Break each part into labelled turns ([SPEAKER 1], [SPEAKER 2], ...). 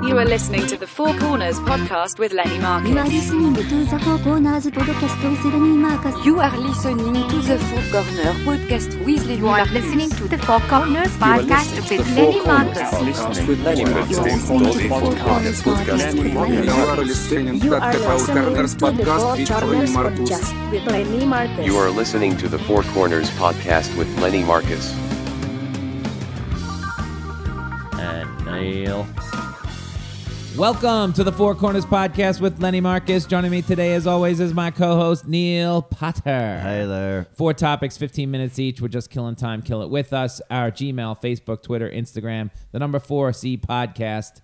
[SPEAKER 1] You are listening to the Four Corners podcast with Lenny
[SPEAKER 2] You are
[SPEAKER 1] Marcus.
[SPEAKER 2] listening to the Four Corners podcast with Lenny Marcus.
[SPEAKER 3] You are listening to the Four Corner podcast with Lenny
[SPEAKER 4] You are
[SPEAKER 3] Marcus.
[SPEAKER 4] listening to the Four Corners
[SPEAKER 5] are
[SPEAKER 4] podcast
[SPEAKER 5] listening to
[SPEAKER 4] with
[SPEAKER 5] the
[SPEAKER 4] Lenny
[SPEAKER 5] Four Corners
[SPEAKER 4] Marcus.
[SPEAKER 5] podcast with
[SPEAKER 6] You
[SPEAKER 5] Lenny
[SPEAKER 6] are
[SPEAKER 5] Marcus.
[SPEAKER 6] listening to the Four Corners podcast with Lenny
[SPEAKER 7] You are
[SPEAKER 6] Marcus.
[SPEAKER 7] listening to the Four Corners podcast with Lenny Marcus.
[SPEAKER 5] You are listening to the Four Corners podcast with Lenny Marcus.
[SPEAKER 8] And Neil.
[SPEAKER 9] Welcome to the Four Corners Podcast with Lenny Marcus. Joining me today, as always, is my co host, Neil Potter.
[SPEAKER 8] Hey there.
[SPEAKER 9] Four topics, 15 minutes each. We're just killing time. Kill it with us. Our Gmail, Facebook, Twitter, Instagram, the number 4C podcast.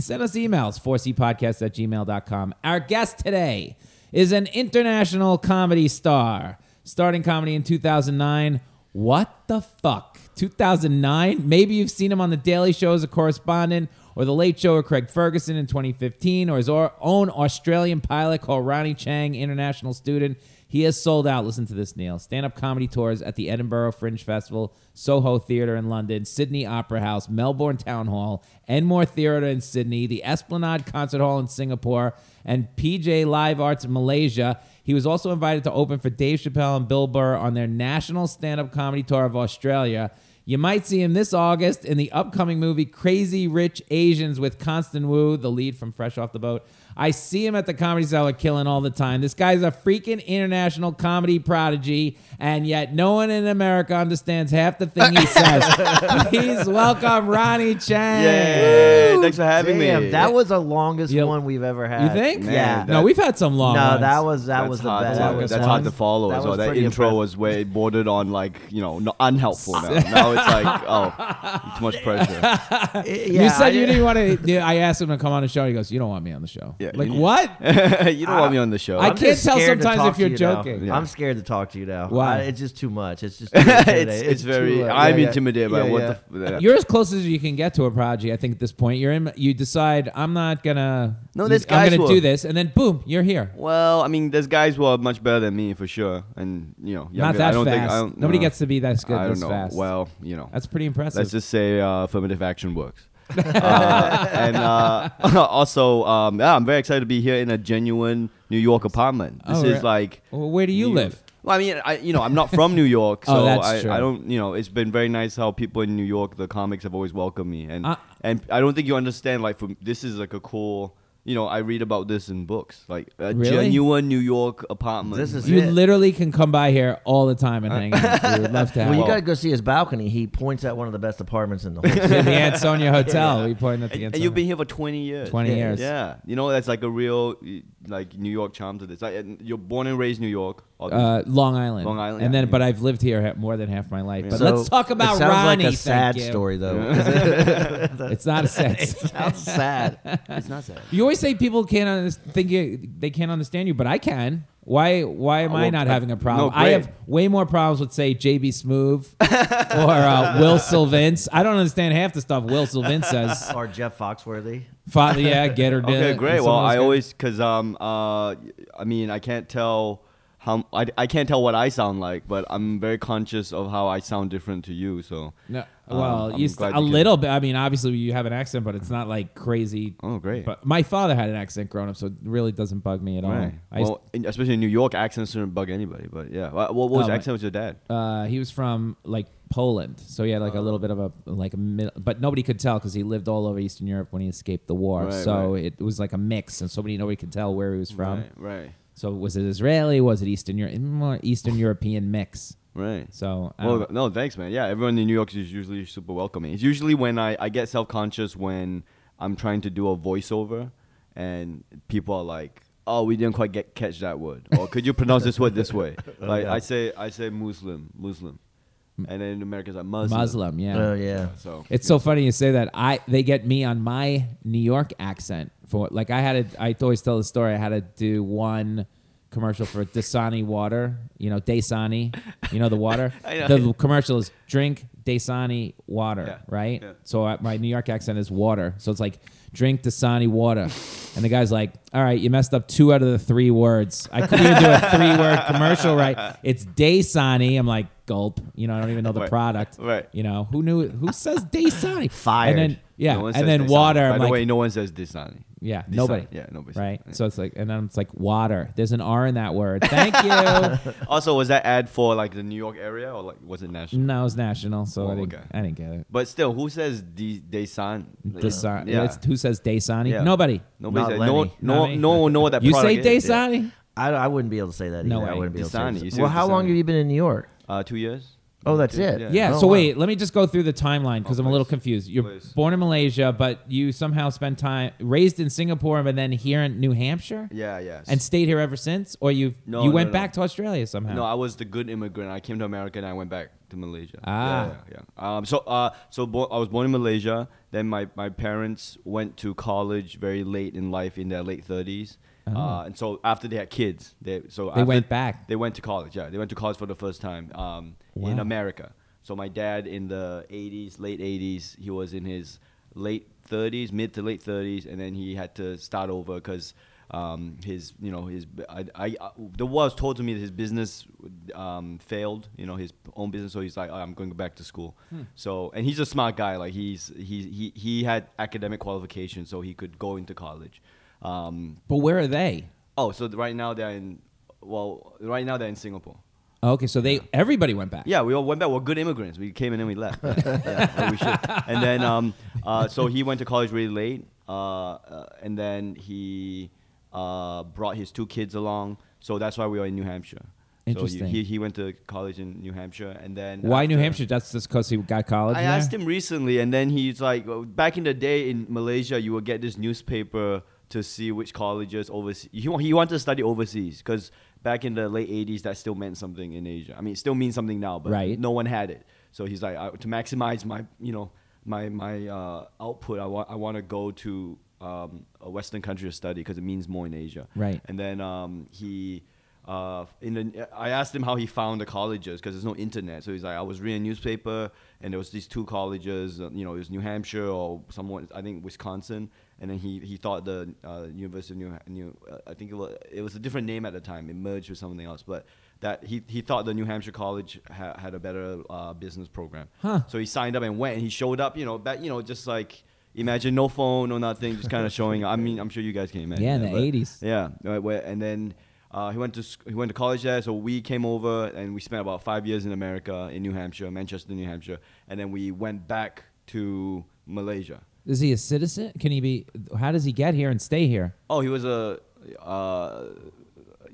[SPEAKER 9] Send us emails, 4cpodcast at gmail.com. Our guest today is an international comedy star. Starting comedy in 2009. What the fuck? 2009? Maybe you've seen him on The Daily Show as a correspondent or The Late Show with Craig Ferguson in 2015 or his or- own Australian pilot called Ronnie Chang, international student. He has sold out, listen to this, Neil. Stand up comedy tours at the Edinburgh Fringe Festival, Soho Theatre in London, Sydney Opera House, Melbourne Town Hall, Enmore Theatre in Sydney, the Esplanade Concert Hall in Singapore, and PJ Live Arts in Malaysia. He was also invited to open for Dave Chappelle and Bill Burr on their national stand up comedy tour of Australia. You might see him this August in the upcoming movie Crazy Rich Asians with Constant Wu, the lead from Fresh Off the Boat. I see him at the comedy cellar killing all the time. This guy's a freaking international comedy prodigy, and yet no one in America understands half the thing he says. Please welcome Ronnie Chang.
[SPEAKER 10] Yeah, thanks for having
[SPEAKER 11] Damn,
[SPEAKER 10] me.
[SPEAKER 11] that was the longest
[SPEAKER 9] Yep.
[SPEAKER 11] one we've ever
[SPEAKER 9] You
[SPEAKER 11] had.
[SPEAKER 9] think?
[SPEAKER 11] yeah.
[SPEAKER 9] no, we've had some long
[SPEAKER 11] no,
[SPEAKER 9] ones.
[SPEAKER 11] that was that
[SPEAKER 10] That's
[SPEAKER 11] was the
[SPEAKER 10] hard
[SPEAKER 11] best.
[SPEAKER 10] to-
[SPEAKER 11] That was
[SPEAKER 10] that's
[SPEAKER 11] the
[SPEAKER 10] hard to
[SPEAKER 11] best.
[SPEAKER 10] follow
[SPEAKER 11] That
[SPEAKER 10] as
[SPEAKER 11] was
[SPEAKER 10] well. That
[SPEAKER 11] pretty
[SPEAKER 10] intro
[SPEAKER 11] impressive.
[SPEAKER 10] was way it bordered on like you know no, unhelpful now. now it's like oh, too much pressure.
[SPEAKER 11] Yeah,
[SPEAKER 9] you said
[SPEAKER 11] I-
[SPEAKER 9] you didn't want to. I asked him to come on the show. He goes, "You don't want me on the show."
[SPEAKER 10] Yeah,
[SPEAKER 9] like
[SPEAKER 10] you-
[SPEAKER 9] what?
[SPEAKER 10] you don't want me on the show.
[SPEAKER 9] I
[SPEAKER 11] I'm
[SPEAKER 9] can't
[SPEAKER 11] just
[SPEAKER 9] tell
[SPEAKER 11] scared to
[SPEAKER 9] sometimes
[SPEAKER 11] talk
[SPEAKER 9] if
[SPEAKER 11] to
[SPEAKER 9] you're
[SPEAKER 11] you now.
[SPEAKER 9] joking.
[SPEAKER 11] I'm scared to talk to you now.
[SPEAKER 9] Why?
[SPEAKER 11] I- it's just too much. It's just too
[SPEAKER 10] it's,
[SPEAKER 11] intimidating.
[SPEAKER 10] it's,
[SPEAKER 11] It's
[SPEAKER 10] very.
[SPEAKER 11] too, uh,
[SPEAKER 10] I'm
[SPEAKER 11] yeah, yeah.
[SPEAKER 10] intimidated by
[SPEAKER 11] Yeah,
[SPEAKER 10] what
[SPEAKER 11] yeah.
[SPEAKER 10] the. F- yeah.
[SPEAKER 9] You're as close as you can get to a prodigy, I think. At this point, you're in. You decide I'm not gonna.
[SPEAKER 10] No, there's
[SPEAKER 9] I'm
[SPEAKER 10] guys
[SPEAKER 9] gonna
[SPEAKER 10] who
[SPEAKER 9] do
[SPEAKER 10] are-
[SPEAKER 9] this, and then boom, you're here.
[SPEAKER 10] well, I mean, there's guys who are much better than me for sure, and you know,
[SPEAKER 9] not
[SPEAKER 10] younger.
[SPEAKER 9] that
[SPEAKER 10] I don't
[SPEAKER 9] fast.
[SPEAKER 10] Think, I don't,
[SPEAKER 9] Nobody
[SPEAKER 10] no.
[SPEAKER 9] gets to be that good.
[SPEAKER 10] I don't
[SPEAKER 9] this
[SPEAKER 10] know.
[SPEAKER 9] fast.
[SPEAKER 10] Well, you know,
[SPEAKER 9] that's pretty impressive.
[SPEAKER 10] Let's just say uh, affirmative action works. uh, and uh, also, um, yeah, I'm very excited to be here in a genuine New York apartment. This
[SPEAKER 9] Oh,
[SPEAKER 10] is
[SPEAKER 9] right.
[SPEAKER 10] like.
[SPEAKER 9] Well, where do you
[SPEAKER 10] New-
[SPEAKER 9] live?
[SPEAKER 10] Well, I mean, I you know I'm not from New York, so
[SPEAKER 9] Oh, that's
[SPEAKER 10] I,
[SPEAKER 9] true.
[SPEAKER 10] I don't you know it's been very nice how people in New York, the comics have always welcomed me, and
[SPEAKER 9] I-
[SPEAKER 10] and I don't think you understand like from this is like a cool you know I read about this in books like a
[SPEAKER 9] Really?
[SPEAKER 10] genuine New York apartment.
[SPEAKER 11] This is
[SPEAKER 9] You
[SPEAKER 11] it.
[SPEAKER 9] literally can come by here all the time and hang out. We would love to have
[SPEAKER 11] Well, you
[SPEAKER 9] you.
[SPEAKER 11] gotta go see his balcony. He points at one of the best apartments in the whole city.
[SPEAKER 9] the Ansonia Hotel. We pointed at the
[SPEAKER 10] and,
[SPEAKER 9] Ansonia.
[SPEAKER 10] and you've been here for 20 years
[SPEAKER 9] 20
[SPEAKER 10] yeah.
[SPEAKER 9] years.
[SPEAKER 10] yeah you know that's like a real y- like new york charm to this like, and you're born and raised new york obviously.
[SPEAKER 9] uh, Long Island.
[SPEAKER 10] Long Island,
[SPEAKER 9] And
[SPEAKER 10] yeah.
[SPEAKER 9] then, but I've lived here ha- more than half my life. But
[SPEAKER 11] So,
[SPEAKER 9] let's talk about
[SPEAKER 11] it sounds
[SPEAKER 9] Ronnie.
[SPEAKER 11] like a
[SPEAKER 9] thank
[SPEAKER 11] sad
[SPEAKER 9] you.
[SPEAKER 11] story, though.
[SPEAKER 9] It's not a sad.
[SPEAKER 11] it sounds sad. It's not sad.
[SPEAKER 9] You always say people can't under- think you, they can't understand you, but I can. Why? Why am I
[SPEAKER 10] Well,
[SPEAKER 9] not
[SPEAKER 10] uh,
[SPEAKER 9] having a problem?
[SPEAKER 10] no,
[SPEAKER 9] I
[SPEAKER 10] great.
[SPEAKER 9] have way more problems with say JB Smoove or uh, Will Sylvince. I don't understand half the stuff Will Sylvince says.
[SPEAKER 11] Or Jeff Foxworthy.
[SPEAKER 9] Father, yeah, get her done.
[SPEAKER 10] okay
[SPEAKER 9] and
[SPEAKER 10] great
[SPEAKER 9] some
[SPEAKER 10] well
[SPEAKER 9] of those
[SPEAKER 10] i
[SPEAKER 9] guys.
[SPEAKER 10] always because um uh i mean i can't tell how I, I can't tell what i sound like but i'm very conscious of how i sound different to you so
[SPEAKER 9] No,
[SPEAKER 10] um,
[SPEAKER 9] well,
[SPEAKER 10] I'm
[SPEAKER 9] you st-
[SPEAKER 10] glad
[SPEAKER 9] a
[SPEAKER 10] you can-
[SPEAKER 9] little bit. I mean, obviously you have an accent, but it's not like crazy.
[SPEAKER 10] Oh, great.
[SPEAKER 9] But my father had an accent growing up, so it really doesn't bug me at all.
[SPEAKER 10] Right.
[SPEAKER 9] I used-
[SPEAKER 10] well, in- especially in New York, accents shouldn't bug anybody. But yeah, what, what was
[SPEAKER 9] Oh, my-
[SPEAKER 10] accent was your dad?
[SPEAKER 9] uh, he was from like Poland, so he had like a little bit of a like a mid- but nobody could tell because he lived all over Eastern Europe when he escaped the war.
[SPEAKER 10] Right,
[SPEAKER 9] so
[SPEAKER 10] right.
[SPEAKER 9] it was like a mix, and somebody nobody could tell where he was from.
[SPEAKER 10] Right, right,
[SPEAKER 9] So was it Israeli? Was it Eastern Europe? More Eastern European mix.
[SPEAKER 10] right.
[SPEAKER 9] So I
[SPEAKER 10] Well,
[SPEAKER 9] don't-
[SPEAKER 10] no, thanks, man. Yeah, everyone in New York is usually super welcoming. It's usually when I, I get self conscious when I'm trying to do a voiceover and people are like, oh, we didn't quite get catch that word. Or could you pronounce this word this way? Like, I say I say Muslim, Muslim. And then Americans are Muslim.
[SPEAKER 9] Muslim, yeah.
[SPEAKER 11] Oh yeah.
[SPEAKER 10] So
[SPEAKER 9] It's so funny you say that. I they get me on my New York accent for like I had a, I always tell the story. I had to do one commercial for Dasani water. You know Dasani, you know the water.
[SPEAKER 10] know.
[SPEAKER 9] The commercial is drink Dasani water,
[SPEAKER 10] Yeah.
[SPEAKER 9] right?
[SPEAKER 10] Yeah.
[SPEAKER 9] So I, my New York accent is water. So it's like drink Dasani water, and the guy's like, "All right, you messed up two out of the three words. I couldn't even do a three word commercial right. It's Dasani. I'm like." gulp. You know, I don't even know the
[SPEAKER 10] Right.
[SPEAKER 9] product.
[SPEAKER 10] Right.
[SPEAKER 9] You know, who knew? Who says Dasani?
[SPEAKER 11] Fired.
[SPEAKER 9] And then yeah,
[SPEAKER 10] No one says
[SPEAKER 9] and then
[SPEAKER 10] Dasani.
[SPEAKER 9] water.
[SPEAKER 10] By
[SPEAKER 9] I'm
[SPEAKER 10] the
[SPEAKER 9] like,
[SPEAKER 10] way, no one says Disney.
[SPEAKER 9] yeah,
[SPEAKER 10] Dasani.
[SPEAKER 9] nobody.
[SPEAKER 10] Yeah, nobody. says
[SPEAKER 9] Right.
[SPEAKER 10] that.
[SPEAKER 9] So it's like, and then it's like water. There's an R in that word. Thank you.
[SPEAKER 10] Also, was that ad for like the New York area or like was it national?
[SPEAKER 9] no, it was national, so
[SPEAKER 10] Oh,
[SPEAKER 9] I, didn't,
[SPEAKER 10] okay.
[SPEAKER 9] I didn't get it.
[SPEAKER 10] But still, who says D- Desan?
[SPEAKER 9] Dasani.
[SPEAKER 10] Yeah.
[SPEAKER 9] It's- who says Dasani?
[SPEAKER 10] Yeah.
[SPEAKER 9] Nobody.
[SPEAKER 10] Nobody
[SPEAKER 11] Not
[SPEAKER 10] says,
[SPEAKER 11] Lenny.
[SPEAKER 10] no,
[SPEAKER 9] Not
[SPEAKER 10] no,
[SPEAKER 9] me.
[SPEAKER 10] no, one know what that
[SPEAKER 9] You say
[SPEAKER 10] product is.
[SPEAKER 9] Dasani?
[SPEAKER 11] I, I wouldn't be able to say that. Either.
[SPEAKER 9] No
[SPEAKER 11] I
[SPEAKER 9] way.
[SPEAKER 11] wouldn't be able
[SPEAKER 10] Dasani,
[SPEAKER 11] to.
[SPEAKER 10] you
[SPEAKER 11] Say
[SPEAKER 10] see
[SPEAKER 11] well,
[SPEAKER 10] what
[SPEAKER 11] how long
[SPEAKER 10] Dasani-
[SPEAKER 11] have you been in New York?
[SPEAKER 10] Uh, two years.
[SPEAKER 11] Oh, that's
[SPEAKER 10] Yeah.
[SPEAKER 11] it.
[SPEAKER 10] Yeah.
[SPEAKER 9] Yeah.
[SPEAKER 11] Oh,
[SPEAKER 9] so
[SPEAKER 11] wow.
[SPEAKER 9] wait, let me just go through the timeline because
[SPEAKER 10] Oh,
[SPEAKER 9] I'm a little
[SPEAKER 10] please.
[SPEAKER 9] confused. You're
[SPEAKER 10] Please.
[SPEAKER 9] born in Malaysia, but you somehow spent time raised in Singapore, but then here in New Hampshire,
[SPEAKER 10] Yeah, yeah.
[SPEAKER 9] and stayed here ever since. Or you
[SPEAKER 10] No,
[SPEAKER 9] you
[SPEAKER 10] no,
[SPEAKER 9] went
[SPEAKER 10] no.
[SPEAKER 9] back to Australia somehow.
[SPEAKER 10] No, I was the good immigrant. I came to America and I went back to Malaysia.
[SPEAKER 9] Ah.
[SPEAKER 10] yeah, yeah. yeah. Um, so, uh, so bo- I was born in Malaysia. Then my, my parents went to college very late in life, in their late thirties. Uh, and so after they had kids, they so
[SPEAKER 9] Oh. They
[SPEAKER 10] after-
[SPEAKER 9] went back.
[SPEAKER 10] They went to college. Yeah, they went to college for the first time um, in
[SPEAKER 9] Wow.
[SPEAKER 10] America. So my dad in the eighties, late eighties, he was in his late thirties, mid to late thirties, and then he had to start over because um, his you know his I, I, I the was told to me that his business um, failed you know his own business so he's like "Oh, I'm going back to school so and he's a smart guy like he's he he he had academic qualifications so he could go into college um,
[SPEAKER 9] but where are they?
[SPEAKER 10] oh so right now they're in well right now they're in Singapore
[SPEAKER 9] Okay, so they everybody went back.
[SPEAKER 10] yeah, we all went back. We're good immigrants. We came in and we left. Yeah, yeah, we should. And then, um, uh, so he went to college really late, uh, uh, and then he uh, brought his two kids along. So that's why we are in New Hampshire. So
[SPEAKER 9] Interesting.
[SPEAKER 10] he- he, he went to college in New Hampshire, and then
[SPEAKER 9] Why New
[SPEAKER 10] after-
[SPEAKER 9] Hampshire? That's just because he got college.
[SPEAKER 10] I
[SPEAKER 9] there?
[SPEAKER 10] asked him recently, and then he's like, "Well, back in the day in Malaysia, you would get this newspaper to see which colleges overseas. He, wa- he wanted to study overseas because back in the late 80s, that still meant something in Asia. I mean, it still means something now, but
[SPEAKER 9] Right.
[SPEAKER 10] no one had it. So he's like, I, to maximize my, you know, my, my uh, output, I, wa- I want to go to um, a Western country to study because it means more in Asia.
[SPEAKER 9] Right.
[SPEAKER 10] And then um, he, uh, in the, I asked him how he found the colleges because there's no internet. So he's like, I was reading a newspaper and there was these two colleges. uh, You know, it was New Hampshire or someone, I think Wisconsin. And then he, he thought the uh, University of New, New uh, I think it was, it was a different name at the time. It merged with something else, but that he, he thought the New Hampshire College ha- had a better uh, business program. So he signed up and went. And he showed up. You know, that you know, just like imagine no phone, no nothing, just kind of showing. up. I mean, I'm sure you guys can imagine.
[SPEAKER 9] Yeah, in
[SPEAKER 10] that,
[SPEAKER 9] the
[SPEAKER 10] but-
[SPEAKER 9] 80s.
[SPEAKER 10] yeah, right, where- and then uh, he went to sc- he went to college there. So we came over and we spent about five years in America, in New Hampshire, Manchester, New Hampshire, and then we went back to Malaysia.
[SPEAKER 9] Is he a citizen? Can he be? How does he get here and stay here?
[SPEAKER 10] Oh, he was a. Uh,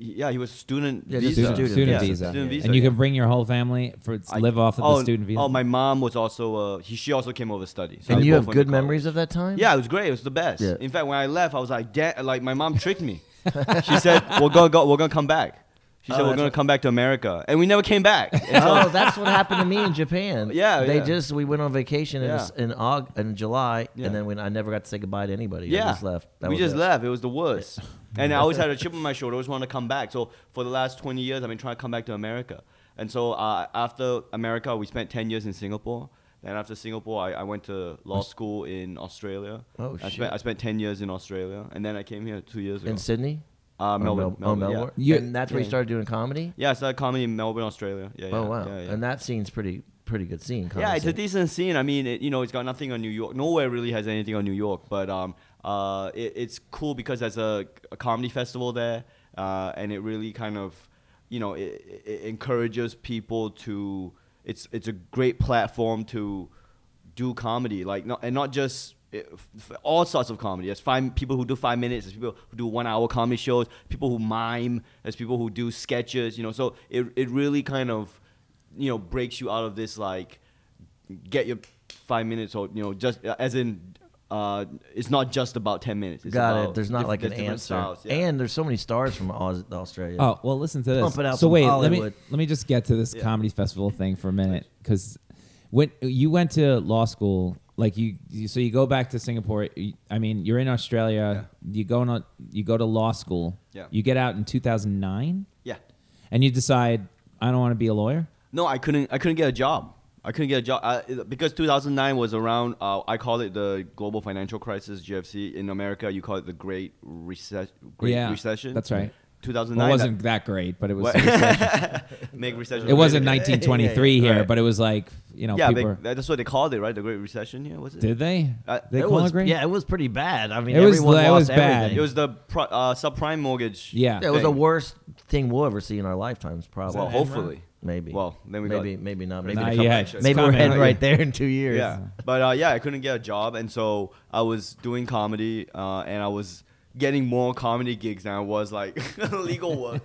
[SPEAKER 10] yeah, he was student
[SPEAKER 11] Yeah, just
[SPEAKER 10] visa.
[SPEAKER 11] a student,
[SPEAKER 10] yeah.
[SPEAKER 11] yeah.
[SPEAKER 9] visa.
[SPEAKER 10] Student visa.
[SPEAKER 9] and you
[SPEAKER 10] yeah.
[SPEAKER 9] can bring your whole family for
[SPEAKER 10] I-
[SPEAKER 9] live off of
[SPEAKER 10] oh,
[SPEAKER 9] the student visa.
[SPEAKER 10] Oh, my mom was also. Uh, he, she also came over to study. So
[SPEAKER 11] And
[SPEAKER 10] they
[SPEAKER 11] you
[SPEAKER 10] both
[SPEAKER 11] have
[SPEAKER 10] went to
[SPEAKER 11] good
[SPEAKER 10] college.
[SPEAKER 11] memories of that time?
[SPEAKER 10] Yeah, it was great. It was the best.
[SPEAKER 11] Yeah.
[SPEAKER 10] In fact, when I left, I was like, "Damn!" Like my mom tricked me. she said, "We're gonna go. We're gonna come back." She said,
[SPEAKER 11] Oh,
[SPEAKER 10] "We're
[SPEAKER 11] that's
[SPEAKER 10] gonna
[SPEAKER 11] what-
[SPEAKER 10] come back to America," and we never came back. And so-
[SPEAKER 11] oh, that's what happened to me in Japan.
[SPEAKER 10] Yeah,
[SPEAKER 11] they
[SPEAKER 10] yeah.
[SPEAKER 11] just we went on vacation in
[SPEAKER 10] Yeah.
[SPEAKER 11] s- in Aug in July,
[SPEAKER 10] Yeah.
[SPEAKER 11] and then when I never got to say goodbye to anybody.
[SPEAKER 10] yeah,
[SPEAKER 11] I just left. That
[SPEAKER 10] we
[SPEAKER 11] was
[SPEAKER 10] just
[SPEAKER 11] it.
[SPEAKER 10] left. It was the worst. and I always had a chip on my shoulder. I always wanted to come back. So for the last twenty years, I've been trying to come back to America. And so uh, after America, we spent ten years in Singapore. Then after Singapore, I, I went to law school in Australia.
[SPEAKER 11] Oh,
[SPEAKER 10] I
[SPEAKER 11] shit.
[SPEAKER 10] spent, I spent ten years in Australia, and then I came here two years ago.
[SPEAKER 11] in Sydney.
[SPEAKER 10] Uh,
[SPEAKER 11] Or
[SPEAKER 10] Melbourne,
[SPEAKER 11] Mel- oh,
[SPEAKER 10] Melbourne, yeah.
[SPEAKER 11] Melbourne.
[SPEAKER 9] You-
[SPEAKER 11] and that's where you
[SPEAKER 10] yeah.
[SPEAKER 11] started doing comedy.
[SPEAKER 10] Yeah, I started comedy in Melbourne, Australia. Yeah.
[SPEAKER 11] oh
[SPEAKER 10] yeah,
[SPEAKER 11] wow,
[SPEAKER 10] Yeah, yeah.
[SPEAKER 11] and that scene's pretty pretty good scene.
[SPEAKER 10] yeah,
[SPEAKER 11] comedy
[SPEAKER 10] it's a
[SPEAKER 11] scene.
[SPEAKER 10] decent scene. I mean, it, you know, it's got nothing on New York. Nowhere really has anything on New York, but um, uh, it, it's cool because there's a, a comedy festival there, uh, and it really kind of, you know, it, it encourages people to. It's it's a great platform to do comedy, like not, and not just. It, f- all sorts of comedy. There's five people who do five minutes. There's people who do one-hour comedy shows. People who mime. There's people who do sketches. You know, so it it really kind of, you know, breaks you out of this like get your five minutes or you know just as in uh, it's not just about 10 minutes it's
[SPEAKER 11] Got
[SPEAKER 10] about
[SPEAKER 11] it. There's not
[SPEAKER 10] diff-
[SPEAKER 11] like an
[SPEAKER 10] different
[SPEAKER 11] answer.
[SPEAKER 10] styles, yeah.
[SPEAKER 11] And there's so many stars from Aus- Australia.
[SPEAKER 9] Oh well, listen to this.
[SPEAKER 11] Pump it out
[SPEAKER 9] so
[SPEAKER 11] some
[SPEAKER 9] wait, let
[SPEAKER 11] Hollywood.
[SPEAKER 9] me let me just get to this
[SPEAKER 10] Yeah.
[SPEAKER 9] comedy festival thing for a minute because when you went to law school, like you, you so you go back to Singapore. you- I mean, you're in Australia. You go on, you go to law school.
[SPEAKER 10] Yeah.
[SPEAKER 9] You get out in 2009,
[SPEAKER 10] yeah
[SPEAKER 9] and you decide I don't want to be a lawyer.
[SPEAKER 10] no i couldn't i couldn't get a job i couldn't get a job I, because 2009 was around uh, i call it the global financial crisis gfc in america you call it the great, Recess- great
[SPEAKER 9] Yeah,
[SPEAKER 10] recession
[SPEAKER 9] that's right. Well,
[SPEAKER 10] 2009.
[SPEAKER 9] it wasn't that great, but it was.
[SPEAKER 10] What-
[SPEAKER 9] It, was-
[SPEAKER 10] Make recession.
[SPEAKER 9] it wasn't
[SPEAKER 10] great again.
[SPEAKER 9] 1923 here,
[SPEAKER 10] Right.
[SPEAKER 9] but it was like you know
[SPEAKER 10] Yeah,
[SPEAKER 9] people. were-
[SPEAKER 10] they, that's what they called it, right? The Great Recession. Yeah, was it?
[SPEAKER 9] did they?
[SPEAKER 10] Uh,
[SPEAKER 9] they
[SPEAKER 11] it
[SPEAKER 9] call
[SPEAKER 11] was,
[SPEAKER 9] it great.
[SPEAKER 11] Yeah, it was pretty bad. I mean,
[SPEAKER 9] It was-
[SPEAKER 11] everyone
[SPEAKER 9] that was
[SPEAKER 11] lost
[SPEAKER 9] bad.
[SPEAKER 11] everything.
[SPEAKER 10] It was the pro, uh, subprime mortgage.
[SPEAKER 9] Yeah.
[SPEAKER 11] Yeah, it was the
[SPEAKER 10] thing.
[SPEAKER 11] worst thing we'll ever see in our lifetimes, probably.
[SPEAKER 10] Well, hopefully.
[SPEAKER 11] maybe.
[SPEAKER 10] Well, then we got-
[SPEAKER 11] maybe maybe not. Maybe
[SPEAKER 9] Not
[SPEAKER 11] in a couple-
[SPEAKER 9] yet. It's
[SPEAKER 11] Maybe we're
[SPEAKER 9] coming.
[SPEAKER 11] heading right there in two years.
[SPEAKER 10] Yeah, but uh, yeah, I couldn't get a job, and so I was doing comedy, uh, and I was getting more comedy gigs than I was like legal work,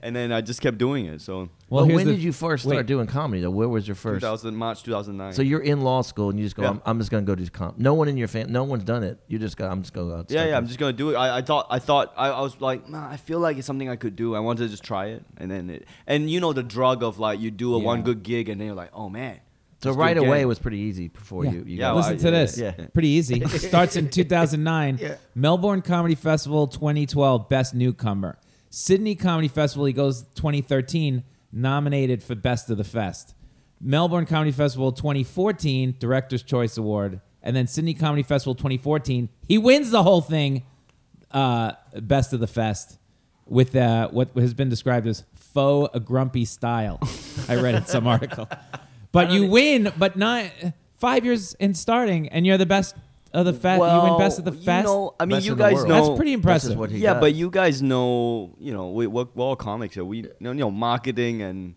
[SPEAKER 10] and then I just kept doing it. So
[SPEAKER 9] Well,
[SPEAKER 11] but
[SPEAKER 9] here's
[SPEAKER 11] when
[SPEAKER 9] the-
[SPEAKER 11] did you first start
[SPEAKER 9] wait.
[SPEAKER 11] doing comedy though? Where was your first?
[SPEAKER 10] 2000 March 2009.
[SPEAKER 11] So you're in law school and you just go,
[SPEAKER 10] Yeah.
[SPEAKER 11] I'm, I'm just gonna go do comp. No one in your family, no one's done it. You just go, I'm just gonna go. Out and
[SPEAKER 10] yeah,
[SPEAKER 11] start
[SPEAKER 10] yeah, I'm
[SPEAKER 11] doing-
[SPEAKER 10] just gonna do it. I, I thought, I thought, I, I was like, man, I feel like it's something I could do. I wanted to just try it, and then it, and you know the drug of like you do a one
[SPEAKER 9] Yeah.
[SPEAKER 10] good gig, and then you're like, oh man.
[SPEAKER 11] So
[SPEAKER 10] let's do
[SPEAKER 11] right
[SPEAKER 10] it
[SPEAKER 11] away
[SPEAKER 10] again.
[SPEAKER 11] it was pretty easy before
[SPEAKER 9] Yeah.
[SPEAKER 11] you. you
[SPEAKER 10] Yeah,
[SPEAKER 11] got-
[SPEAKER 10] well,
[SPEAKER 9] Listen to
[SPEAKER 10] I-
[SPEAKER 9] this.
[SPEAKER 11] yeah.
[SPEAKER 9] Pretty easy. Starts in 2009. Melbourne Comedy Festival 2012 Best Newcomer. Sydney Comedy Festival he goes 2013 nominated for Best of the Fest. Melbourne Comedy Festival 2014 Director's Choice Award and then Sydney Comedy Festival 2014 he wins the whole thing uh, Best of the Fest with uh, what has been described as faux grumpy style. I read in some article. But you win, but not five years in starting, and you're the best of the fest. you win best of the
[SPEAKER 10] Well, you
[SPEAKER 9] fest.
[SPEAKER 10] know, I mean,
[SPEAKER 11] Best
[SPEAKER 10] you
[SPEAKER 11] in the
[SPEAKER 10] guys
[SPEAKER 11] world.
[SPEAKER 10] know
[SPEAKER 9] That's pretty impressive.
[SPEAKER 11] This is what he
[SPEAKER 10] yeah,
[SPEAKER 11] does.
[SPEAKER 10] but you guys know, you know, we we're, we're all comics here. We you know, you know marketing and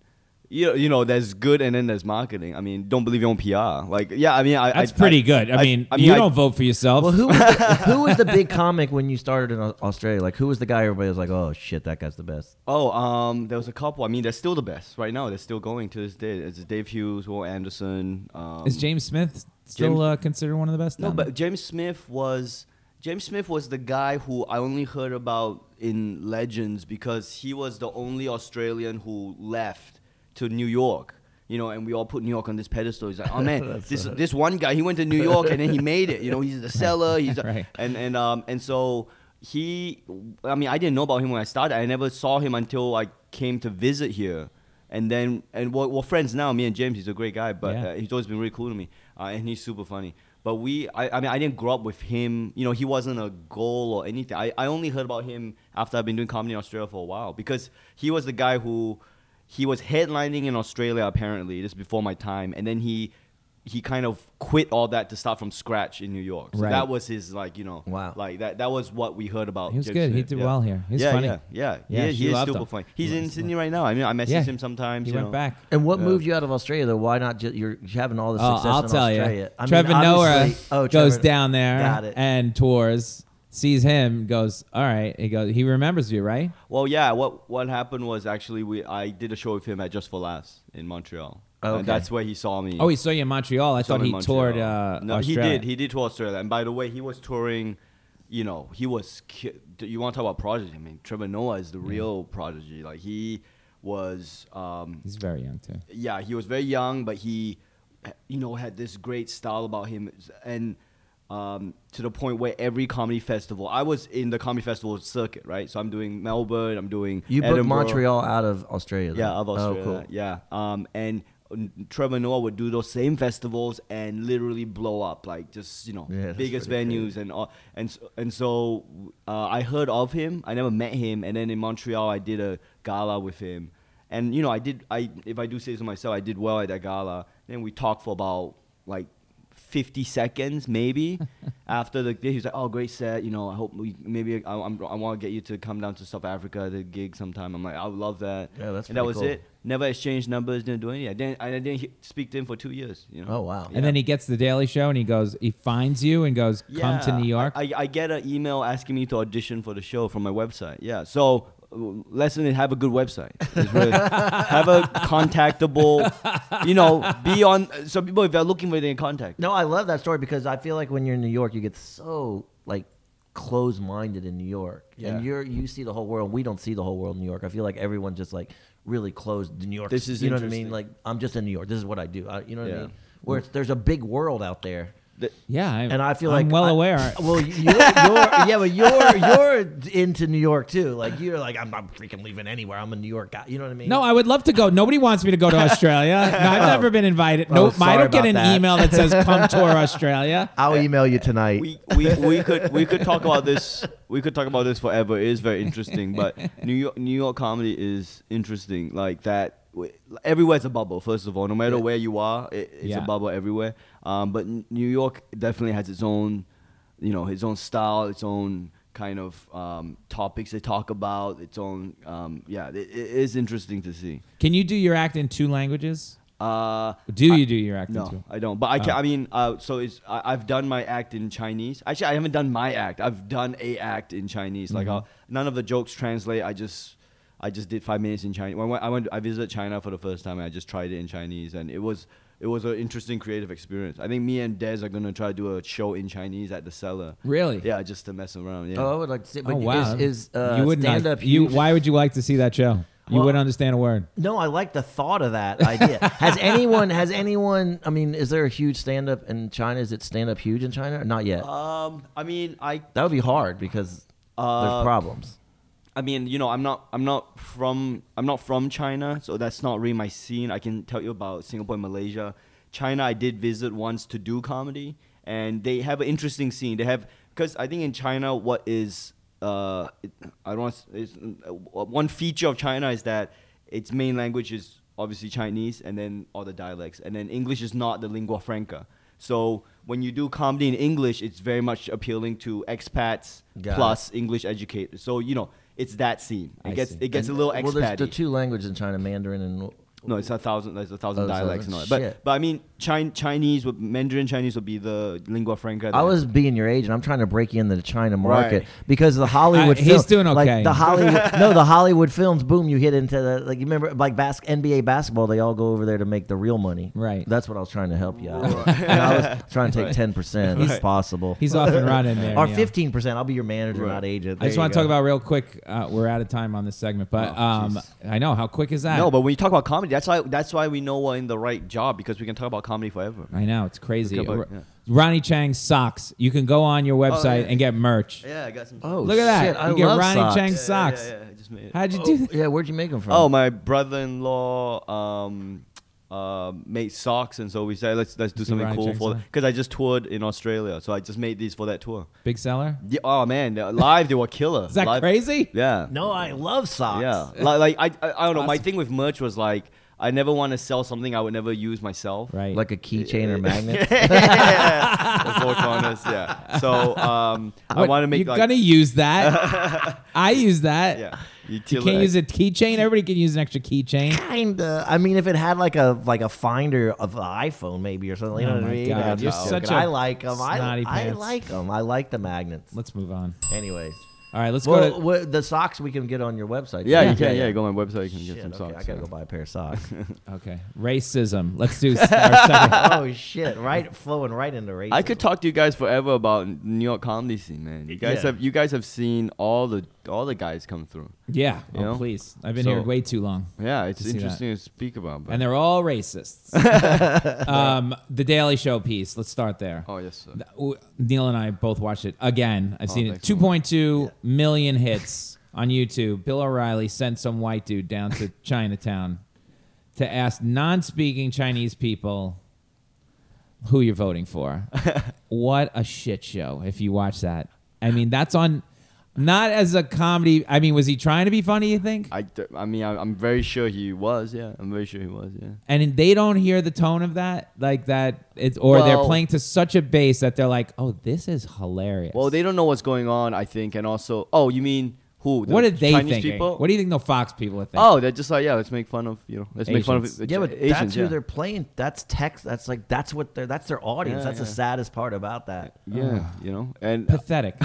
[SPEAKER 10] you know, you know, there's good and then there's marketing. I mean, don't believe your own PR. Like, yeah, I mean, I,
[SPEAKER 9] That's
[SPEAKER 10] I-
[SPEAKER 9] pretty
[SPEAKER 10] I-
[SPEAKER 9] good. I, mean,
[SPEAKER 10] I mean,
[SPEAKER 9] you
[SPEAKER 10] I-
[SPEAKER 9] don't vote for yourself.
[SPEAKER 11] Well, who was the, who was the big comic when you started in Au- Australia? Like, who was the guy everybody was like, oh shit, that guy's the best.
[SPEAKER 10] Oh, um, there was a couple. I mean, they're still the best right now. They're still going to this day. It's Dave Hughes, Will Anderson. Um,
[SPEAKER 9] Is James Smith still
[SPEAKER 10] James-
[SPEAKER 9] uh, considered one of the best?
[SPEAKER 10] No,
[SPEAKER 9] down
[SPEAKER 10] but James Smith was James Smith was the guy who I only heard about in legends because he was the only Australian who left to New York. You know, and we all put New York on this pedestal. He's like, oh man, this this one guy, he went to New York and then he made it. You know, he's the seller. He's the,
[SPEAKER 9] Right.
[SPEAKER 10] and and um and so he, I mean, I didn't know about him when I started. I never saw him until I came to visit here, and then and we're, we're friends now. Me and James, he's a great guy, but
[SPEAKER 9] Yeah.
[SPEAKER 10] uh, he's always been really cool to me, uh, and he's super funny. But we, I, I mean, I didn't grow up with him. You know, he wasn't a goal or anything. I, I only heard about him after I've been doing comedy in Australia for a while because he was the guy who, he was headlining in Australia apparently. This is before my time, and then he, he kind of quit all that to start from scratch in New York. So
[SPEAKER 9] Right.
[SPEAKER 10] that was his like, you know,
[SPEAKER 11] Wow.
[SPEAKER 10] like that. That was what we heard about.
[SPEAKER 9] He was
[SPEAKER 10] James
[SPEAKER 9] good. He
[SPEAKER 10] Smith,
[SPEAKER 9] did well here. He's
[SPEAKER 10] yeah,
[SPEAKER 9] funny.
[SPEAKER 10] Yeah, yeah,
[SPEAKER 9] Yeah,
[SPEAKER 10] He is,
[SPEAKER 9] she
[SPEAKER 10] he is
[SPEAKER 9] loved
[SPEAKER 10] super
[SPEAKER 9] him.
[SPEAKER 10] funny. He's
[SPEAKER 9] Yeah,
[SPEAKER 10] in
[SPEAKER 9] he's
[SPEAKER 10] Sydney right now. I mean, I message
[SPEAKER 9] there?
[SPEAKER 10] him sometimes.
[SPEAKER 9] He
[SPEAKER 10] you
[SPEAKER 9] went
[SPEAKER 10] know.
[SPEAKER 9] back.
[SPEAKER 11] And what
[SPEAKER 10] Yeah.
[SPEAKER 11] moved you out of Australia though? Why not? Just, you're having all this
[SPEAKER 9] Oh,
[SPEAKER 11] success
[SPEAKER 9] I'll
[SPEAKER 11] in
[SPEAKER 9] tell you.
[SPEAKER 11] Australia. I mean,
[SPEAKER 9] Trevor Noah
[SPEAKER 11] obviously- oh,
[SPEAKER 9] goes
[SPEAKER 11] Trevor-
[SPEAKER 9] down there
[SPEAKER 11] Got it.
[SPEAKER 9] and tours, sees him, goes, all right. He goes, he remembers you, right?
[SPEAKER 10] Well, yeah. What what happened was actually we I did a show with him at Just for Laughs in Montreal.
[SPEAKER 11] Oh,
[SPEAKER 10] And
[SPEAKER 11] okay.
[SPEAKER 10] that's where he saw me.
[SPEAKER 9] Oh, he saw you in Montreal. I
[SPEAKER 10] Saw
[SPEAKER 9] thought
[SPEAKER 10] me
[SPEAKER 9] he
[SPEAKER 10] in Montreal.
[SPEAKER 9] toured. Uh,
[SPEAKER 10] no,
[SPEAKER 9] Australia.
[SPEAKER 10] he did. He did tour Australia. And by the way, he was touring. You know, he was. ki- You want to talk about prodigy? I mean, Trevor Noah is the real prodigy. Like he was. Um,
[SPEAKER 9] He's very young too.
[SPEAKER 10] yeah, he was very young, but he, you know, had this great style about him, and um, to the point where every comedy festival, I was in the comedy festival circuit, right? So I'm doing Melbourne, I'm doing
[SPEAKER 11] You booked
[SPEAKER 10] Edinburgh.
[SPEAKER 11] Montreal out of Australia.
[SPEAKER 10] yeah,
[SPEAKER 11] though.
[SPEAKER 10] of Australia,
[SPEAKER 11] Oh, cool.
[SPEAKER 10] yeah. Um, and Trevor Noah would do those same festivals and literally blow up, like just you know,
[SPEAKER 11] Yeah, that's
[SPEAKER 10] biggest
[SPEAKER 11] pretty crazy.
[SPEAKER 10] venues venues and all, and s- and so uh, I heard of him. I never met him, and then in Montreal I did a gala with him, and you know I did I if I do say so myself I did well at that gala. Then we talked for about like. 50 seconds maybe after the gig he's like oh great set you know i hope we maybe i, I'm, I want to get you to come down to south africa to gig sometime i'm like i would love that
[SPEAKER 11] Yeah, that's
[SPEAKER 10] and that
[SPEAKER 11] pretty
[SPEAKER 10] was
[SPEAKER 11] cool.
[SPEAKER 10] it never exchanged numbers didn't do anything i didn't i didn't he- speak to him for two years you know
[SPEAKER 11] Oh, wow.
[SPEAKER 9] And then he gets the Daily Show and he goes, he finds you and goes, come to
[SPEAKER 10] Yeah,
[SPEAKER 9] New York.
[SPEAKER 10] I, I, I get an email asking me to audition for the show from my website. Yeah. So uh, lesson is have a good website. It's really- have a contactable, you know, be on. So people, if they're looking for, they can contact.
[SPEAKER 11] No, I love that story because I feel like when you're in New York, you get so like close-minded in New York,
[SPEAKER 10] Yeah.
[SPEAKER 11] and you're you see the whole world. We don't see the whole world in New York. I feel like everyone's just like really closed. to New York.
[SPEAKER 10] This is
[SPEAKER 11] you know what I mean.
[SPEAKER 10] interesting.
[SPEAKER 11] Like I'm just in New York. This is what I do. I, you know what
[SPEAKER 10] Yeah.
[SPEAKER 11] I mean. Where it's, there's a big world out there.
[SPEAKER 10] Th-
[SPEAKER 9] Yeah, I,
[SPEAKER 11] And I feel
[SPEAKER 9] I'm
[SPEAKER 11] like
[SPEAKER 9] well
[SPEAKER 11] I-
[SPEAKER 9] aware.
[SPEAKER 11] Well, you're, you're yeah, but you're you're into New York too. Like you're like I'm not freaking leaving anywhere. I'm a New York guy. You know what I mean?
[SPEAKER 9] No, I would love to go. Nobody wants me to go to Australia. No, I've never been invited.
[SPEAKER 11] Oh,
[SPEAKER 9] No, I
[SPEAKER 11] sorry
[SPEAKER 9] don't get
[SPEAKER 11] about
[SPEAKER 9] an
[SPEAKER 11] that.
[SPEAKER 9] email that says "Come tour Australia."
[SPEAKER 11] I'll email you tonight.
[SPEAKER 10] we, we, we could we could talk about this we could talk about this forever. It is very interesting, but New York New York comedy is interesting. Like that, w- everywhere's a bubble. First of all, no matter where you are, it, it's
[SPEAKER 9] Yeah.
[SPEAKER 10] a bubble everywhere. Um, but N- New York definitely has its own, you know, its own style, its own kind of um, topics they talk about, its own. Um, yeah, it, it is interesting to see.
[SPEAKER 9] Can you do your act in two languages?
[SPEAKER 10] Uh,
[SPEAKER 9] Do
[SPEAKER 10] I-
[SPEAKER 9] you do your act in two?
[SPEAKER 10] no, I don't. But I can. I mean, uh, so it's I, I've done my act in Chinese. Actually, I haven't done my act. I've done a act in Chinese. Like i none of the jokes translate. I just I just did five minutes in Chinese. When I went, I went, I visited China for the first time. And I just tried it in Chinese, and it was it was an interesting creative experience. I think me and Des are gonna try to do a show in Chinese at the cellar.
[SPEAKER 9] Really?
[SPEAKER 10] Yeah, just to mess around. Yeah.
[SPEAKER 11] Oh, I would like to see. But
[SPEAKER 9] oh wow!
[SPEAKER 11] is, is uh,
[SPEAKER 9] you wouldn't.
[SPEAKER 11] stand up?
[SPEAKER 9] you why would you like to see that show? You
[SPEAKER 11] Well-
[SPEAKER 9] wouldn't understand a word.
[SPEAKER 11] No, I like the thought of that idea. has anyone? Has anyone? I mean, is there a huge stand up in China? Is it stand up huge in China? Not yet.
[SPEAKER 10] Um, I mean, I
[SPEAKER 11] that would be hard because
[SPEAKER 10] Uh,
[SPEAKER 11] there's problems.
[SPEAKER 10] I mean, you know, I'm not, I'm not from, I'm not from China, so that's not really my scene. I can tell you about Singapore and Malaysia. China, I did visit once to do comedy, and they have an interesting scene. They have because I think in China, what is, uh, it, I don't, want s- it's, uh, one feature of China is that its main language is obviously Chinese, and then all the dialects, and then English is not the lingua franca. So when you do comedy in English, it's very much appealing to expats
[SPEAKER 11] Got it.
[SPEAKER 10] plus English educated. So you know, it's that scene. It
[SPEAKER 9] I
[SPEAKER 10] gets
[SPEAKER 9] see.
[SPEAKER 10] it gets a little
[SPEAKER 11] uh, well, there's
[SPEAKER 10] expat.
[SPEAKER 11] the two languages in China, Mandarin and.
[SPEAKER 10] no, it's a thousand. There's a thousand
[SPEAKER 11] Oh, so
[SPEAKER 10] dialects and all
[SPEAKER 11] that's
[SPEAKER 10] that. But
[SPEAKER 11] shit.
[SPEAKER 10] but I mean, Chin- Chinese would Mandarin Chinese would be the lingua franca.
[SPEAKER 11] I
[SPEAKER 10] that-
[SPEAKER 11] was being your agent. I'm trying to break you into the China market
[SPEAKER 10] Right.
[SPEAKER 11] because the Hollywood.
[SPEAKER 9] he's
[SPEAKER 11] film-
[SPEAKER 9] doing okay.
[SPEAKER 11] Like the Hollywood, no, the Hollywood films. Boom, you hit into the like. You remember like bas- NBA basketball? They all go over there to make the real money.
[SPEAKER 9] Right.
[SPEAKER 11] That's what I was trying to help you. out. And I was trying to take ten percent if possible.
[SPEAKER 9] He's off and running there.
[SPEAKER 11] or
[SPEAKER 9] Neil.
[SPEAKER 11] fifteen percent. I'll be your manager,
[SPEAKER 10] Right.
[SPEAKER 11] not agent.
[SPEAKER 9] I just
[SPEAKER 11] There
[SPEAKER 9] want
[SPEAKER 11] you
[SPEAKER 9] to talk
[SPEAKER 11] go.
[SPEAKER 9] about real quick. Uh, we're out of time on this segment, but
[SPEAKER 10] Oh,
[SPEAKER 9] um,
[SPEAKER 10] jeez.
[SPEAKER 9] I know how quick is that?
[SPEAKER 10] no, but when you talk about comedy, that's why that's why we know we're in the right job because we can talk about comedy forever.
[SPEAKER 9] I know it's crazy.
[SPEAKER 10] Look up,
[SPEAKER 9] R-
[SPEAKER 10] yeah. Oh,
[SPEAKER 9] Ronnie Chang's socks. You can go on your website
[SPEAKER 10] yeah.
[SPEAKER 9] and get merch.
[SPEAKER 10] Yeah, I got some.
[SPEAKER 11] Oh,
[SPEAKER 9] Look at that!
[SPEAKER 11] Shit, I
[SPEAKER 9] you get
[SPEAKER 11] love
[SPEAKER 9] Ronnie
[SPEAKER 11] socks.
[SPEAKER 9] Chang's socks.
[SPEAKER 10] Yeah, Oh. yeah, I just made it.
[SPEAKER 9] How'd you do that?
[SPEAKER 11] Yeah, where'd you make them from?
[SPEAKER 10] Oh, my brother-in-law um, uh, made socks, and so we said let's let's do something
[SPEAKER 9] Ryan
[SPEAKER 10] cool for
[SPEAKER 9] Jackson.
[SPEAKER 10] because I just toured in Australia, so I just made these for that tour.
[SPEAKER 9] Big seller?
[SPEAKER 10] Yeah, oh man, they're live they were killer.
[SPEAKER 9] Is that
[SPEAKER 10] Live-
[SPEAKER 9] crazy?
[SPEAKER 10] Yeah,
[SPEAKER 11] no, I love socks.
[SPEAKER 10] yeah. Like, like I, I, I don't know. My thing with merch was like I never want to sell something I would never use myself.
[SPEAKER 9] Right.
[SPEAKER 11] like a keychain or magnet.
[SPEAKER 10] The four corners, yeah. So um, I
[SPEAKER 9] What,
[SPEAKER 10] want to make
[SPEAKER 9] You're
[SPEAKER 10] like
[SPEAKER 9] gonna use that. I use that.
[SPEAKER 10] yeah.
[SPEAKER 9] You can't use a keychain. Everybody can use an extra keychain.
[SPEAKER 11] Kinda. I mean, if it had like a like a finder of an iPhone, maybe or something. You
[SPEAKER 9] Oh
[SPEAKER 11] know what
[SPEAKER 9] my
[SPEAKER 11] I mean?
[SPEAKER 9] God,
[SPEAKER 11] I'm
[SPEAKER 9] you're
[SPEAKER 11] just
[SPEAKER 9] such
[SPEAKER 11] joking.
[SPEAKER 9] a
[SPEAKER 11] I like them. I,
[SPEAKER 9] snotty
[SPEAKER 11] I
[SPEAKER 9] pants.
[SPEAKER 11] like them. I like the magnets.
[SPEAKER 9] Let's move on.
[SPEAKER 11] Anyways,
[SPEAKER 9] All right, let's
[SPEAKER 11] well,
[SPEAKER 9] go to.
[SPEAKER 11] wha- the socks we can get on your website.
[SPEAKER 10] Yeah, you
[SPEAKER 11] too.
[SPEAKER 10] can. Yeah, go on my website. You can
[SPEAKER 11] Shit,
[SPEAKER 10] get some
[SPEAKER 11] okay,
[SPEAKER 10] socks.
[SPEAKER 11] I gotta go buy a pair of socks.
[SPEAKER 9] Okay, racism. Let's do. s- our second.
[SPEAKER 11] oh shit! Right, flowing right into racism.
[SPEAKER 10] I could talk to you guys forever about New York comedy scene, man. You guys
[SPEAKER 11] Yeah.
[SPEAKER 10] have you guys have seen all the all the guys come through.
[SPEAKER 9] Yeah.
[SPEAKER 10] You
[SPEAKER 9] Oh,
[SPEAKER 10] know?
[SPEAKER 9] please. I've been
[SPEAKER 10] So-
[SPEAKER 9] here way too long.
[SPEAKER 10] Yeah, it's
[SPEAKER 9] see that.
[SPEAKER 10] interesting to speak about. But
[SPEAKER 9] And they're all racists. um, the Daily Show piece. Let's start there.
[SPEAKER 10] oh yes, sir.
[SPEAKER 9] W- Neil and I both watched it again. I've seen it.
[SPEAKER 10] thanks so
[SPEAKER 9] Two
[SPEAKER 10] much.
[SPEAKER 9] point two million hits on YouTube. Bill O'Reilly sent some white dude down to Chinatown to ask non-speaking Chinese people who you're voting for. what a shit show! If you watch that, I mean, that's on. Not as a comedy. I mean, was he trying to be funny? You think?
[SPEAKER 10] I, d- I mean I, I'm very sure he was. Yeah, I'm very sure he was. Yeah.
[SPEAKER 9] and they don't hear the tone of that, like that, it's, or they're
[SPEAKER 10] Well-
[SPEAKER 9] playing to such a bass that they're like, "Oh, this is hilarious."
[SPEAKER 10] Well, they don't know what's going on. I think, and also, oh, you mean who? The
[SPEAKER 9] what did they
[SPEAKER 10] Chinese
[SPEAKER 9] think?
[SPEAKER 10] People?
[SPEAKER 9] What do you think the Fox people are thinking?
[SPEAKER 10] Oh, they're just like yeah. Let's make fun of you know. Let's make fun of
[SPEAKER 9] Asians.
[SPEAKER 10] it.
[SPEAKER 11] Yeah, but
[SPEAKER 10] Asians,
[SPEAKER 11] that's who
[SPEAKER 10] yeah.
[SPEAKER 11] they're playing. That's text. That's like that's what they're. That's their audience.
[SPEAKER 10] Yeah,
[SPEAKER 11] that's the
[SPEAKER 10] yeah.
[SPEAKER 11] saddest part about that.
[SPEAKER 10] Yeah, you know, and
[SPEAKER 9] pathetic.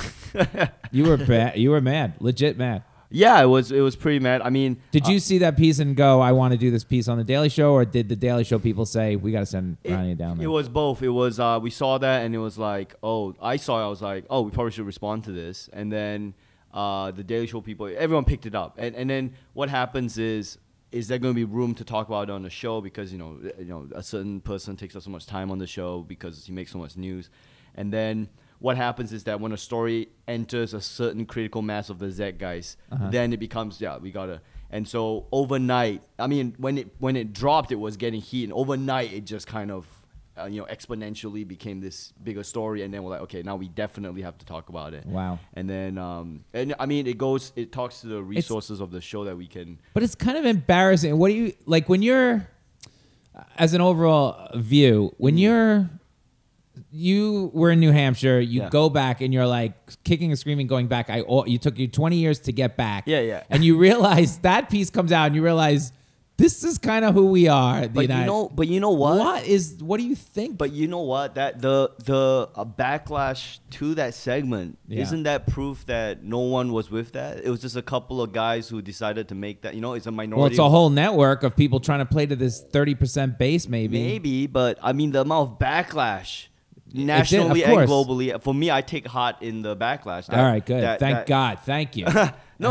[SPEAKER 9] you were bad. You were mad, legit mad.
[SPEAKER 10] yeah, it was it was pretty mad. I mean,
[SPEAKER 9] Did you see that piece and go, "I want to do this piece on the Daily Show," or did the Daily Show people say, "We got to send Ronnie down"?
[SPEAKER 10] It
[SPEAKER 9] There?
[SPEAKER 10] was both. It was uh, we saw that, and it was like, oh, I saw it. I was like, oh, we probably should respond to this. And then uh, the Daily Show people, everyone picked it up. And and then what happens is is there going to be room to talk about it on the show because you know you know a certain person takes up so much time on the show because he makes so much news, and then what happens is that when a story enters a certain critical mass of the Z guys, then it becomes yeah we gotta. And so overnight, I mean, when it when it dropped, it was getting heat, and overnight it just kind of uh, you know exponentially became this bigger story, and then we're like, okay, now we definitely have to talk about it.
[SPEAKER 9] Wow.
[SPEAKER 10] And then, um, and I mean, it goes, it talks to the resources of the show that we can.
[SPEAKER 9] But it's kind of embarrassing. What do you like when you're, as an overall view,
[SPEAKER 10] Mm.
[SPEAKER 9] when you're, you were in New Hampshire, you
[SPEAKER 10] Yeah.
[SPEAKER 9] go back and you're like kicking and screaming, going back. I all you took you 20 years to get back.
[SPEAKER 10] Yeah, yeah.
[SPEAKER 9] And you realize that piece comes out, and you realize this is kind of who we are. The
[SPEAKER 10] But
[SPEAKER 9] United.
[SPEAKER 10] you know, but you know what?
[SPEAKER 9] what is what do you think?
[SPEAKER 10] But you know what? That the the uh, backlash to that segment
[SPEAKER 9] Yeah.
[SPEAKER 10] isn't that proof that no one was with that? It was just a couple of guys who decided to make that. You know, it's a minority.
[SPEAKER 9] well, it's a whole network of people trying to play to this 30% base, maybe.
[SPEAKER 10] Maybe, but I mean the amount of backlash nationally
[SPEAKER 9] of
[SPEAKER 10] and
[SPEAKER 9] course.
[SPEAKER 10] globally. For me, I take heart in the backlash. That-
[SPEAKER 9] All right, good.
[SPEAKER 10] that-
[SPEAKER 9] Thank
[SPEAKER 10] that-
[SPEAKER 9] God. Thank you.
[SPEAKER 10] No,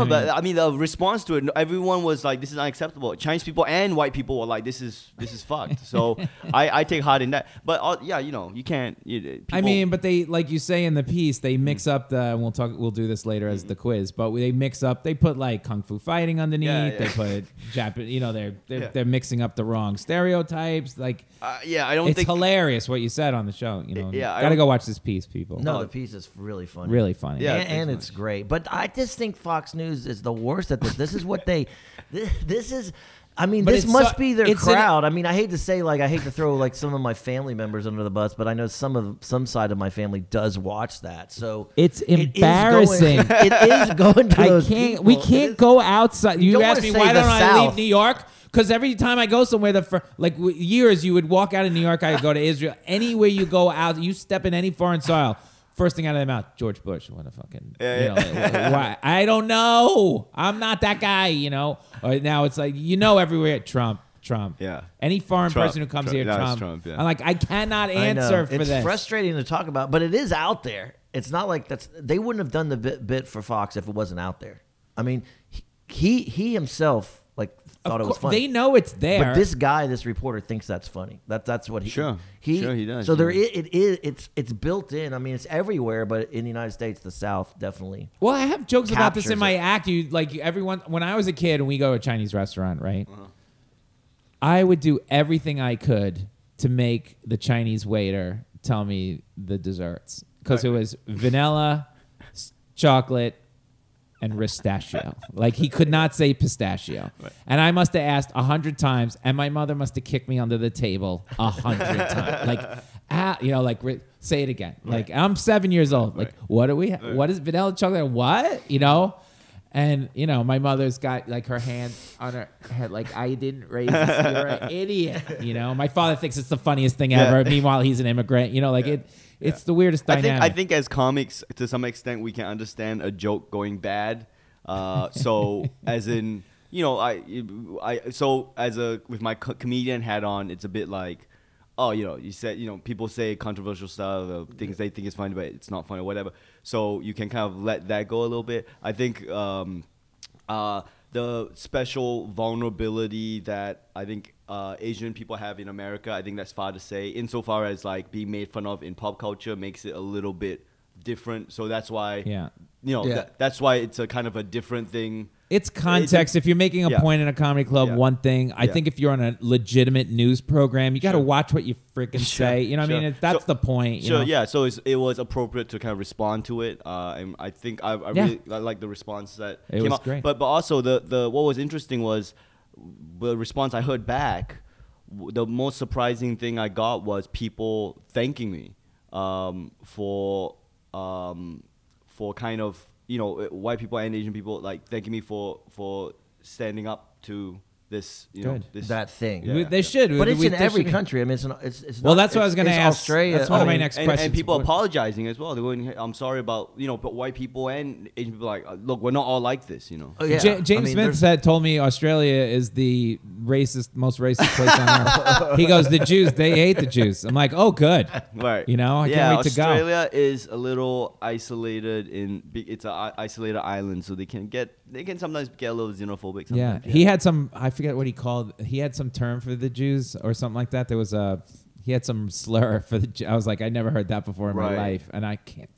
[SPEAKER 9] I mean-
[SPEAKER 10] but I mean the response to it. Everyone was like, "This is unacceptable." Chinese people and white people were like, "This is this is fucked." So I, I take heart in that. But uh, yeah, you know, you can't. You, people,
[SPEAKER 9] I mean, but they like you say in the piece, they mix up the. And we'll talk. We'll do this later as the quiz, but they mix up. They put like kung fu fighting underneath.
[SPEAKER 10] Yeah, yeah.
[SPEAKER 9] They put Japan. You know, they're they're,
[SPEAKER 10] Yeah.
[SPEAKER 9] they're mixing up the wrong stereotypes. Like
[SPEAKER 10] uh, yeah, I don't
[SPEAKER 9] it's
[SPEAKER 10] think
[SPEAKER 9] hilarious what you said on the show. You know,
[SPEAKER 10] Yeah, I
[SPEAKER 9] gotta
[SPEAKER 10] don't-
[SPEAKER 9] go watch this piece, people.
[SPEAKER 11] No, the piece is really funny.
[SPEAKER 9] really funny.
[SPEAKER 10] Yeah,
[SPEAKER 11] and, and
[SPEAKER 10] thanks
[SPEAKER 11] it's great. But I just think Fox News is the worst at this. This is what they, this, this is. I mean,
[SPEAKER 9] But
[SPEAKER 11] this
[SPEAKER 9] it's
[SPEAKER 11] must
[SPEAKER 9] so-
[SPEAKER 11] be their
[SPEAKER 9] it's an-
[SPEAKER 11] crowd. I mean, I hate to say, like, I hate to throw like some of my family members under the bus, but I know some of some side of my family does watch that. So
[SPEAKER 9] It's
[SPEAKER 11] it is going-
[SPEAKER 9] embarrassing.
[SPEAKER 11] it is going to.
[SPEAKER 9] I
[SPEAKER 11] those
[SPEAKER 9] can't. We
[SPEAKER 11] people. It
[SPEAKER 9] can't
[SPEAKER 11] is-
[SPEAKER 9] go outside. You
[SPEAKER 11] don't
[SPEAKER 9] asked me
[SPEAKER 11] wanna
[SPEAKER 9] why
[SPEAKER 11] say the
[SPEAKER 9] don't I leave
[SPEAKER 11] South.
[SPEAKER 9] New York? Because every time I go somewhere, the fir- like w- years you would walk out of New York, I would go to Israel. Anywhere you go out, you step in any foreign soil. First thing out of their mouth, George Bush. What a fucking. you know, like, why? I don't know. I'm not that guy. You know. Or now it's like you know everywhere. Trump. Trump.
[SPEAKER 10] Yeah.
[SPEAKER 9] Any foreign
[SPEAKER 10] Trump,
[SPEAKER 9] person who comes
[SPEAKER 10] Trump.
[SPEAKER 9] here,
[SPEAKER 10] Yeah, it's
[SPEAKER 9] Trump.
[SPEAKER 10] Trump, yeah.
[SPEAKER 9] I'm like, I cannot
[SPEAKER 11] I know.
[SPEAKER 9] answer for
[SPEAKER 11] it's
[SPEAKER 9] this.
[SPEAKER 11] frustrating to talk about, but it is out there. It's not like that's they wouldn't have done the bit, bit for Fox if it wasn't out there. I mean, he he, he himself like
[SPEAKER 9] Of
[SPEAKER 11] thought it was
[SPEAKER 9] cour-
[SPEAKER 11] funny.
[SPEAKER 9] They know it's there.
[SPEAKER 11] But this guy, this reporter, thinks that's funny. That that's what he
[SPEAKER 10] Sure. Sure, he does,
[SPEAKER 11] So there,
[SPEAKER 10] yeah.
[SPEAKER 11] i- it is. It's it's built in. I mean, it's everywhere, but in the United States, the South definitely.
[SPEAKER 9] Well, I have jokes about this in
[SPEAKER 11] captures
[SPEAKER 9] my
[SPEAKER 11] it.
[SPEAKER 9] act. You like everyone when I was a kid and we go to a Chinese restaurant, right?
[SPEAKER 11] Uh-huh.
[SPEAKER 9] I would do everything I could to make the Chinese waiter tell me the desserts because it was vanilla, s- chocolate, and pistachio. like he could not say pistachio, and I must have asked a hundred times, and my mother must have kicked me under the table a hundred times. Like, ah, you know, like re- say it again. Like I'm seven years old. Like what do we? Ha- What is vanilla chocolate? and What you know? And you know, my mother's got like her hand on her head, like I didn't raise you. You're an idiot. You know, my father thinks it's the funniest thing ever. Meanwhile, he's an immigrant. You know, like it. It's the weirdest
[SPEAKER 10] I
[SPEAKER 9] dynamic.
[SPEAKER 10] think I think as comics, to some extent, we can understand a joke going bad. Uh, so as in, you know, I, I so as a with my co- comedian hat on, it's a bit like, oh, you know, you said, you know, people say controversial stuff, uh, things they think is funny, but it's not funny, whatever. So you can kind of let that go a little bit. I think. Um, uh, the special vulnerability that I think uh, Asian people have in America, I think that's far to say. Insofar as like being made fun of in pop culture makes it a little bit different. So that's why,
[SPEAKER 9] Yeah.
[SPEAKER 10] you know,
[SPEAKER 11] Yeah.
[SPEAKER 10] tha- that's why it's a kind of a different thing.
[SPEAKER 9] It's context. if you're making a
[SPEAKER 10] yeah.
[SPEAKER 9] point in a comedy club,
[SPEAKER 10] Yeah.
[SPEAKER 9] one thing. I
[SPEAKER 10] Yeah.
[SPEAKER 9] think if you're on a legitimate news program, you got to watch what you freaking say. You know what I
[SPEAKER 10] Sure.
[SPEAKER 9] mean? It, that's
[SPEAKER 10] So-
[SPEAKER 9] the point. You
[SPEAKER 10] sure,
[SPEAKER 9] know?
[SPEAKER 10] yeah. So it's, it was appropriate to kind of respond to it. Uh, and I think I, I
[SPEAKER 9] Yeah.
[SPEAKER 10] really I like the response that
[SPEAKER 9] It
[SPEAKER 10] came
[SPEAKER 9] was
[SPEAKER 10] out.
[SPEAKER 9] great.
[SPEAKER 10] But but also the the what was interesting was the response I heard back. w- The most surprising thing I got was people thanking me um, for um, for kind of you know uh, white people and Asian people like thanking me for for standing up to this you know
[SPEAKER 9] Good.
[SPEAKER 10] this
[SPEAKER 11] That thing.
[SPEAKER 10] Yeah,
[SPEAKER 9] We-
[SPEAKER 10] yeah.
[SPEAKER 9] they should.
[SPEAKER 11] But
[SPEAKER 9] We-
[SPEAKER 11] it's
[SPEAKER 9] we-
[SPEAKER 11] in
[SPEAKER 9] they
[SPEAKER 11] every
[SPEAKER 9] should-
[SPEAKER 11] country. I mean, it's not. It's, it's
[SPEAKER 9] Well,
[SPEAKER 11] not-
[SPEAKER 9] that's what I was
[SPEAKER 11] it's-
[SPEAKER 9] gonna
[SPEAKER 11] it's
[SPEAKER 9] ask.
[SPEAKER 11] Australia.
[SPEAKER 9] That's one
[SPEAKER 11] I
[SPEAKER 9] of my
[SPEAKER 11] mean,
[SPEAKER 9] next
[SPEAKER 10] and,
[SPEAKER 9] questions.
[SPEAKER 10] and people apologizing as well. They're going, "Hey, I'm sorry about you know, but white people and Asian people are like, look, we're not all like this, you know.
[SPEAKER 11] oh, yeah.
[SPEAKER 9] Ja-
[SPEAKER 11] I
[SPEAKER 9] James
[SPEAKER 11] mean,
[SPEAKER 9] Smith
[SPEAKER 11] there's-
[SPEAKER 9] said, told me Australia is the racist, most racist place on earth. He goes, the Jews, they hate the Jews. I'm like, oh, good.
[SPEAKER 10] Right.
[SPEAKER 9] You know, I
[SPEAKER 10] yeah,
[SPEAKER 9] can't wait to go.
[SPEAKER 10] Australia is a little isolated in. be- It's an isolated island, so they can get they can sometimes get a little xenophobic.
[SPEAKER 9] Yeah,
[SPEAKER 10] Sometimes,
[SPEAKER 9] he had some. I forget what he called. He had some term for the Jews or something like that. There was a. He had some slur for the. Jew- I was like, I never heard that before in my
[SPEAKER 10] Right.
[SPEAKER 9] life, and I can't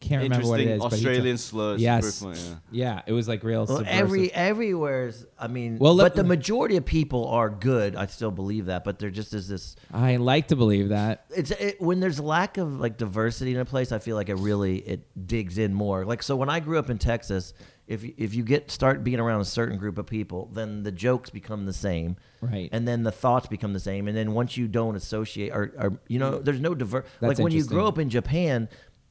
[SPEAKER 9] can't remember what it is.
[SPEAKER 10] Interesting
[SPEAKER 9] but he
[SPEAKER 10] Australian
[SPEAKER 9] took-
[SPEAKER 10] slurs,
[SPEAKER 9] Yes.
[SPEAKER 10] very funny,
[SPEAKER 9] yeah. It was like real.
[SPEAKER 11] Well,
[SPEAKER 9] subversive.
[SPEAKER 11] every everywhere's. I mean,
[SPEAKER 9] Well, let-
[SPEAKER 11] but the majority of people are good. I still believe that, but there just is this.
[SPEAKER 9] I like to believe that.
[SPEAKER 11] It's it, when there's lack of like diversity in a place. I feel like it really it digs in more. Like so, when I grew up in Texas, if you- if you get start being around a certain group of people, then the jokes become the same,
[SPEAKER 9] Right.
[SPEAKER 11] And then the thoughts become the same. And then once you don't associate or, or you know, there's no diver.
[SPEAKER 9] That's
[SPEAKER 11] Like when you grow
[SPEAKER 9] interesting.
[SPEAKER 11] up in Japan,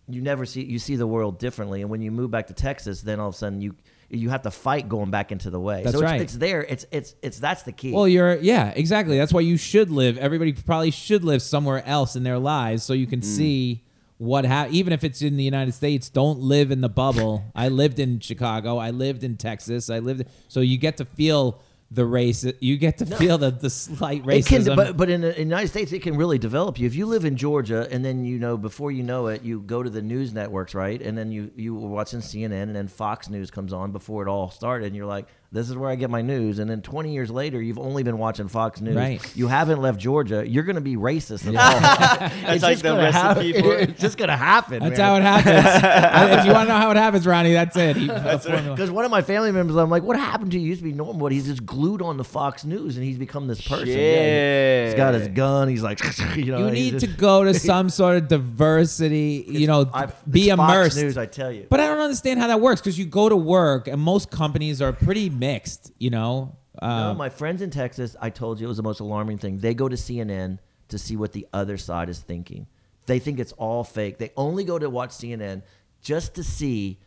[SPEAKER 11] you never see you see the world differently. And when you move back to Texas, then all of a sudden you you have to fight going back into the way.
[SPEAKER 9] That's
[SPEAKER 11] so it's,
[SPEAKER 9] right.
[SPEAKER 11] it's there. It's it's it's that's the key.
[SPEAKER 9] Well, you're yeah, exactly. That's why you should live. Everybody probably should live somewhere else in their lives so you
[SPEAKER 11] Mm.
[SPEAKER 9] can see what ha- even if it's in the United States, don't live in the bubble. I lived in Chicago. I lived in Texas. I lived so you get to feel the race. You get to feel the, the slight
[SPEAKER 11] It can,
[SPEAKER 9] racism.
[SPEAKER 11] but, but in the in the United States, it can really develop you. If you live in Georgia, and then you know before you know it, you go to the news networks, right? And then you you were watching CNN, and then Fox News comes on before it all started, and you're like, "This is where I get my news." And then 20 years later, you've only been watching Fox News.
[SPEAKER 9] Right.
[SPEAKER 11] You haven't left Georgia. You're going to be racist. and all that. it's
[SPEAKER 10] like
[SPEAKER 11] just
[SPEAKER 10] the
[SPEAKER 11] gonna hap-
[SPEAKER 10] recipe for it.
[SPEAKER 11] It's just going to happen.
[SPEAKER 9] that's how it happens. I- if you want to know how it happens, Ronnie, that's it. He- the formula.
[SPEAKER 11] Because one of my family members, I'm like, what happened to you? He used to be normal, but he's just glued on the Fox News, and he's become this person. Yeah, he- he's got his
[SPEAKER 10] Shit.
[SPEAKER 11] gun. He's like, you know,
[SPEAKER 9] You
[SPEAKER 11] he's
[SPEAKER 9] need to
[SPEAKER 11] just-
[SPEAKER 9] go to some sort of diversity, you know,
[SPEAKER 11] I-
[SPEAKER 9] be
[SPEAKER 11] it's Fox
[SPEAKER 9] immersed.
[SPEAKER 11] News, I tell you.
[SPEAKER 9] But I don't understand how that works because you go to work and most companies are pretty mixed, you know.
[SPEAKER 11] No,
[SPEAKER 9] Um,
[SPEAKER 11] my friends in Texas, I told you it was the most alarming thing. They go to CNN to see what the other side is thinking. They think it's all fake. They only go to watch CNN just to see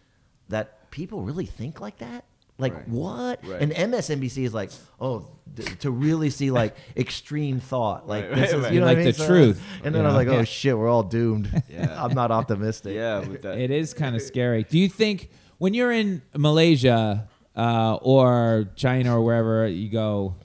[SPEAKER 11] that people really think like that. Like what?
[SPEAKER 10] Right.
[SPEAKER 11] And MSNBC is like, oh, th- to really see like extreme thought, like
[SPEAKER 10] Right,
[SPEAKER 11] this
[SPEAKER 10] right,
[SPEAKER 11] is,
[SPEAKER 10] right.
[SPEAKER 11] you know,
[SPEAKER 9] Like
[SPEAKER 11] what I mean?
[SPEAKER 9] the truth,
[SPEAKER 11] And then
[SPEAKER 9] you
[SPEAKER 11] I was like,
[SPEAKER 9] know?
[SPEAKER 11] oh
[SPEAKER 9] Yeah.
[SPEAKER 11] shit, we're all doomed.
[SPEAKER 10] Yeah.
[SPEAKER 11] I'm not optimistic.
[SPEAKER 10] yeah. yeah, with that.
[SPEAKER 9] it is kind of scary. Do you think when you're in Malaysia uh, or China or wherever you go,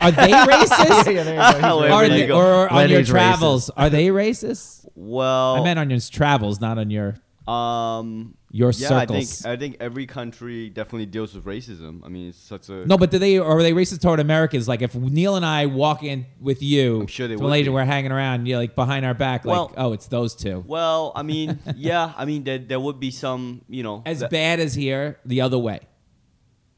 [SPEAKER 9] are they racist?
[SPEAKER 11] Yeah, there you go. He's right.
[SPEAKER 9] Are
[SPEAKER 10] Wherever
[SPEAKER 9] they-
[SPEAKER 10] you go.
[SPEAKER 9] or on your
[SPEAKER 11] Lenny's
[SPEAKER 9] travels, are they racist?
[SPEAKER 10] Well,
[SPEAKER 9] I meant on your travels, not on your
[SPEAKER 10] um,
[SPEAKER 9] your
[SPEAKER 10] yeah,
[SPEAKER 9] circles.
[SPEAKER 10] I think I think every country definitely deals with racism. I mean, it's such a
[SPEAKER 9] No, but do they are they racist toward Americans? Like if Neil and I walk in with you,
[SPEAKER 10] I'm sure they
[SPEAKER 9] to
[SPEAKER 10] would
[SPEAKER 9] Malaysia,
[SPEAKER 10] be.
[SPEAKER 9] we're hanging around, you're like behind our back,
[SPEAKER 10] Well-
[SPEAKER 9] like oh, it's those two.
[SPEAKER 10] Well, I mean, yeah, I mean there, there would be some, you know,
[SPEAKER 9] As
[SPEAKER 10] that-
[SPEAKER 9] bad as here, the other way.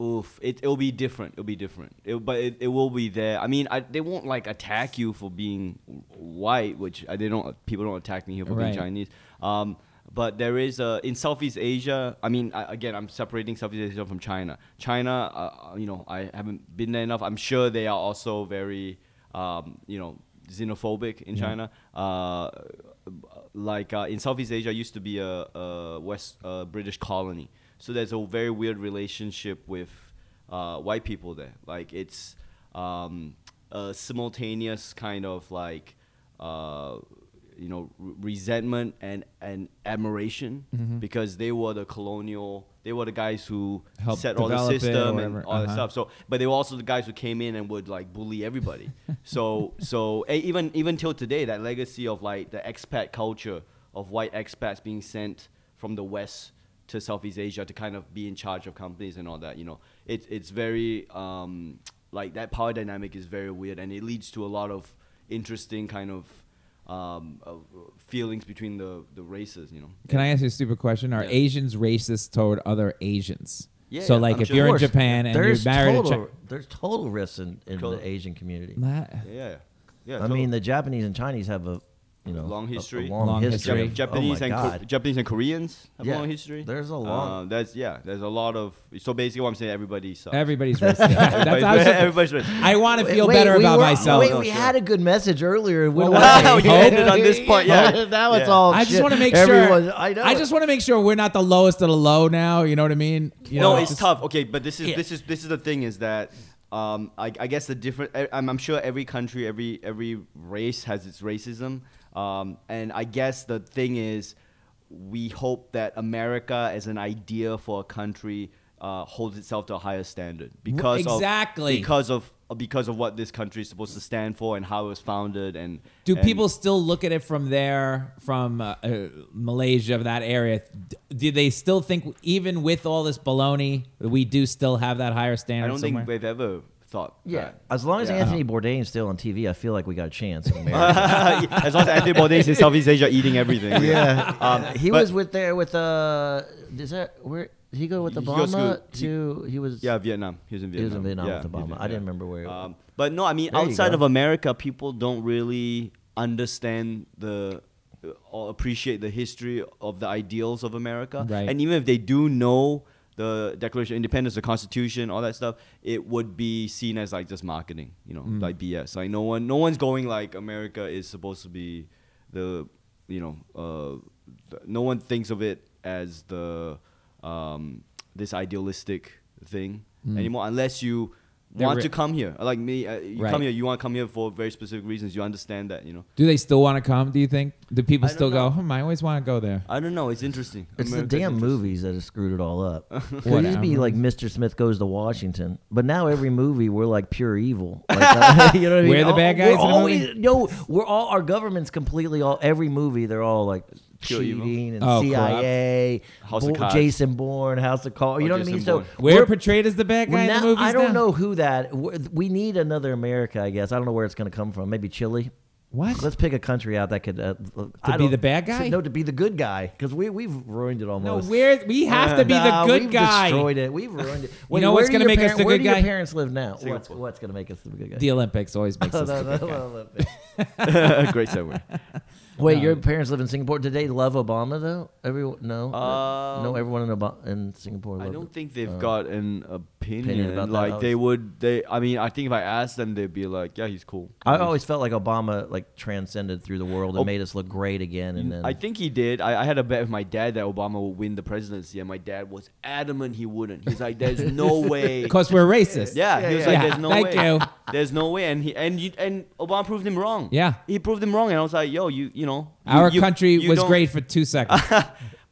[SPEAKER 10] oof, it it'll be different. It'll be different. It, but it, it will be there. I mean, I, they won't like attack you for being white, which I, they don't. People don't attack me here for
[SPEAKER 9] Right.
[SPEAKER 10] being Chinese. Um, but there is a in Southeast Asia. I mean, I, again, I'm separating Southeast Asia from China. China, uh, uh, you know, I haven't been there enough. I'm sure they are also very, um, you know, xenophobic in China. Uh, like uh, in Southeast Asia used to be a, a West uh, British colony. So there's a very weird relationship with uh, white people there. Like it's um, a simultaneous kind of like uh, you know re- resentment and and admiration
[SPEAKER 9] Mm-hmm.
[SPEAKER 10] because they were the colonial. They were the guys who
[SPEAKER 9] Helped
[SPEAKER 10] set all the
[SPEAKER 9] develop it or
[SPEAKER 10] system and
[SPEAKER 9] whatever.
[SPEAKER 10] all that
[SPEAKER 9] Uh-huh.
[SPEAKER 10] stuff stuff. So, but they were also the guys who came in and would like bully everybody. so, so eh, even even till today, that legacy of like the expat culture of white expats being sent from the west to Southeast Asia to kind of be in charge of companies and all that. You know, it's it's very um, like that power dynamic is very weird, and it leads to a lot of interesting kind of. Um, of feelings between the, the races, you know.
[SPEAKER 9] Can I ask you a stupid question? Are
[SPEAKER 10] Yeah.
[SPEAKER 9] Asians racist toward other Asians?
[SPEAKER 10] Yeah,
[SPEAKER 9] so
[SPEAKER 10] yeah,
[SPEAKER 9] like
[SPEAKER 10] I'm
[SPEAKER 9] if
[SPEAKER 10] sure.
[SPEAKER 9] you're in
[SPEAKER 10] Of course.
[SPEAKER 9] Japan and
[SPEAKER 11] there's
[SPEAKER 9] you're married
[SPEAKER 11] total,
[SPEAKER 9] to Chi-
[SPEAKER 11] there's total rifts in, in
[SPEAKER 10] Total.
[SPEAKER 11] the Asian community.
[SPEAKER 9] Not-
[SPEAKER 10] Yeah, yeah, yeah.
[SPEAKER 11] I
[SPEAKER 10] totally.
[SPEAKER 11] mean, the Japanese and Chinese have a you know
[SPEAKER 10] Long
[SPEAKER 11] a- a
[SPEAKER 10] history.
[SPEAKER 11] long,
[SPEAKER 9] Long
[SPEAKER 10] Jap-
[SPEAKER 11] history.
[SPEAKER 9] history.
[SPEAKER 11] of-
[SPEAKER 10] Japanese
[SPEAKER 11] oh my
[SPEAKER 10] and
[SPEAKER 11] God.
[SPEAKER 10] Kor- Japanese and Koreans have
[SPEAKER 11] Yeah,
[SPEAKER 10] long history.
[SPEAKER 11] there's a long-
[SPEAKER 10] Uh, that's yeah. There's a lot of. So basically, what I'm saying, everybody sucks.
[SPEAKER 9] everybody's racist. That's how I was-
[SPEAKER 10] everybody's racist.
[SPEAKER 9] I want to feel
[SPEAKER 11] Wait,
[SPEAKER 9] better
[SPEAKER 11] we
[SPEAKER 9] about
[SPEAKER 11] were-
[SPEAKER 9] myself.
[SPEAKER 10] Oh,
[SPEAKER 11] Wait, we had a good message earlier. What
[SPEAKER 9] Well,
[SPEAKER 11] was
[SPEAKER 10] wow,
[SPEAKER 11] it?
[SPEAKER 10] you ended on this part, yeah.
[SPEAKER 11] now it's
[SPEAKER 10] Yeah.
[SPEAKER 11] all.
[SPEAKER 9] I just
[SPEAKER 11] shit.
[SPEAKER 9] want to make
[SPEAKER 11] Everyone-
[SPEAKER 9] sure.
[SPEAKER 11] I know.
[SPEAKER 9] just want to make sure we're not the lowest of the low now. You know what I mean? You
[SPEAKER 10] no,
[SPEAKER 9] know,
[SPEAKER 10] it's
[SPEAKER 9] just-
[SPEAKER 10] tough. Okay, but this is
[SPEAKER 11] Yeah.
[SPEAKER 10] this is this is the thing is that um, I, I guess the different. I, I'm, I'm sure every country, every every race has its racism, um, and I guess the thing is, we hope that America as an idea for a country uh, holds itself to a higher standard because of-
[SPEAKER 9] exactly.
[SPEAKER 10] because of uh, because of what this country is supposed to stand for and how it was founded and
[SPEAKER 9] Do
[SPEAKER 10] and-
[SPEAKER 9] people still look at it from there, from uh, uh, Malaysia, that area? D- Do they still think, even with all this baloney, we do still have that higher standard
[SPEAKER 10] I don't
[SPEAKER 9] somewhere?
[SPEAKER 10] think we've ever thought
[SPEAKER 11] Yeah,
[SPEAKER 10] that.
[SPEAKER 11] as long as
[SPEAKER 10] Yeah.
[SPEAKER 11] Anthony Bourdain's still on TV, I feel like we got a chance. In America.
[SPEAKER 10] as long as Anthony Bourdain is in Southeast Asia eating everything.
[SPEAKER 11] Yeah.
[SPEAKER 10] Um,
[SPEAKER 11] he
[SPEAKER 10] but-
[SPEAKER 11] was with there with uh is that where did he go with
[SPEAKER 10] He goes
[SPEAKER 11] Obama
[SPEAKER 10] to-
[SPEAKER 11] to he was
[SPEAKER 10] Yeah, Vietnam. He was in
[SPEAKER 11] He
[SPEAKER 10] Vietnam.
[SPEAKER 11] was in Vietnam
[SPEAKER 10] yeah,
[SPEAKER 11] with
[SPEAKER 10] he
[SPEAKER 11] Obama.
[SPEAKER 10] did,
[SPEAKER 11] I didn't
[SPEAKER 10] yeah.
[SPEAKER 11] remember where it was.
[SPEAKER 10] Um, but no, I mean,
[SPEAKER 11] There you
[SPEAKER 10] outside
[SPEAKER 11] go.
[SPEAKER 10] of America, people don't really understand the uh, or appreciate the history of the ideals of America.
[SPEAKER 9] Right.
[SPEAKER 10] And even if they do know the Declaration of Independence, the Constitution, all that stuff, it would be seen as like just marketing, you know,
[SPEAKER 11] Mm.
[SPEAKER 10] like BS. Like no one, no one's going like America is supposed to be the, you know, uh, th- no one thinks of it as the um, this idealistic thing
[SPEAKER 11] Mm.
[SPEAKER 10] anymore, unless you
[SPEAKER 9] They're
[SPEAKER 10] want
[SPEAKER 9] re-
[SPEAKER 10] to come here. Like me, uh, you
[SPEAKER 9] Right.
[SPEAKER 10] come here, you want to come here for very specific reasons. You understand that, you know.
[SPEAKER 9] Do they still want to come? Do you think? Do people
[SPEAKER 10] I don't
[SPEAKER 9] still go?
[SPEAKER 10] know.
[SPEAKER 9] Hmm, I always want to go there.
[SPEAKER 10] I don't know. It's interesting.
[SPEAKER 11] It's the
[SPEAKER 10] America's
[SPEAKER 11] damn
[SPEAKER 10] interest-
[SPEAKER 11] movies that have screwed it all up. it used to
[SPEAKER 9] Whatever.
[SPEAKER 11] be like Mr. Smith goes to Washington, but now every movie we're like pure evil. Like, uh, you know what I mean?
[SPEAKER 9] We're the
[SPEAKER 11] All-
[SPEAKER 9] bad
[SPEAKER 11] we're
[SPEAKER 9] guys in the
[SPEAKER 11] always-
[SPEAKER 9] movie?
[SPEAKER 11] No, we're all our government's completely all every movie they're all like
[SPEAKER 10] Pure evil.
[SPEAKER 11] cheating and
[SPEAKER 9] Oh,
[SPEAKER 11] CIA,
[SPEAKER 10] House of Cards.
[SPEAKER 11] Jason Bourne, House of Cards. You
[SPEAKER 10] Oh,
[SPEAKER 11] know
[SPEAKER 10] Jason
[SPEAKER 11] what I mean? So
[SPEAKER 10] Bourne.
[SPEAKER 9] We're,
[SPEAKER 11] we're-
[SPEAKER 9] portrayed as the bad guy
[SPEAKER 11] Well,
[SPEAKER 9] in the
[SPEAKER 11] now-
[SPEAKER 9] movies.
[SPEAKER 11] I don't
[SPEAKER 9] now?
[SPEAKER 11] know who that. we're- We need another America, I guess. I don't know where it's going to come from. Maybe Chile.
[SPEAKER 9] What?
[SPEAKER 11] Let's pick a country out that could uh, to
[SPEAKER 9] be the bad guy?
[SPEAKER 11] No, to be the good guy, because we we've ruined it
[SPEAKER 9] No,
[SPEAKER 11] almost.
[SPEAKER 9] we're, we have to be
[SPEAKER 11] Nah,
[SPEAKER 9] the good
[SPEAKER 11] we've
[SPEAKER 9] guy.
[SPEAKER 11] Destroyed it. We've ruined it. Wait,
[SPEAKER 9] know
[SPEAKER 11] where
[SPEAKER 9] what's
[SPEAKER 11] do
[SPEAKER 9] gonna
[SPEAKER 11] your
[SPEAKER 9] make us
[SPEAKER 11] parent-
[SPEAKER 9] the
[SPEAKER 11] where
[SPEAKER 9] good
[SPEAKER 11] do your
[SPEAKER 9] guy?
[SPEAKER 11] parents live now? What's,
[SPEAKER 10] Singapore.
[SPEAKER 11] what's going to make us the good guy?
[SPEAKER 9] The Olympics always makes
[SPEAKER 11] No,
[SPEAKER 9] us.
[SPEAKER 11] no,
[SPEAKER 9] the
[SPEAKER 11] no,
[SPEAKER 9] good guy.
[SPEAKER 11] no, no.
[SPEAKER 10] Great segue.
[SPEAKER 11] Wait, your parents live in Singapore. Did they love Obama though? Everyone, no, no.
[SPEAKER 10] Um,
[SPEAKER 11] Everyone in, Obama, in Singapore.
[SPEAKER 10] I
[SPEAKER 11] loved
[SPEAKER 10] don't
[SPEAKER 11] it.
[SPEAKER 10] think they've got an opinion.
[SPEAKER 11] uh, about that.
[SPEAKER 10] like
[SPEAKER 11] I
[SPEAKER 10] they
[SPEAKER 11] was-
[SPEAKER 10] would, they. I mean, I think if I asked them, they'd be like, "Yeah, he's cool."
[SPEAKER 11] I always felt like Obama like transcended through the world and
[SPEAKER 10] Oh.
[SPEAKER 11] made us look great again, and then
[SPEAKER 10] I think he did. I, I had a bet with my dad that Obama would win the presidency, and my dad was adamant he wouldn't. He's like, "There's no way."
[SPEAKER 9] Because we're racist.
[SPEAKER 10] Yeah, he was like,
[SPEAKER 9] yeah.
[SPEAKER 10] "There's no
[SPEAKER 9] Thank
[SPEAKER 10] way."
[SPEAKER 9] you.
[SPEAKER 10] There's no way, and he and you, and Obama proved him wrong.
[SPEAKER 9] Yeah.
[SPEAKER 10] he proved him wrong, and I was like, "Yo, you you know, you-
[SPEAKER 9] Our
[SPEAKER 10] you-
[SPEAKER 9] country
[SPEAKER 10] you
[SPEAKER 9] was
[SPEAKER 10] don't-
[SPEAKER 9] great for two seconds.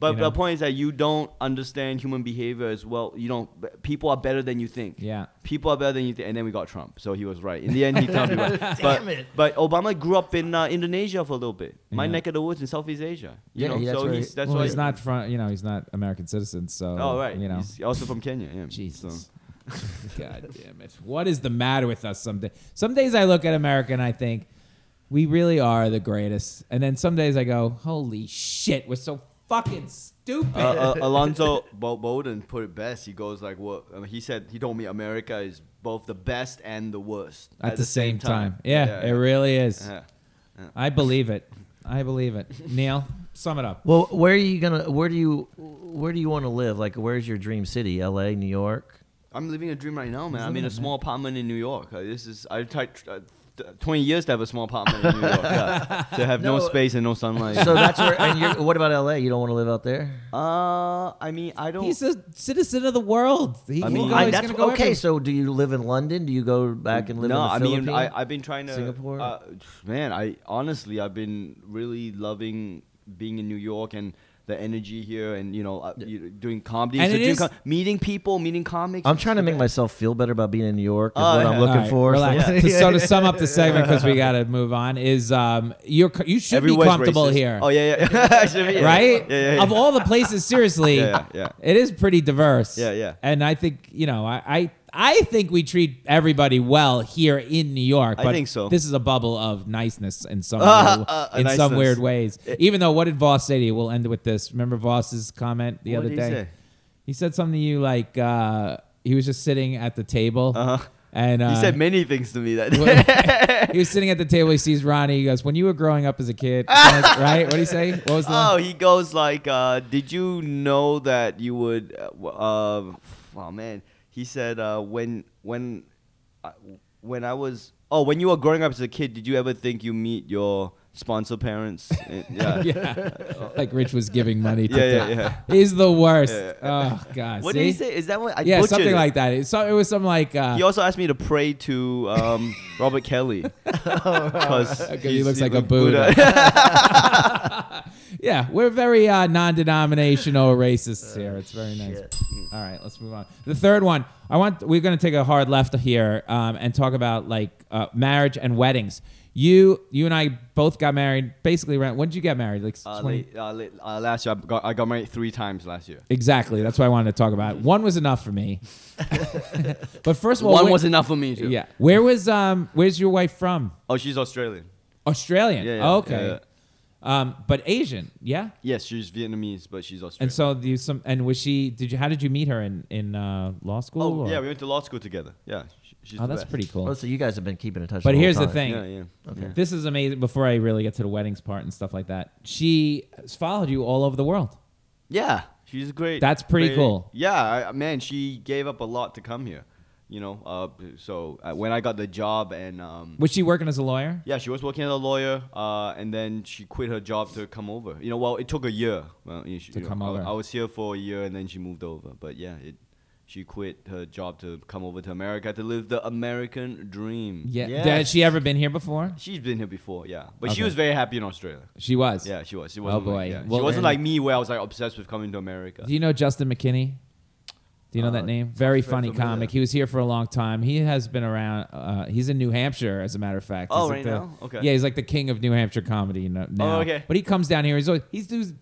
[SPEAKER 10] But
[SPEAKER 9] you know?
[SPEAKER 10] the point is that you don't understand human behavior as well. You don't. People are better than you think.
[SPEAKER 9] Yeah.
[SPEAKER 10] People are better than you think. And then we got Trump, so he was right. In the end, he Trump. Right. But, Damn
[SPEAKER 11] it.
[SPEAKER 10] But Obama grew up in uh, Indonesia for a little bit. My
[SPEAKER 9] Yeah.
[SPEAKER 10] neck of the woods in Southeast Asia. You
[SPEAKER 11] Yeah,
[SPEAKER 10] know,
[SPEAKER 11] yeah, that's
[SPEAKER 10] so
[SPEAKER 11] where
[SPEAKER 10] he's
[SPEAKER 11] he-
[SPEAKER 10] that's
[SPEAKER 9] well,
[SPEAKER 10] why
[SPEAKER 9] he's not from. You know, he's not American citizen. So.
[SPEAKER 10] Oh right.
[SPEAKER 9] You know.
[SPEAKER 10] he's also from Kenya. Yeah.
[SPEAKER 9] Jesus.
[SPEAKER 10] So.
[SPEAKER 9] God damn it. What is the matter with us someday? Some days I look at America and I think, we really are the greatest. And then some days I go, holy shit, we're so fucking stupid.
[SPEAKER 10] uh, uh, Alonzo Bo- Bowden put it best. He goes like, "What?" I mean, he said he told me America is both the best and the worst
[SPEAKER 9] at, the, same, time. Yeah, it really is.
[SPEAKER 10] Yeah.
[SPEAKER 9] I believe it. I believe it. Neil, sum it up.
[SPEAKER 11] Well, where are you gonna? Where do you? Where do you want to live? Like, where's your dream city? L.A., New York.
[SPEAKER 10] I'm living a dream right now, man. I'm in a small apartment in New York. Uh, This is I tried uh, th- 20 years to have a small apartment in New York. yeah. To have no,
[SPEAKER 11] No.
[SPEAKER 10] space and no sunlight.
[SPEAKER 11] So that's where. And you're, what about L.A.? You don't want to live out there?
[SPEAKER 10] uh, I mean, I don't.
[SPEAKER 9] He's a citizen of the world. He
[SPEAKER 10] I
[SPEAKER 9] can
[SPEAKER 10] mean-
[SPEAKER 9] go,
[SPEAKER 10] I-
[SPEAKER 9] he's
[SPEAKER 11] that's
[SPEAKER 9] gonna go
[SPEAKER 11] okay.
[SPEAKER 9] everywhere.
[SPEAKER 11] So do you live in London? Do you go back and live
[SPEAKER 10] no,
[SPEAKER 11] in the
[SPEAKER 10] I
[SPEAKER 11] Philippines?
[SPEAKER 10] mean, I, I've been trying to
[SPEAKER 11] Singapore?
[SPEAKER 10] Uh, man, I honestly, I've been really loving being in New York and the energy here, and you know, uh, you- doing comedy,
[SPEAKER 9] And
[SPEAKER 10] so
[SPEAKER 9] it
[SPEAKER 10] doing
[SPEAKER 9] is-
[SPEAKER 10] com- meeting people, meeting comics.
[SPEAKER 11] I'm trying to make myself feel better about being in New York. Is
[SPEAKER 10] Oh,
[SPEAKER 11] what
[SPEAKER 10] yeah.
[SPEAKER 11] I'm looking
[SPEAKER 9] All right,
[SPEAKER 11] for.
[SPEAKER 9] relax. To- so to sum up the segment, because we got to move on, is um, you're co- you should be
[SPEAKER 10] Everywhere's
[SPEAKER 9] comfortable
[SPEAKER 10] racist.
[SPEAKER 9] here,
[SPEAKER 10] Oh yeah, yeah, Actually, yeah.
[SPEAKER 9] right?
[SPEAKER 10] Yeah, yeah, yeah.
[SPEAKER 9] Of all the places, seriously,
[SPEAKER 10] Yeah, yeah, yeah.
[SPEAKER 9] it is pretty diverse.
[SPEAKER 10] Yeah, yeah.
[SPEAKER 9] And I think you know, I, I I think we treat everybody well here in New York.
[SPEAKER 10] I
[SPEAKER 9] But
[SPEAKER 10] think so.
[SPEAKER 9] This is a bubble of niceness in some
[SPEAKER 10] Ah,
[SPEAKER 9] weird-
[SPEAKER 10] ah,
[SPEAKER 9] in some
[SPEAKER 10] niceness.
[SPEAKER 9] weird ways. Even though, what did Voss say to you? We'll end with this. Remember Voss's comment the
[SPEAKER 10] What
[SPEAKER 9] other
[SPEAKER 10] did
[SPEAKER 9] day.
[SPEAKER 10] he say?
[SPEAKER 9] He said something to you like uh, he was just sitting at the table, and uh,
[SPEAKER 10] Uh-huh. He said many things to me that day.
[SPEAKER 9] he was sitting at the table. He sees Ronnie. He goes, "When you were growing up as a kid, right? What do you say? What was the one?
[SPEAKER 10] Oh, he goes like, uh, "Did you know that you would?" Uh, w- uh, oh man, he said, uh, "When when uh, I- when I was oh when you were growing up as a kid, did you ever think you meet your sponsor parents. eh, yeah.
[SPEAKER 9] like Rich was giving money to
[SPEAKER 10] Yeah, yeah,
[SPEAKER 9] Doc.
[SPEAKER 10] yeah.
[SPEAKER 9] He's the worst. Oh god.
[SPEAKER 10] What
[SPEAKER 9] see?
[SPEAKER 10] did he say? Is that what I
[SPEAKER 9] Yeah,
[SPEAKER 10] butchered
[SPEAKER 9] something
[SPEAKER 10] it.
[SPEAKER 9] like that. It's so, it was some like uh,
[SPEAKER 10] He also asked me to pray to um, Robert Kelly because
[SPEAKER 9] he looks like a Buddha. yeah, we're very uh, non-denominational racists here. It's very nice. All right, let's move on. The third one. I want we're going to take a hard left here um, and talk about like uh, marriage and weddings. You you and I both got married basically around when did you get married? Like
[SPEAKER 10] Uh,
[SPEAKER 9] 20
[SPEAKER 10] late, uh, late, uh, last year, I got, I got married three times last year.
[SPEAKER 9] Exactly. That's what I wanted to talk about. One was enough for me. but first of all, where-
[SPEAKER 10] enough for me. Too.
[SPEAKER 9] Yeah. Where was um? Where's your wife from?
[SPEAKER 10] Oh, she's Australian.
[SPEAKER 9] Australian.
[SPEAKER 10] Yeah, yeah,
[SPEAKER 9] okay.
[SPEAKER 10] yeah,
[SPEAKER 9] Um, but Asian. Yeah.
[SPEAKER 10] Yes, she's Vietnamese, but she's Australian.
[SPEAKER 9] And so you some and was she? Did you? How did you meet her in in uh, law school?
[SPEAKER 10] oh,
[SPEAKER 9] or-
[SPEAKER 10] yeah, we went to law school together. Yeah, sh- she's.
[SPEAKER 9] oh,
[SPEAKER 10] the
[SPEAKER 9] that's
[SPEAKER 10] best.
[SPEAKER 9] pretty cool.
[SPEAKER 11] Oh, so you guys have been keeping in touch.
[SPEAKER 9] But
[SPEAKER 11] the whole
[SPEAKER 9] here's the
[SPEAKER 11] time.
[SPEAKER 9] thing.
[SPEAKER 10] Yeah, yeah. yeah.
[SPEAKER 9] This is amazing. Before I really get to the weddings part and stuff like that, she has followed you all over the world.
[SPEAKER 10] Yeah, she's great.
[SPEAKER 9] That's pretty
[SPEAKER 10] Great-
[SPEAKER 9] cool.
[SPEAKER 10] Yeah, I, I- man, she gave up a lot to come here. You know, uh, so uh, when I got the job and um,
[SPEAKER 9] Was she working as a lawyer?
[SPEAKER 10] yeah, she was working as a lawyer, uh, and then she quit her job to come over. You know, well, it took a year. Well, you know, she-
[SPEAKER 9] To
[SPEAKER 10] you know,
[SPEAKER 9] come
[SPEAKER 10] I-
[SPEAKER 9] over.
[SPEAKER 10] I, was here for a year, and then she moved over. But yeah, it, she quit her job to come over to America to live the American dream.
[SPEAKER 9] Yeah.
[SPEAKER 11] Yes.
[SPEAKER 9] Had she ever been here before?
[SPEAKER 10] She's been here before, yeah, but
[SPEAKER 9] Okay.
[SPEAKER 10] she was very happy in Australia.
[SPEAKER 9] She was.
[SPEAKER 10] Yeah, she was. She wasn't
[SPEAKER 9] Oh, boy.
[SPEAKER 10] Like, yeah.
[SPEAKER 9] Well,
[SPEAKER 10] she wasn't
[SPEAKER 9] then-
[SPEAKER 10] like me, where I was like obsessed with coming to America. Uh,
[SPEAKER 9] Do you know Justin McKinney? Do you know that name? Very funny
[SPEAKER 10] familiar.
[SPEAKER 9] comic. He was here for a long time. He has been around. Uh, he's in New Hampshire, as a matter of fact.
[SPEAKER 10] Oh,
[SPEAKER 9] He's
[SPEAKER 10] right
[SPEAKER 9] the-
[SPEAKER 10] now? Okay. Oh,
[SPEAKER 9] Yeah, he's like the king of New Hampshire comedy you know, now.
[SPEAKER 10] okay.
[SPEAKER 9] But he comes down here. He's always he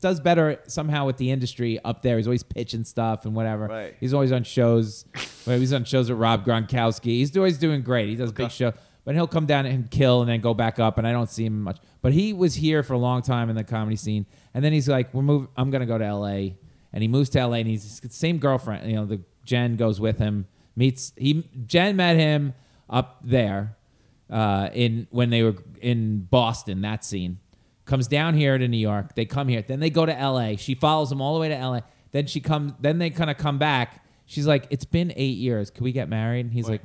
[SPEAKER 9] does better somehow with the industry up there. He's always pitching stuff and whatever.
[SPEAKER 10] Right.
[SPEAKER 9] He's always on shows. well, he's on shows with Rob Gronkowski. He's always doing great. He does big show. But he'll come down and kill and then go back up, and I don't see him much. But he was here for a long time in the comedy scene, and then he's like, "We're moving. I'm gonna go to L.A." And he moves to L.A. and he's the same girlfriend. You know, the Jen goes with him. Meets he Jen met him up there uh, in when they were in Boston. That scene comes down here to New York. They come here. Then they go to LA. She follows them all the way to LA. Then she comes. Then they kind of come back. She's like, "It's been eight years. Can we get married?" And he's like,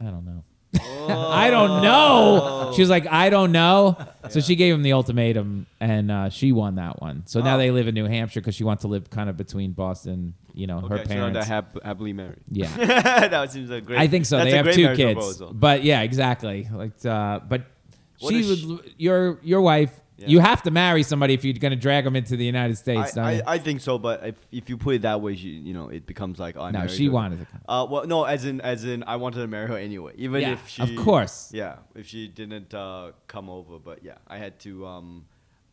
[SPEAKER 9] "I don't know. I don't
[SPEAKER 10] Oh.
[SPEAKER 9] know." She's like, "I don't know." So she gave him the ultimatum, and uh, she won that one. So
[SPEAKER 10] Oh.
[SPEAKER 9] now they live in New Hampshire because she wants to live kind of between Boston, you know, her
[SPEAKER 10] Okay, so now they're
[SPEAKER 9] parents.
[SPEAKER 10] hap- happily married.
[SPEAKER 9] yeah.
[SPEAKER 10] that seems like great.
[SPEAKER 9] I think so.
[SPEAKER 10] That's
[SPEAKER 9] they
[SPEAKER 10] a
[SPEAKER 9] have
[SPEAKER 10] great
[SPEAKER 9] two
[SPEAKER 10] marriage
[SPEAKER 9] kids,
[SPEAKER 10] proposal.
[SPEAKER 9] but yeah, exactly. Like, uh, but
[SPEAKER 10] What
[SPEAKER 9] she
[SPEAKER 10] is
[SPEAKER 9] would.
[SPEAKER 10] she-
[SPEAKER 9] l- Your your wife.
[SPEAKER 10] Yeah.
[SPEAKER 9] You have to marry somebody if you're going to drag them into the United
[SPEAKER 10] I,
[SPEAKER 9] States. don't
[SPEAKER 10] I,
[SPEAKER 9] you?
[SPEAKER 10] I think so, but if, if you put it that way, you, you know, it becomes like I'm
[SPEAKER 9] No,
[SPEAKER 10] married
[SPEAKER 9] she
[SPEAKER 10] her.
[SPEAKER 9] wanted to come.
[SPEAKER 10] Uh, well, no, as in, as in, I wanted to marry her anyway, even
[SPEAKER 9] Yeah,
[SPEAKER 10] if she,
[SPEAKER 9] of course.
[SPEAKER 10] yeah, if she didn't uh, come over, but yeah, I had to, um,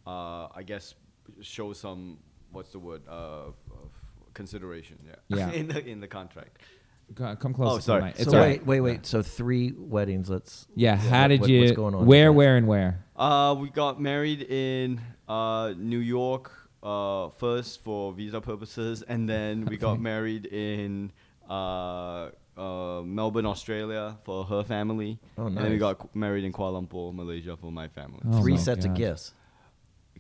[SPEAKER 10] uh, I guess, show some, what's the word, uh, of consideration, yeah,
[SPEAKER 9] Yeah.
[SPEAKER 10] in the in the contract.
[SPEAKER 9] Co- come closer.
[SPEAKER 10] Oh,
[SPEAKER 9] to the
[SPEAKER 10] sorry.
[SPEAKER 9] mic.
[SPEAKER 11] So
[SPEAKER 9] It's
[SPEAKER 11] wait,
[SPEAKER 9] all right.
[SPEAKER 11] wait, wait. So three weddings. Let's.
[SPEAKER 9] Yeah. How
[SPEAKER 11] what-
[SPEAKER 9] did
[SPEAKER 11] what-
[SPEAKER 9] you?
[SPEAKER 11] What's going on?
[SPEAKER 9] where, where, and where?
[SPEAKER 10] Uh, we got married in uh, New York uh, first for visa purposes, and then we got married in uh, uh, Melbourne, Australia for her family.
[SPEAKER 11] Oh,
[SPEAKER 10] And then we
[SPEAKER 11] nice.
[SPEAKER 10] got qu- married in Kuala Lumpur, Malaysia for my family.
[SPEAKER 9] Oh
[SPEAKER 11] Three
[SPEAKER 9] my
[SPEAKER 11] sets
[SPEAKER 9] God.
[SPEAKER 11] of gifts.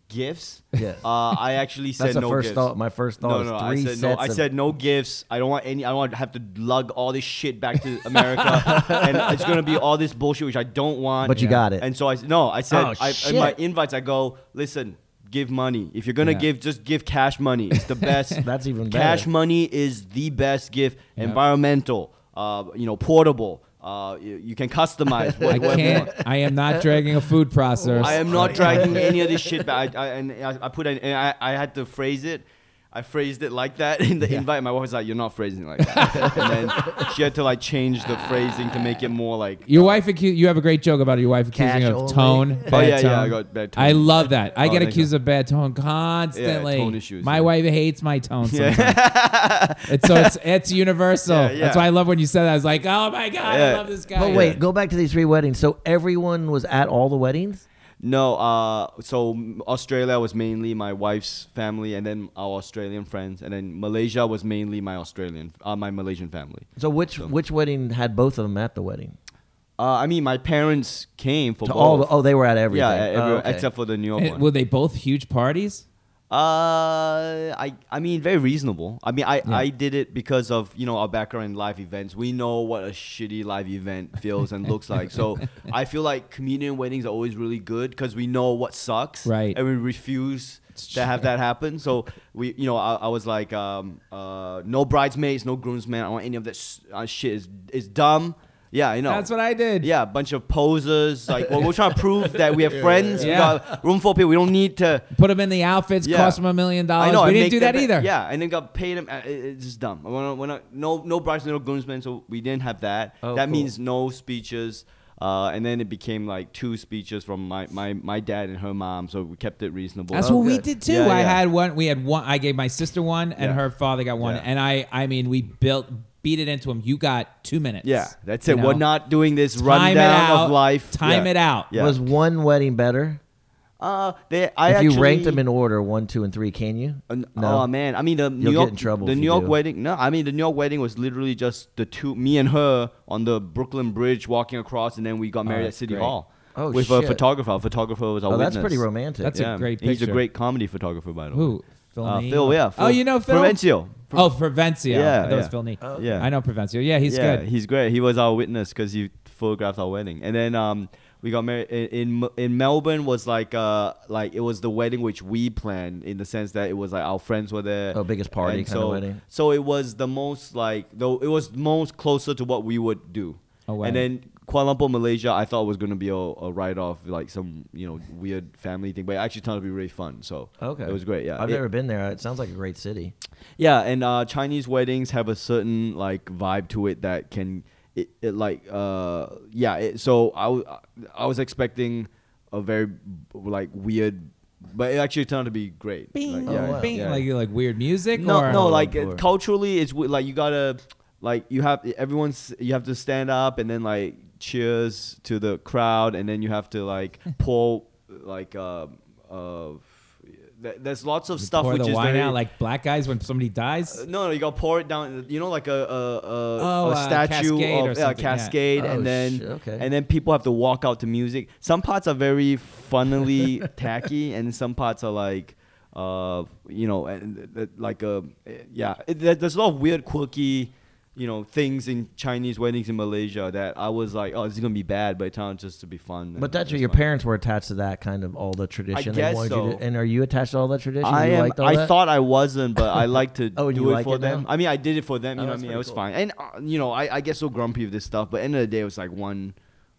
[SPEAKER 10] Gifts?
[SPEAKER 11] Yeah.
[SPEAKER 10] Uh, I actually said
[SPEAKER 11] That's the
[SPEAKER 10] no
[SPEAKER 11] first
[SPEAKER 10] gifts.
[SPEAKER 11] thought- my first thought
[SPEAKER 10] No,
[SPEAKER 11] is
[SPEAKER 10] no,
[SPEAKER 11] three
[SPEAKER 10] I said
[SPEAKER 11] sets
[SPEAKER 10] no. I
[SPEAKER 11] of-
[SPEAKER 10] said no gifts. I don't want any. I don't want to have to lug all this shit back to America, and it's gonna be all this bullshit which I don't want.
[SPEAKER 11] But you Yeah. got it.
[SPEAKER 10] And so I s- no. I said
[SPEAKER 11] Oh,
[SPEAKER 10] I, in
[SPEAKER 11] shit.
[SPEAKER 10] my invites, I go listen. Give money. If you're gonna
[SPEAKER 9] Yeah.
[SPEAKER 10] give, just give cash money. It's the best.
[SPEAKER 11] That's even
[SPEAKER 10] Cash
[SPEAKER 11] better.
[SPEAKER 10] money is the best gift.
[SPEAKER 9] Yeah.
[SPEAKER 10] Environmental. Uh, you know, portable. Uh, you, you can customize.
[SPEAKER 9] I
[SPEAKER 10] whatever you want.
[SPEAKER 9] can't. I am not dragging a food processor.
[SPEAKER 10] I am not dragging any of this shit back. I, I, and I, I put an, and I, I had to phrase it. I phrased it like that in the invite. My wife was like, "You're not phrasing it like that." and then she had to like change the phrasing to make it more like.
[SPEAKER 9] Your wife accu- You have a great joke about your wife accusing
[SPEAKER 11] Cash
[SPEAKER 9] you of
[SPEAKER 11] only.
[SPEAKER 9] tone.
[SPEAKER 11] Oh,
[SPEAKER 9] bad
[SPEAKER 10] yeah, yeah,
[SPEAKER 9] tone.
[SPEAKER 10] I got bad tone.
[SPEAKER 9] I love that. I
[SPEAKER 10] Oh,
[SPEAKER 9] get
[SPEAKER 10] thank
[SPEAKER 9] accused
[SPEAKER 10] you.
[SPEAKER 9] of bad tone constantly.
[SPEAKER 10] tone issues,
[SPEAKER 9] My
[SPEAKER 10] yeah.
[SPEAKER 9] wife hates my tone
[SPEAKER 10] Yeah.
[SPEAKER 9] sometimes. and so it's it's universal.
[SPEAKER 10] Yeah, yeah.
[SPEAKER 9] That's why I love when you said that. I was like, oh my god, I
[SPEAKER 10] Yeah.
[SPEAKER 9] love this guy.
[SPEAKER 11] But wait, go back to these three weddings. So everyone was at all the weddings.
[SPEAKER 10] No, uh, so Australia was mainly my wife's family, and then our Australian friends, and then Malaysia was mainly my Australian, uh, my Malaysian family.
[SPEAKER 11] So which which wedding had both of them at the wedding?
[SPEAKER 10] Uh, I mean, my parents came for
[SPEAKER 11] To
[SPEAKER 10] both.
[SPEAKER 11] all the, oh, they were at everything.
[SPEAKER 10] yeah, every-
[SPEAKER 11] Oh, okay.
[SPEAKER 10] except for the New York
[SPEAKER 9] And
[SPEAKER 10] one.
[SPEAKER 9] were they both huge parties?
[SPEAKER 10] Uh, I I mean very reasonable. I mean I,
[SPEAKER 9] Yeah.
[SPEAKER 10] I did it because of you know our background in live events. We know what a shitty live event feels and looks like. So I feel like comedian weddings are always really good because we know what sucks,
[SPEAKER 9] Right.
[SPEAKER 10] And we refuse to have that happen. So we you know I, I was like um uh no bridesmaids, no groomsmen. I don't want any of that s- uh, shit. Is is dumb. Yeah, you know
[SPEAKER 9] That's what I did.
[SPEAKER 10] yeah, a bunch of posers. Like, well, we're trying to prove that we have friends.
[SPEAKER 9] Yeah.
[SPEAKER 10] We got room for people. We don't need to.
[SPEAKER 9] Put them in the outfits,
[SPEAKER 10] Yeah.
[SPEAKER 9] cost them a million dollars. We
[SPEAKER 10] I make
[SPEAKER 9] didn't do that
[SPEAKER 10] them-
[SPEAKER 9] either.
[SPEAKER 10] Yeah, and then got paid them. uh, it- It's just dumb. We're not, we're not, no, no bribes, no groomsmen. So we didn't have that.
[SPEAKER 11] Oh,
[SPEAKER 10] that
[SPEAKER 11] cool.
[SPEAKER 10] means no speeches. Uh, and then it became like two speeches from my, my, my dad and her mom. So we kept it reasonable.
[SPEAKER 9] That's what we did too.
[SPEAKER 10] Yeah,
[SPEAKER 9] I
[SPEAKER 10] yeah.
[SPEAKER 9] had one. We had one. I gave my sister one, and
[SPEAKER 10] Yeah.
[SPEAKER 9] her father got one.
[SPEAKER 10] Yeah.
[SPEAKER 9] And I, I mean, we built, beat it into him. You got two minutes.
[SPEAKER 10] Yeah, that's
[SPEAKER 9] You
[SPEAKER 10] it. We're
[SPEAKER 9] know?
[SPEAKER 10] not doing this
[SPEAKER 9] Time it
[SPEAKER 10] rundown
[SPEAKER 9] out.
[SPEAKER 10] of life.
[SPEAKER 9] Time
[SPEAKER 10] Yeah.
[SPEAKER 9] it out.
[SPEAKER 10] Yeah.
[SPEAKER 11] Was one wedding better?
[SPEAKER 10] Uh, they, I
[SPEAKER 11] if
[SPEAKER 10] actually,
[SPEAKER 11] you ranked them in order, one, two, and three, can you?
[SPEAKER 10] Uh, n-
[SPEAKER 11] No.
[SPEAKER 10] Oh man, I mean the New
[SPEAKER 11] You'll get
[SPEAKER 10] York,
[SPEAKER 11] in trouble
[SPEAKER 10] the
[SPEAKER 11] if
[SPEAKER 10] New
[SPEAKER 11] you
[SPEAKER 10] York
[SPEAKER 11] do.
[SPEAKER 10] wedding. No, I mean the New York wedding was literally just the two, me and her, on the Brooklyn Bridge walking across, and then we got married at
[SPEAKER 9] that's
[SPEAKER 10] City
[SPEAKER 9] great.
[SPEAKER 10] Hall
[SPEAKER 11] Oh,
[SPEAKER 10] with a
[SPEAKER 11] shit.
[SPEAKER 10] photographer. A photographer was our
[SPEAKER 11] Oh, that's
[SPEAKER 10] witness.
[SPEAKER 11] pretty romantic.
[SPEAKER 9] That's
[SPEAKER 10] Yeah,
[SPEAKER 9] a great
[SPEAKER 10] and
[SPEAKER 9] picture.
[SPEAKER 10] He's a great comedy photographer, by the way.
[SPEAKER 9] Who? Phil.
[SPEAKER 10] Uh,
[SPEAKER 9] Nee?
[SPEAKER 10] Phil, yeah. Phil-
[SPEAKER 9] oh, you know Phil.
[SPEAKER 10] Provencio.
[SPEAKER 9] Oh, Provencio.
[SPEAKER 10] Yeah,
[SPEAKER 9] that was
[SPEAKER 10] yeah.
[SPEAKER 9] Phil. Nee.
[SPEAKER 10] Oh, yeah.
[SPEAKER 9] I know Provencio. Yeah, he's
[SPEAKER 10] yeah,
[SPEAKER 9] good.
[SPEAKER 10] he's great. He was our witness because he photographed our wedding, and then um, we got married in in, in Melbourne. Was like uh, like it was the wedding which we planned in the sense that it was like our friends were there.
[SPEAKER 11] Oh, biggest party
[SPEAKER 10] And
[SPEAKER 11] kinda
[SPEAKER 10] so,
[SPEAKER 11] wedding.
[SPEAKER 10] So it was the most like though it was most closer to what we would do.
[SPEAKER 9] Oh, wow.
[SPEAKER 10] And then Kuala Lumpur, Malaysia, I thought was gonna be a, a write off like some you know weird family thing, but it actually turned out to be really fun. So
[SPEAKER 11] Okay.
[SPEAKER 10] it was great. Yeah,
[SPEAKER 11] I've
[SPEAKER 10] It-
[SPEAKER 11] never been there. It sounds like a great city.
[SPEAKER 10] yeah, and uh, Chinese weddings have a certain like vibe to it that can it, it like uh yeah. It, so I w- I was expecting a very like weird, but it actually turned out to be great.
[SPEAKER 9] Bing,
[SPEAKER 10] Like, yeah,
[SPEAKER 11] wow.
[SPEAKER 9] bing,
[SPEAKER 10] yeah.
[SPEAKER 9] like like weird music.
[SPEAKER 10] no
[SPEAKER 9] or, Oh.
[SPEAKER 10] no like
[SPEAKER 11] Lord.
[SPEAKER 10] uh, culturally it's w- like you gotta like you have everyone's you have to stand up and then like cheers to the crowd and then you have to like pour like uh uh th- there's lots of stuff
[SPEAKER 9] pour
[SPEAKER 10] which
[SPEAKER 9] the
[SPEAKER 10] is
[SPEAKER 9] wine
[SPEAKER 10] very,
[SPEAKER 9] out like black guys when somebody dies.
[SPEAKER 10] Uh, no, no, you gotta pour it down. You know, like a a, a,
[SPEAKER 9] Oh,
[SPEAKER 10] a
[SPEAKER 9] uh,
[SPEAKER 10] statue
[SPEAKER 9] cascade or
[SPEAKER 10] of yeah, a
[SPEAKER 9] something, yeah.
[SPEAKER 10] cascade,
[SPEAKER 11] Oh,
[SPEAKER 10] and then
[SPEAKER 11] shit, okay.
[SPEAKER 10] and then people have to walk out to music. Some parts are very funnily tacky, and some parts are like, uh, you know, and th- th- like a yeah. It, there- there's a lot of weird, quirky, you know, things in Chinese weddings in Malaysia that I was like, oh, this is gonna be bad, but it turned out just to be fun.
[SPEAKER 11] But
[SPEAKER 10] and
[SPEAKER 11] that's
[SPEAKER 10] it was
[SPEAKER 11] what your
[SPEAKER 10] fun.
[SPEAKER 11] parents were attached to that kind of all the tradition.
[SPEAKER 10] guess
[SPEAKER 11] they wanted you
[SPEAKER 10] so.
[SPEAKER 11] to, and are you attached to all that tradition?
[SPEAKER 10] I
[SPEAKER 11] you
[SPEAKER 10] am.
[SPEAKER 11] liked all
[SPEAKER 10] I
[SPEAKER 11] that?
[SPEAKER 10] thought I wasn't, but I like to
[SPEAKER 11] Oh, and
[SPEAKER 10] do
[SPEAKER 11] you
[SPEAKER 10] it
[SPEAKER 11] like
[SPEAKER 10] for
[SPEAKER 11] it
[SPEAKER 10] them.
[SPEAKER 11] now?
[SPEAKER 10] I mean, I did it for them. You
[SPEAKER 11] Oh,
[SPEAKER 10] know what I
[SPEAKER 11] that's
[SPEAKER 10] mean? It
[SPEAKER 11] pretty
[SPEAKER 10] was
[SPEAKER 11] cool.
[SPEAKER 10] fine. And uh, you know, I, I get so grumpy of this stuff, but end of the day, it was like one.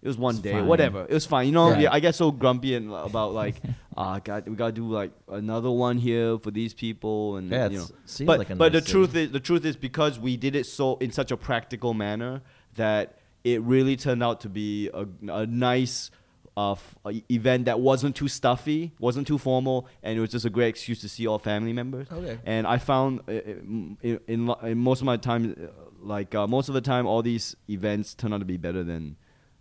[SPEAKER 10] It was one day,
[SPEAKER 9] fine.
[SPEAKER 10] whatever. It was fine. You know,
[SPEAKER 11] Right.
[SPEAKER 10] yeah, I get so grumpy and about like, ah, God, we gotta do like another one here for these people, and
[SPEAKER 11] Yeah,
[SPEAKER 10] you know.
[SPEAKER 11] it's- seems
[SPEAKER 10] but
[SPEAKER 11] like a
[SPEAKER 10] but
[SPEAKER 11] nice
[SPEAKER 10] the truth
[SPEAKER 11] city.
[SPEAKER 10] is, the truth is because we did it so in such a practical manner that it really turned out to be a, a nice uh, f- a event that wasn't too stuffy, wasn't too formal, and it was just a great excuse to see all family members.
[SPEAKER 11] Okay.
[SPEAKER 10] And I found uh, uh, m- in, in, lo- in most of my time, uh, like uh, most of the time, all these events turn out to be better than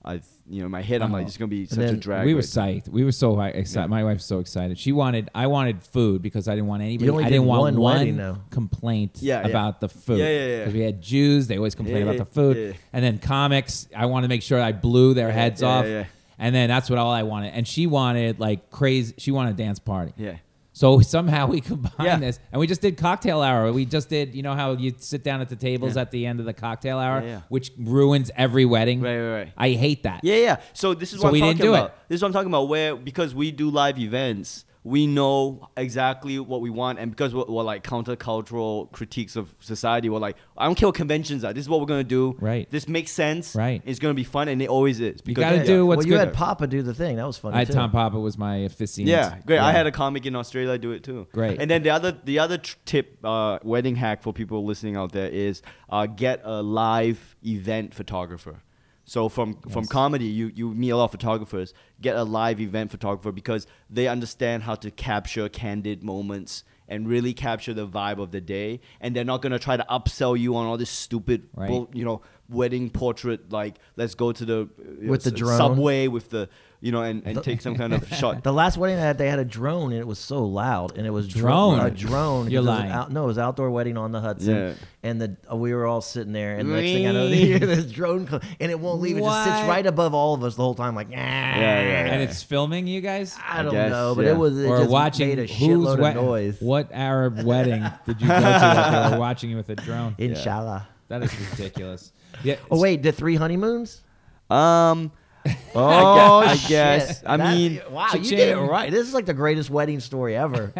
[SPEAKER 10] I, th- you know, in my head. I'm like,
[SPEAKER 9] Oh.
[SPEAKER 10] it's gonna be such a
[SPEAKER 11] then
[SPEAKER 10] drag.
[SPEAKER 9] we were
[SPEAKER 10] right now."
[SPEAKER 9] psyched. We were so hi- excited. My wife was so excited. She wanted. I wanted food because I didn't want anybody.
[SPEAKER 11] only
[SPEAKER 9] I
[SPEAKER 11] did
[SPEAKER 9] didn't want
[SPEAKER 11] one
[SPEAKER 9] one
[SPEAKER 11] wedding, though.
[SPEAKER 9] complaint
[SPEAKER 10] Yeah, yeah.
[SPEAKER 9] about the food.
[SPEAKER 10] Yeah, yeah, yeah.
[SPEAKER 9] Because we had Jews, they always complain
[SPEAKER 10] Yeah,
[SPEAKER 9] about the
[SPEAKER 10] yeah,
[SPEAKER 9] food.
[SPEAKER 10] yeah.
[SPEAKER 9] And then comics, I wanted to make sure I blew their heads
[SPEAKER 10] yeah,
[SPEAKER 9] off.
[SPEAKER 10] yeah.
[SPEAKER 9] And then that's what all I wanted. And she wanted like crazy. She wanted a dance party.
[SPEAKER 10] Yeah.
[SPEAKER 9] So somehow we combined
[SPEAKER 10] Yeah.
[SPEAKER 9] this, and we just did cocktail hour. We just did, you know, how you sit down at the tables at the end of the cocktail hour,
[SPEAKER 10] Yeah, yeah.
[SPEAKER 9] which ruins every wedding.
[SPEAKER 10] Right, right, right.
[SPEAKER 9] I hate that.
[SPEAKER 10] Yeah, yeah. So this is
[SPEAKER 9] So
[SPEAKER 10] what
[SPEAKER 9] we
[SPEAKER 10] I'm
[SPEAKER 9] didn't
[SPEAKER 10] talking
[SPEAKER 9] do
[SPEAKER 10] about.
[SPEAKER 9] it.
[SPEAKER 10] This is what I'm talking about. Where because we do live events, we know exactly what we want, and because we're, we're like countercultural critiques of society, we're like, I don't care what conventions are. This is what we're gonna do.
[SPEAKER 9] Right.
[SPEAKER 10] This makes sense.
[SPEAKER 9] Right.
[SPEAKER 10] It's gonna be fun, and it always is. Because
[SPEAKER 9] gotta do what's
[SPEAKER 11] well, you
[SPEAKER 9] good.
[SPEAKER 11] had Papa do the thing. That was funny.
[SPEAKER 9] I
[SPEAKER 11] too.
[SPEAKER 9] Tom Papa was my officiant.
[SPEAKER 10] Yeah, great. I had a comic in Australia do it too.
[SPEAKER 9] Great.
[SPEAKER 10] And then the other the other tr- tip, uh, wedding hack for people listening out there is uh, get a live event photographer. So from from comedy, you you meet a lot of photographers. Get a live event photographer because they understand how to capture candid moments and really capture the vibe of the day. And they're not gonna try to upsell you on all this stupid,
[SPEAKER 9] Right.
[SPEAKER 10] bull, you know, wedding portrait. Like, let's go to the uh,
[SPEAKER 11] With the
[SPEAKER 10] s-
[SPEAKER 11] drone.
[SPEAKER 10] subway with the you know and, and take some kind of shot.
[SPEAKER 11] The last wedding I had, they had a drone, and it was so loud, and it was dr-
[SPEAKER 9] Drone.
[SPEAKER 11] a drone.
[SPEAKER 9] You're
[SPEAKER 11] because it was
[SPEAKER 9] lying.
[SPEAKER 11] out- no, it was outdoor wedding on the Hudson,
[SPEAKER 10] Yeah.
[SPEAKER 11] and the uh, we were all sitting there, and next thing I know, the, this drone, co- and it won't leave. It just
[SPEAKER 9] What?
[SPEAKER 11] sits right above all of us the whole time, like yeah,
[SPEAKER 10] yeah, yeah.
[SPEAKER 9] and it's filming you guys.
[SPEAKER 11] I don't
[SPEAKER 10] guess,
[SPEAKER 11] know, but
[SPEAKER 10] yeah.
[SPEAKER 11] it was it
[SPEAKER 9] or
[SPEAKER 11] just
[SPEAKER 9] watching
[SPEAKER 11] made a
[SPEAKER 9] who's
[SPEAKER 11] shitload
[SPEAKER 9] wed-
[SPEAKER 11] of noise.
[SPEAKER 9] What Arab wedding did you go to? that They were watching you with a drone.
[SPEAKER 11] Inshallah.
[SPEAKER 9] That is ridiculous. Yeah.
[SPEAKER 11] Oh wait, the three honeymoons.
[SPEAKER 10] Um,
[SPEAKER 11] Oh,
[SPEAKER 10] I
[SPEAKER 11] shit.
[SPEAKER 10] guess. I
[SPEAKER 11] That-
[SPEAKER 10] mean,
[SPEAKER 11] wow, you did it
[SPEAKER 9] cha-ching.
[SPEAKER 11] right. This is like the greatest wedding story ever.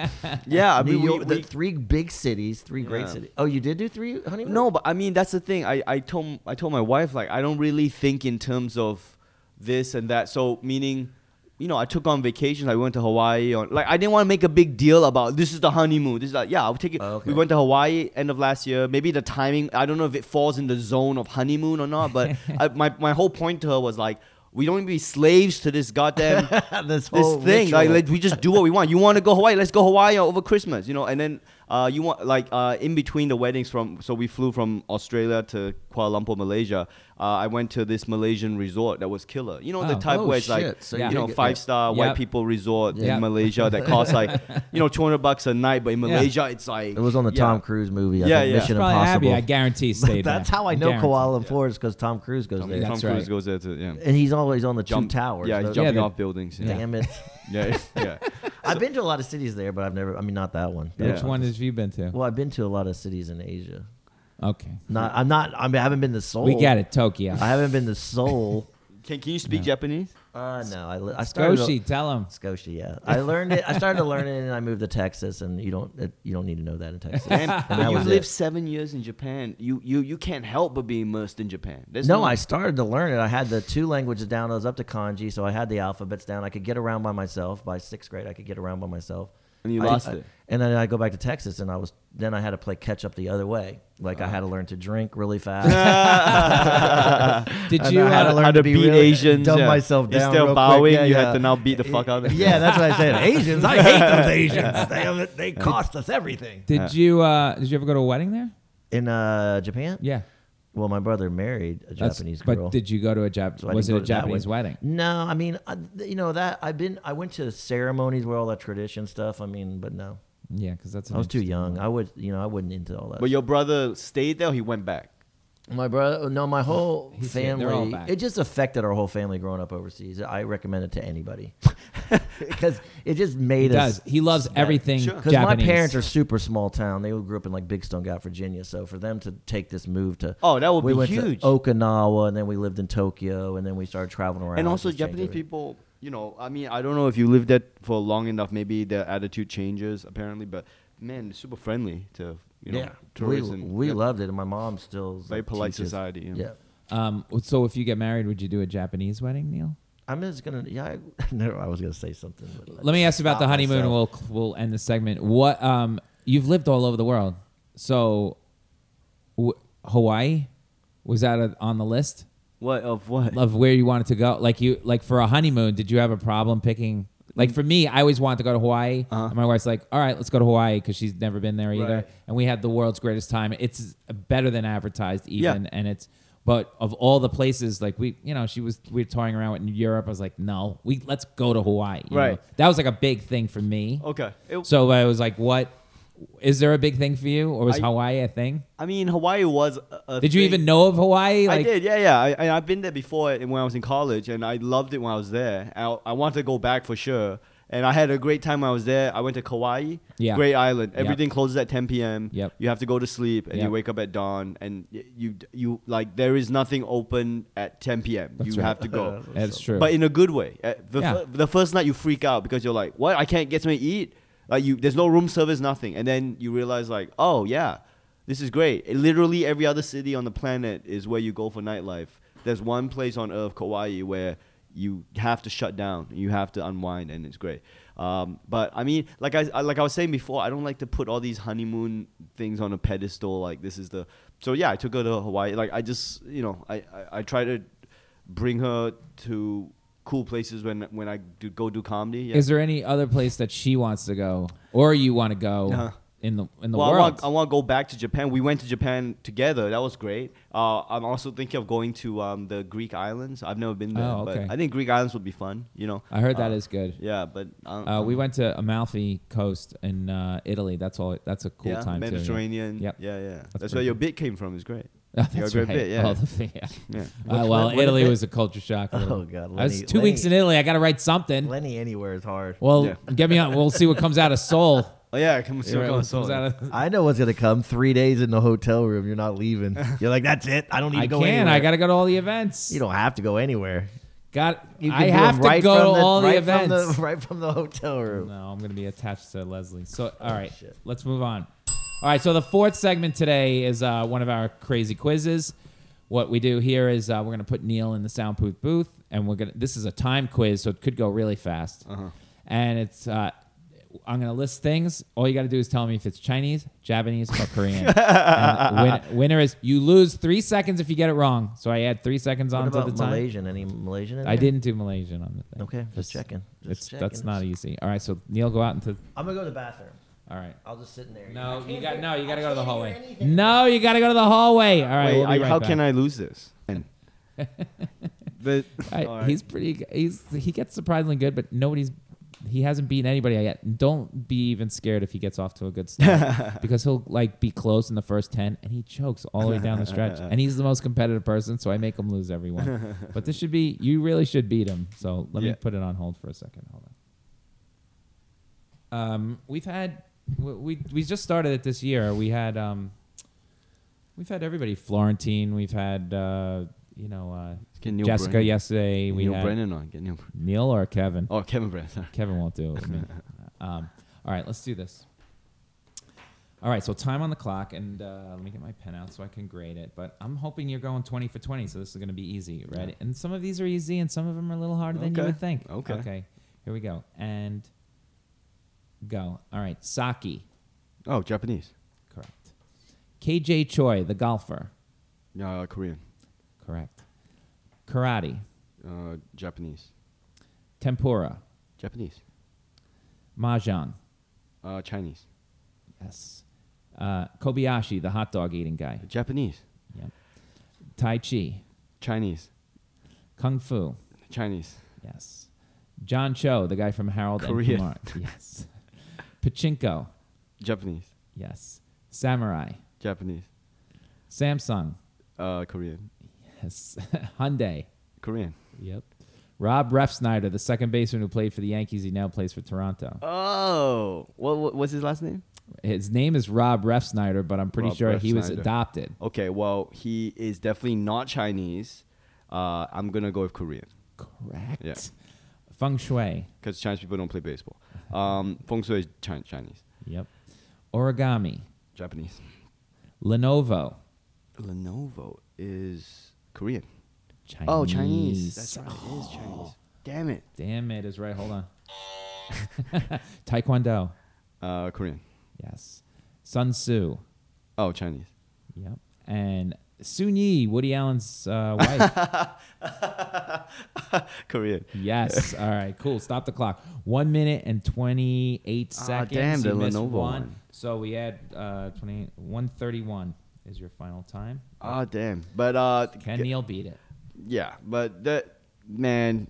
[SPEAKER 10] yeah. I
[SPEAKER 11] New
[SPEAKER 10] mean, we-
[SPEAKER 11] York, the
[SPEAKER 10] we-
[SPEAKER 11] three big cities, three great
[SPEAKER 10] Yeah.
[SPEAKER 11] cities. Oh, you did do three honeymoons?
[SPEAKER 10] No, but I mean that's the thing. I, I told I told my wife like I don't really think in terms of this and that. So meaning, you know, I took on vacations. I went to Hawaii. On like I didn't want to make a big deal about this is the honeymoon. This is like yeah, I'll take it.
[SPEAKER 11] Oh, okay.
[SPEAKER 10] We went to Hawaii end of last year. Maybe the timing. I don't know if it falls in the zone of honeymoon or not. But I, my my whole point to her was like. We don't be slaves to this goddamn
[SPEAKER 11] This
[SPEAKER 10] this
[SPEAKER 11] whole
[SPEAKER 10] thing. Like,
[SPEAKER 11] Oh, ritual.
[SPEAKER 10] let- we just do what we want. You want to go Hawaii? Let's go Hawaii over Christmas, you know. And then uh, you want like uh, in between the weddings from. So we flew from Australia to Kuala Lumpur, Malaysia. Uh, I went to this Malaysian resort that was killer. You know the
[SPEAKER 9] Oh.
[SPEAKER 10] type
[SPEAKER 11] Oh,
[SPEAKER 10] where it's like
[SPEAKER 11] shit. So
[SPEAKER 9] you
[SPEAKER 10] you
[SPEAKER 9] did
[SPEAKER 10] know
[SPEAKER 11] get-
[SPEAKER 10] five star
[SPEAKER 9] Yep.
[SPEAKER 10] white people resort
[SPEAKER 9] Yep.
[SPEAKER 10] in Malaysia that costs like you know two hundred bucks a night, but in
[SPEAKER 9] Yeah.
[SPEAKER 10] Malaysia it's like
[SPEAKER 11] It was on the
[SPEAKER 10] yeah.
[SPEAKER 11] Tom Cruise movie. I
[SPEAKER 10] Yeah,
[SPEAKER 11] think,
[SPEAKER 10] yeah.
[SPEAKER 11] Mission
[SPEAKER 9] Probably
[SPEAKER 11] Impossible.
[SPEAKER 9] Abby, I guarantee stayed
[SPEAKER 11] That's
[SPEAKER 9] there.
[SPEAKER 11] how I know
[SPEAKER 9] Guarantee.
[SPEAKER 11] Koala in Florida because Tom Cruise goes
[SPEAKER 10] Tom,
[SPEAKER 11] there,
[SPEAKER 9] That's
[SPEAKER 10] Cruise
[SPEAKER 9] right.
[SPEAKER 10] goes there to yeah.
[SPEAKER 11] and he's always on the
[SPEAKER 10] Jump
[SPEAKER 11] two towers.
[SPEAKER 10] Yeah, he's
[SPEAKER 11] those-
[SPEAKER 10] jumping
[SPEAKER 9] the-
[SPEAKER 10] off buildings. Yeah,
[SPEAKER 11] Damn it!
[SPEAKER 10] yeah, yeah.
[SPEAKER 11] I've been to a lot of cities there, but I've never. I mean, not that one.
[SPEAKER 10] Yeah.
[SPEAKER 9] Which one have you been to?
[SPEAKER 11] Well, I've been to a lot of cities in Asia.
[SPEAKER 9] Okay.
[SPEAKER 11] Not. I'm not. I, mean, I haven't been to Seoul.
[SPEAKER 9] We got it, Tokyo.
[SPEAKER 11] I haven't been to Seoul.
[SPEAKER 10] Can, can you speak Japanese?
[SPEAKER 11] uh, no, I, li- I started.
[SPEAKER 9] Goshi, tell him.
[SPEAKER 11] Scotia, yeah. I learned it. I started to learn it, and I moved to Texas, and you don't. It, you don't need to know that in Texas.
[SPEAKER 10] And,
[SPEAKER 11] And
[SPEAKER 10] but
[SPEAKER 11] that
[SPEAKER 10] you
[SPEAKER 11] was
[SPEAKER 10] lived
[SPEAKER 11] it.
[SPEAKER 10] seven years in Japan. You you you can't help but be immersed in Japan. There's
[SPEAKER 11] No, I started to learn it. I had the two languages down. I was up to kanji, so I had the alphabets down. I could get around by myself. By sixth grade, I could get around by myself.
[SPEAKER 10] And you
[SPEAKER 11] I-
[SPEAKER 10] lost
[SPEAKER 11] I-
[SPEAKER 10] it.
[SPEAKER 11] And then I go back to Texas, and I was then I had to play catch up the other way. Like I had to learn to drink really fast.
[SPEAKER 9] Did
[SPEAKER 11] And
[SPEAKER 9] you?
[SPEAKER 11] I had
[SPEAKER 9] uh,
[SPEAKER 11] to learn
[SPEAKER 10] how to
[SPEAKER 11] be
[SPEAKER 10] beat
[SPEAKER 11] really-
[SPEAKER 10] Asians.
[SPEAKER 11] dumb
[SPEAKER 10] yeah.
[SPEAKER 11] myself down.
[SPEAKER 10] Instead
[SPEAKER 11] real
[SPEAKER 10] of
[SPEAKER 11] quick.
[SPEAKER 10] bowing,
[SPEAKER 11] Yeah,
[SPEAKER 10] you
[SPEAKER 11] yeah.
[SPEAKER 10] had to now beat the fuck out of them.
[SPEAKER 11] Yeah, that's what I said. Asians, I hate those Asians. They, they cost us everything.
[SPEAKER 9] did you? Uh, did you ever go to a wedding there?
[SPEAKER 11] In uh, Japan?
[SPEAKER 9] Yeah.
[SPEAKER 11] Well, my brother married a
[SPEAKER 9] That's-
[SPEAKER 11] Japanese girl.
[SPEAKER 9] But did you go to a Jap?
[SPEAKER 11] So I
[SPEAKER 9] was it
[SPEAKER 11] didn't
[SPEAKER 9] a
[SPEAKER 11] go to that
[SPEAKER 9] Japanese wedding?
[SPEAKER 11] No, I mean, I, th- you know that I've been. I went to ceremonies where all that tradition stuff. I mean, but no,
[SPEAKER 9] Yeah, because that's. an
[SPEAKER 11] I was too
[SPEAKER 9] interesting-
[SPEAKER 11] young. I would, you know, I wasn't into all that.
[SPEAKER 10] But your brother stayed there. Or he went back.
[SPEAKER 11] my brother, uh, no, my whole
[SPEAKER 9] He's here. They're all
[SPEAKER 11] family.
[SPEAKER 9] back.
[SPEAKER 11] It just affected our whole family growing up overseas. I recommend it to anybody because it just
[SPEAKER 9] He
[SPEAKER 11] made us.
[SPEAKER 9] does. He loves everything
[SPEAKER 11] Because my
[SPEAKER 9] Japanese.
[SPEAKER 11] parents are super small town. They grew up in like Big Stone Gap, Virginia. So for them to take this move to
[SPEAKER 10] Oh, that would
[SPEAKER 11] we
[SPEAKER 10] be
[SPEAKER 11] went
[SPEAKER 10] huge.
[SPEAKER 11] To Okinawa, and then we lived in Tokyo, and then we started traveling around.
[SPEAKER 10] and also
[SPEAKER 11] just changed
[SPEAKER 10] Japanese
[SPEAKER 11] everything.
[SPEAKER 10] people. You know, I mean, I don't know if you lived there for long enough. Maybe their attitude changes apparently. But man, they're super friendly to you know tourists.
[SPEAKER 11] we,
[SPEAKER 10] and-
[SPEAKER 11] we
[SPEAKER 10] yeah.
[SPEAKER 11] loved it, and my mom still is,
[SPEAKER 10] Very
[SPEAKER 11] like,
[SPEAKER 10] polite
[SPEAKER 11] teaches-
[SPEAKER 10] society, yeah.
[SPEAKER 11] Yeah.
[SPEAKER 9] Um, so if you get married, would you do a Japanese wedding, Neil?
[SPEAKER 11] I'm just gonna. Yeah, I, no, I was gonna say something. But
[SPEAKER 9] Let me ask you about the
[SPEAKER 11] Stop
[SPEAKER 9] honeymoon, and we'll
[SPEAKER 11] myself.
[SPEAKER 9] we'll end the segment. What um, you've lived all over the world, so w- Hawaii was that a, on the list
[SPEAKER 10] What of what?
[SPEAKER 9] of where you wanted to go? Like you, like for a honeymoon, did you have a problem picking? Like for me, I always wanted to go to Hawaii. And my wife's like, "All right, let's go to Hawaii" because she's never been there either.
[SPEAKER 10] Uh-huh. Right.
[SPEAKER 9] And we had the world's greatest time. It's better than advertised,
[SPEAKER 10] Yeah.
[SPEAKER 9] even, and it's. But of all the places, like we, you know, she was we were touring around in Europe. I was like, "No, we let's go to Hawaii." you know?
[SPEAKER 10] Right.
[SPEAKER 9] that was like a big thing for me.
[SPEAKER 10] Okay. It-
[SPEAKER 9] So I was like, "What is there a big thing for you, or was
[SPEAKER 10] I-
[SPEAKER 9] Hawaii a thing?
[SPEAKER 10] I mean, Hawaii was. A, a
[SPEAKER 9] Did you
[SPEAKER 10] thing.
[SPEAKER 9] even know of Hawaii? Like,
[SPEAKER 10] I did, yeah, yeah. I, and I've been there before and when I was in college, and I loved it when I was there. I, I wanted to go back for sure, and I had a great time when I was there. I went to Kauai,
[SPEAKER 9] Yeah.
[SPEAKER 10] great island. Everything closes at 10 p.m.
[SPEAKER 9] Yep.
[SPEAKER 10] You have to go to sleep, and you
[SPEAKER 9] Yep.
[SPEAKER 10] wake up at dawn, and y- you you like there is nothing open at 10 p.m. you
[SPEAKER 9] right.
[SPEAKER 10] have to go.
[SPEAKER 9] That's true.
[SPEAKER 10] But in a good way. Uh, the,
[SPEAKER 9] Yeah.
[SPEAKER 10] fir- the first night you freak out because you're like, "What? I can't get something to eat." Like you, there's no room service, nothing. And then you realize, like, "Oh yeah, this is great." It- literally every other city on the planet is where you go for nightlife. There's one place on Earth, Kauai, where you have to shut down, you have to unwind, and it's great. Um, but I mean, like I, I like I was saying before, I don't like to put all these honeymoon things on a pedestal. Like this is the so yeah, I took her to Hawaii. Like I just you know I I, I try to bring her to cool places when when I do, go do comedy. Yeah.
[SPEAKER 9] Is there any other place that she wants to go or you want to go
[SPEAKER 10] Uh-huh.
[SPEAKER 9] in the in the
[SPEAKER 10] well,
[SPEAKER 9] world.
[SPEAKER 10] I want, I want to go back to Japan. We went to Japan together. That was great. Uh, I'm also thinking of going to um, the Greek islands. I've never been there,
[SPEAKER 9] Oh, okay.
[SPEAKER 10] but I think Greek islands would be fun. You know,
[SPEAKER 9] I heard that
[SPEAKER 10] Uh,
[SPEAKER 9] is good.
[SPEAKER 10] Yeah, but um,
[SPEAKER 9] Uh, we went to Amalfi Coast in uh, Italy. That's all. That's a cool
[SPEAKER 10] yeah,
[SPEAKER 9] time. too, yeah.
[SPEAKER 10] Mediterranean.
[SPEAKER 9] Yep.
[SPEAKER 10] Yeah, yeah. That's,
[SPEAKER 9] pretty
[SPEAKER 10] where your
[SPEAKER 9] cool.
[SPEAKER 10] bit came from. Is great.
[SPEAKER 9] Oh,
[SPEAKER 10] Your
[SPEAKER 9] that's
[SPEAKER 10] great
[SPEAKER 9] right.
[SPEAKER 10] bit, yeah.
[SPEAKER 9] All the- yeah.
[SPEAKER 10] Yeah.
[SPEAKER 9] Uh, well,
[SPEAKER 11] what- what
[SPEAKER 9] Italy
[SPEAKER 11] bit?
[SPEAKER 9] was a culture shock. a little.
[SPEAKER 11] Oh, God,
[SPEAKER 9] I was
[SPEAKER 11] Lenny-
[SPEAKER 9] two weeks in
[SPEAKER 11] Lenny-
[SPEAKER 9] Italy. I got to write something.
[SPEAKER 11] Lenny anywhere is hard.
[SPEAKER 9] Well,
[SPEAKER 10] Yeah.
[SPEAKER 9] get me on. We'll see what comes out of Seoul.
[SPEAKER 10] Oh yeah, come see
[SPEAKER 9] See what
[SPEAKER 10] what comes
[SPEAKER 9] comes
[SPEAKER 10] on.
[SPEAKER 9] out of-
[SPEAKER 11] I know what's gonna come. Three days in the hotel room, you're not leaving. You're like, that's it. I don't need
[SPEAKER 9] I
[SPEAKER 11] to go
[SPEAKER 9] can.
[SPEAKER 11] anywhere.
[SPEAKER 9] I got to go to all the events.
[SPEAKER 11] You don't have to go anywhere.
[SPEAKER 9] got.
[SPEAKER 11] You can
[SPEAKER 9] I
[SPEAKER 11] do
[SPEAKER 9] have
[SPEAKER 11] them
[SPEAKER 9] to
[SPEAKER 11] right
[SPEAKER 9] go to
[SPEAKER 11] from the,
[SPEAKER 9] all the
[SPEAKER 11] right
[SPEAKER 9] events.
[SPEAKER 11] from the, right from the hotel room.
[SPEAKER 9] No, I'm gonna be attached to Leslie. So, all right,
[SPEAKER 11] Oh, shit.
[SPEAKER 9] let's move on. All right, so the fourth segment today is uh, one of our crazy quizzes. What we do here is uh, we're gonna put Neil in the soundproof booth, and we're gonna. This is a time quiz, so it could go really fast.
[SPEAKER 11] Uh-huh.
[SPEAKER 9] And it's uh, I'm gonna list things. All you gotta do is tell me if it's Chinese, Japanese, or Korean. And win, winner is you lose three seconds if you get it wrong. So I add three seconds
[SPEAKER 11] What
[SPEAKER 9] onto
[SPEAKER 11] about
[SPEAKER 9] the time.
[SPEAKER 11] Malaysian? Any Malaysian? In
[SPEAKER 9] I
[SPEAKER 11] there?
[SPEAKER 9] didn't do Malaysian on the thing.
[SPEAKER 11] Okay, just checking. Just
[SPEAKER 9] it's that's
[SPEAKER 11] checking.
[SPEAKER 9] not e- easy. All right, so Neil, go out into.
[SPEAKER 11] I'm gonna go to the bathroom.
[SPEAKER 9] All right.
[SPEAKER 11] I'll just sit in there.
[SPEAKER 9] No, you got no. You got to go to the hallway. No, you got to go to the hallway. All right.
[SPEAKER 10] Wait,
[SPEAKER 9] we'll be
[SPEAKER 10] I,
[SPEAKER 9] right
[SPEAKER 10] how
[SPEAKER 9] back.
[SPEAKER 10] can I lose this? And, but
[SPEAKER 9] All right,
[SPEAKER 10] all right.
[SPEAKER 9] He's pretty. g- He's he gets surprisingly good, but nobody's. He hasn't beaten anybody yet. Don't be even scared if he gets off to a good start because he'll like be close in the first ten, and he chokes all the way down the stretch. And he's the most competitive person, so I make him lose everyone. But this should be. You really should beat him. So let me
[SPEAKER 10] Yeah.
[SPEAKER 9] put it on hold for a second. Hold on. Um, we've had we, we we just started it this year. We had um, we've had everybody. Florentine. We've had uh, you know uh,
[SPEAKER 10] Get Neil
[SPEAKER 9] Jessica
[SPEAKER 10] Brennan.
[SPEAKER 9] yesterday.
[SPEAKER 10] Get
[SPEAKER 9] we
[SPEAKER 10] Neil
[SPEAKER 9] had
[SPEAKER 10] Brennan on. Get Neil. Brennan.
[SPEAKER 9] Neil or Kevin.
[SPEAKER 10] Oh, Kevin Brennan. sorry.
[SPEAKER 9] Kevin won't do it with me. um, all right, let's do this. All right, so time on the clock, and uh, let me get my pen out so I can grade it. But I'm hoping you're going 20 for 20, so this is going to be easy, right? And some of these are easy, and some of them are a little harder than you
[SPEAKER 10] Okay.
[SPEAKER 9] would think.
[SPEAKER 10] Okay.
[SPEAKER 9] Okay. Here we go, and go. All right, Saki,
[SPEAKER 10] Oh, Japanese.
[SPEAKER 9] correct. KJ Choi, the golfer,
[SPEAKER 10] Yeah, uh, Korean.
[SPEAKER 9] correct. Karate,
[SPEAKER 10] Uh, Japanese.
[SPEAKER 9] tempura,
[SPEAKER 10] Japanese.
[SPEAKER 9] mahjong,
[SPEAKER 10] Uh, Chinese.
[SPEAKER 9] yes. Uh, Kobayashi, the hot dog eating guy.
[SPEAKER 10] Japanese.
[SPEAKER 9] Yep. Tai Chi,
[SPEAKER 10] Chinese.
[SPEAKER 9] Kung Fu,
[SPEAKER 10] Chinese.
[SPEAKER 9] yes. John Cho, the guy from Harold
[SPEAKER 10] Korean.
[SPEAKER 9] and Kumar, yes. Pachinko,
[SPEAKER 10] Japanese.
[SPEAKER 9] yes. Samurai,
[SPEAKER 10] Japanese.
[SPEAKER 9] Samsung,
[SPEAKER 10] Uh, Korean.
[SPEAKER 9] yes. Hyundai,
[SPEAKER 10] Korean.
[SPEAKER 9] yep. Rob Refsnyder, the second baseman who played for the Yankees, he now plays for Toronto.
[SPEAKER 10] Oh, what, what what's his last name?
[SPEAKER 9] His name is Rob Refsnyder, but I'm pretty
[SPEAKER 10] Rob
[SPEAKER 9] sure he was
[SPEAKER 10] Refsnyder.
[SPEAKER 9] adopted.
[SPEAKER 10] Okay, well he is definitely not Chinese. Uh, I'm gonna go with Korean
[SPEAKER 9] Correct.
[SPEAKER 10] Yeah.
[SPEAKER 9] Feng Shui,
[SPEAKER 10] because Chinese people don't play baseball. Um, Feng Shui is Chi- Chinese,
[SPEAKER 9] yep. Origami,
[SPEAKER 10] Japanese.
[SPEAKER 9] Lenovo,
[SPEAKER 10] Lenovo is Korean.
[SPEAKER 9] Chinese.
[SPEAKER 10] Oh, Chinese. Oh. That's right. It is Chinese. Damn it.
[SPEAKER 9] Damn it is right. Hold on. Taekwondo.
[SPEAKER 10] Uh, Korean.
[SPEAKER 9] Yes. Sun Tzu.
[SPEAKER 10] Oh, Chinese.
[SPEAKER 9] Yep. And Sun Yi, Woody Allen's uh, wife.
[SPEAKER 10] Korean.
[SPEAKER 9] yes. All right. Cool. Stop the clock. One minute and 28
[SPEAKER 10] Ah,
[SPEAKER 9] seconds.
[SPEAKER 10] damn,
[SPEAKER 9] You
[SPEAKER 10] the
[SPEAKER 9] missed
[SPEAKER 10] Lenovo
[SPEAKER 9] one.
[SPEAKER 10] one.
[SPEAKER 9] So we had uh, 20, 131 is your final time.
[SPEAKER 10] Ah, damn. But uh,
[SPEAKER 9] Can
[SPEAKER 10] g-
[SPEAKER 9] Neil beat it?
[SPEAKER 10] yeah, but that man,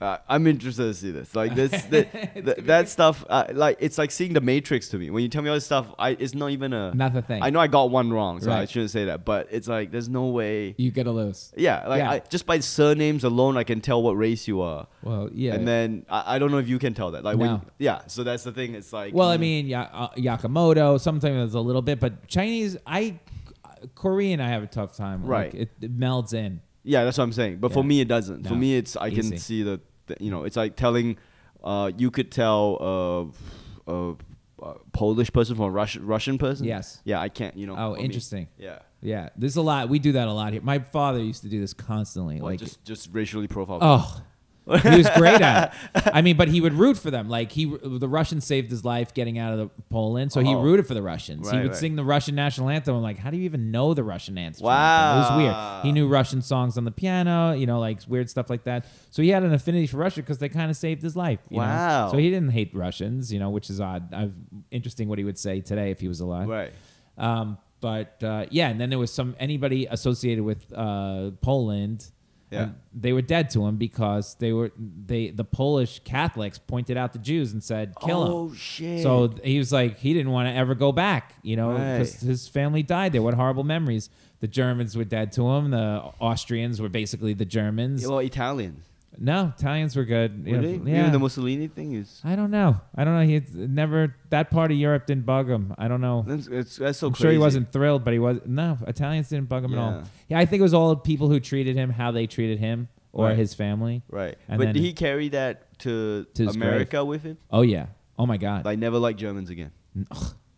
[SPEAKER 10] uh, I'm interested to see this. Like this, th- th- that stuff. Uh, like it's like seeing the Matrix to me. When you tell me all this stuff, I it's not even a
[SPEAKER 9] Not the thing.
[SPEAKER 10] I know I got one wrong, so I
[SPEAKER 9] Right.
[SPEAKER 10] shouldn't say that. But it's like there's no way.
[SPEAKER 9] You gotta lose.
[SPEAKER 10] Yeah, like
[SPEAKER 9] Yeah.
[SPEAKER 10] I, just by surnames alone, I can tell what race you are.
[SPEAKER 9] Well, yeah.
[SPEAKER 10] and then I, I don't know if you can tell that. Like, when,
[SPEAKER 9] No.
[SPEAKER 10] yeah. So that's the thing. It's like,
[SPEAKER 9] Well, I
[SPEAKER 10] mm,
[SPEAKER 9] mean, ya- uh, Yakamoto, something that's a little bit, but Chinese, I, Korean, I have a tough time.
[SPEAKER 10] Right.
[SPEAKER 9] Like, it, it melds in.
[SPEAKER 10] Yeah, that's what I'm saying. But for
[SPEAKER 9] Yeah.
[SPEAKER 10] me, it doesn't. For
[SPEAKER 9] No.
[SPEAKER 10] me, it's I
[SPEAKER 9] Easy.
[SPEAKER 10] can see the, th- you know, it's like telling, uh, you could tell a, a, a Polish person from a Russian Russian person.
[SPEAKER 9] Yes.
[SPEAKER 10] Yeah, I can't. You know.
[SPEAKER 9] Oh,
[SPEAKER 10] for me.
[SPEAKER 9] interesting.
[SPEAKER 10] Yeah.
[SPEAKER 9] Yeah, there's a lot. We do that a lot here. My father used to do this constantly. like,
[SPEAKER 10] Like just just racially profiled.
[SPEAKER 9] oh, he was great at it. I mean, but he would root for them. Like he, the Russians saved his life getting out of the Poland, so he
[SPEAKER 10] Oh.
[SPEAKER 9] rooted for the Russians. he
[SPEAKER 10] Right,
[SPEAKER 9] would
[SPEAKER 10] right.
[SPEAKER 9] sing the Russian national anthem. I'm like, how do you even know the Russian anthem? it
[SPEAKER 10] Wow.
[SPEAKER 9] was weird. He knew Russian songs on the piano, you know, like weird stuff like that. So he had an affinity for Russia because they kind of saved his life. you know?
[SPEAKER 10] Wow.
[SPEAKER 9] So he didn't hate Russians, you know, which is odd. I've, interesting what he would say today if he was alive.
[SPEAKER 10] Right.
[SPEAKER 9] Um, but uh, yeah, and then there was some anybody associated with uh, Poland.
[SPEAKER 10] Yeah.
[SPEAKER 9] uh, they were dead to him because they were they the Polish Catholics pointed out the Jews and said kill him.
[SPEAKER 10] Oh, shit.
[SPEAKER 9] So he was like he didn't want to ever go back, you know,
[SPEAKER 10] Right.
[SPEAKER 9] because his family died there. What horrible memories! The Germans were dead to him. The Austrians were basically the Germans.
[SPEAKER 10] Yeah, well, Italians.
[SPEAKER 9] no, Italians were good.
[SPEAKER 10] Were
[SPEAKER 9] Yeah,
[SPEAKER 10] they?
[SPEAKER 9] yeah.
[SPEAKER 10] Even the Mussolini thing is.
[SPEAKER 9] I don't know. I don't know. He had never that part of Europe didn't bug him. I don't know.
[SPEAKER 10] That's, it's, that's so
[SPEAKER 9] I'm
[SPEAKER 10] crazy.
[SPEAKER 9] sure he wasn't thrilled, but he was no Italians didn't bug him at
[SPEAKER 10] Yeah.
[SPEAKER 9] all. Yeah, I think it was all people who treated him how they treated him or
[SPEAKER 10] Right.
[SPEAKER 9] his family.
[SPEAKER 10] Right.
[SPEAKER 9] And
[SPEAKER 10] but
[SPEAKER 9] then-
[SPEAKER 10] did he carry that to,
[SPEAKER 9] To his grave.
[SPEAKER 10] America with him?
[SPEAKER 9] Oh yeah. Oh my God.
[SPEAKER 10] Like, never like Germans again.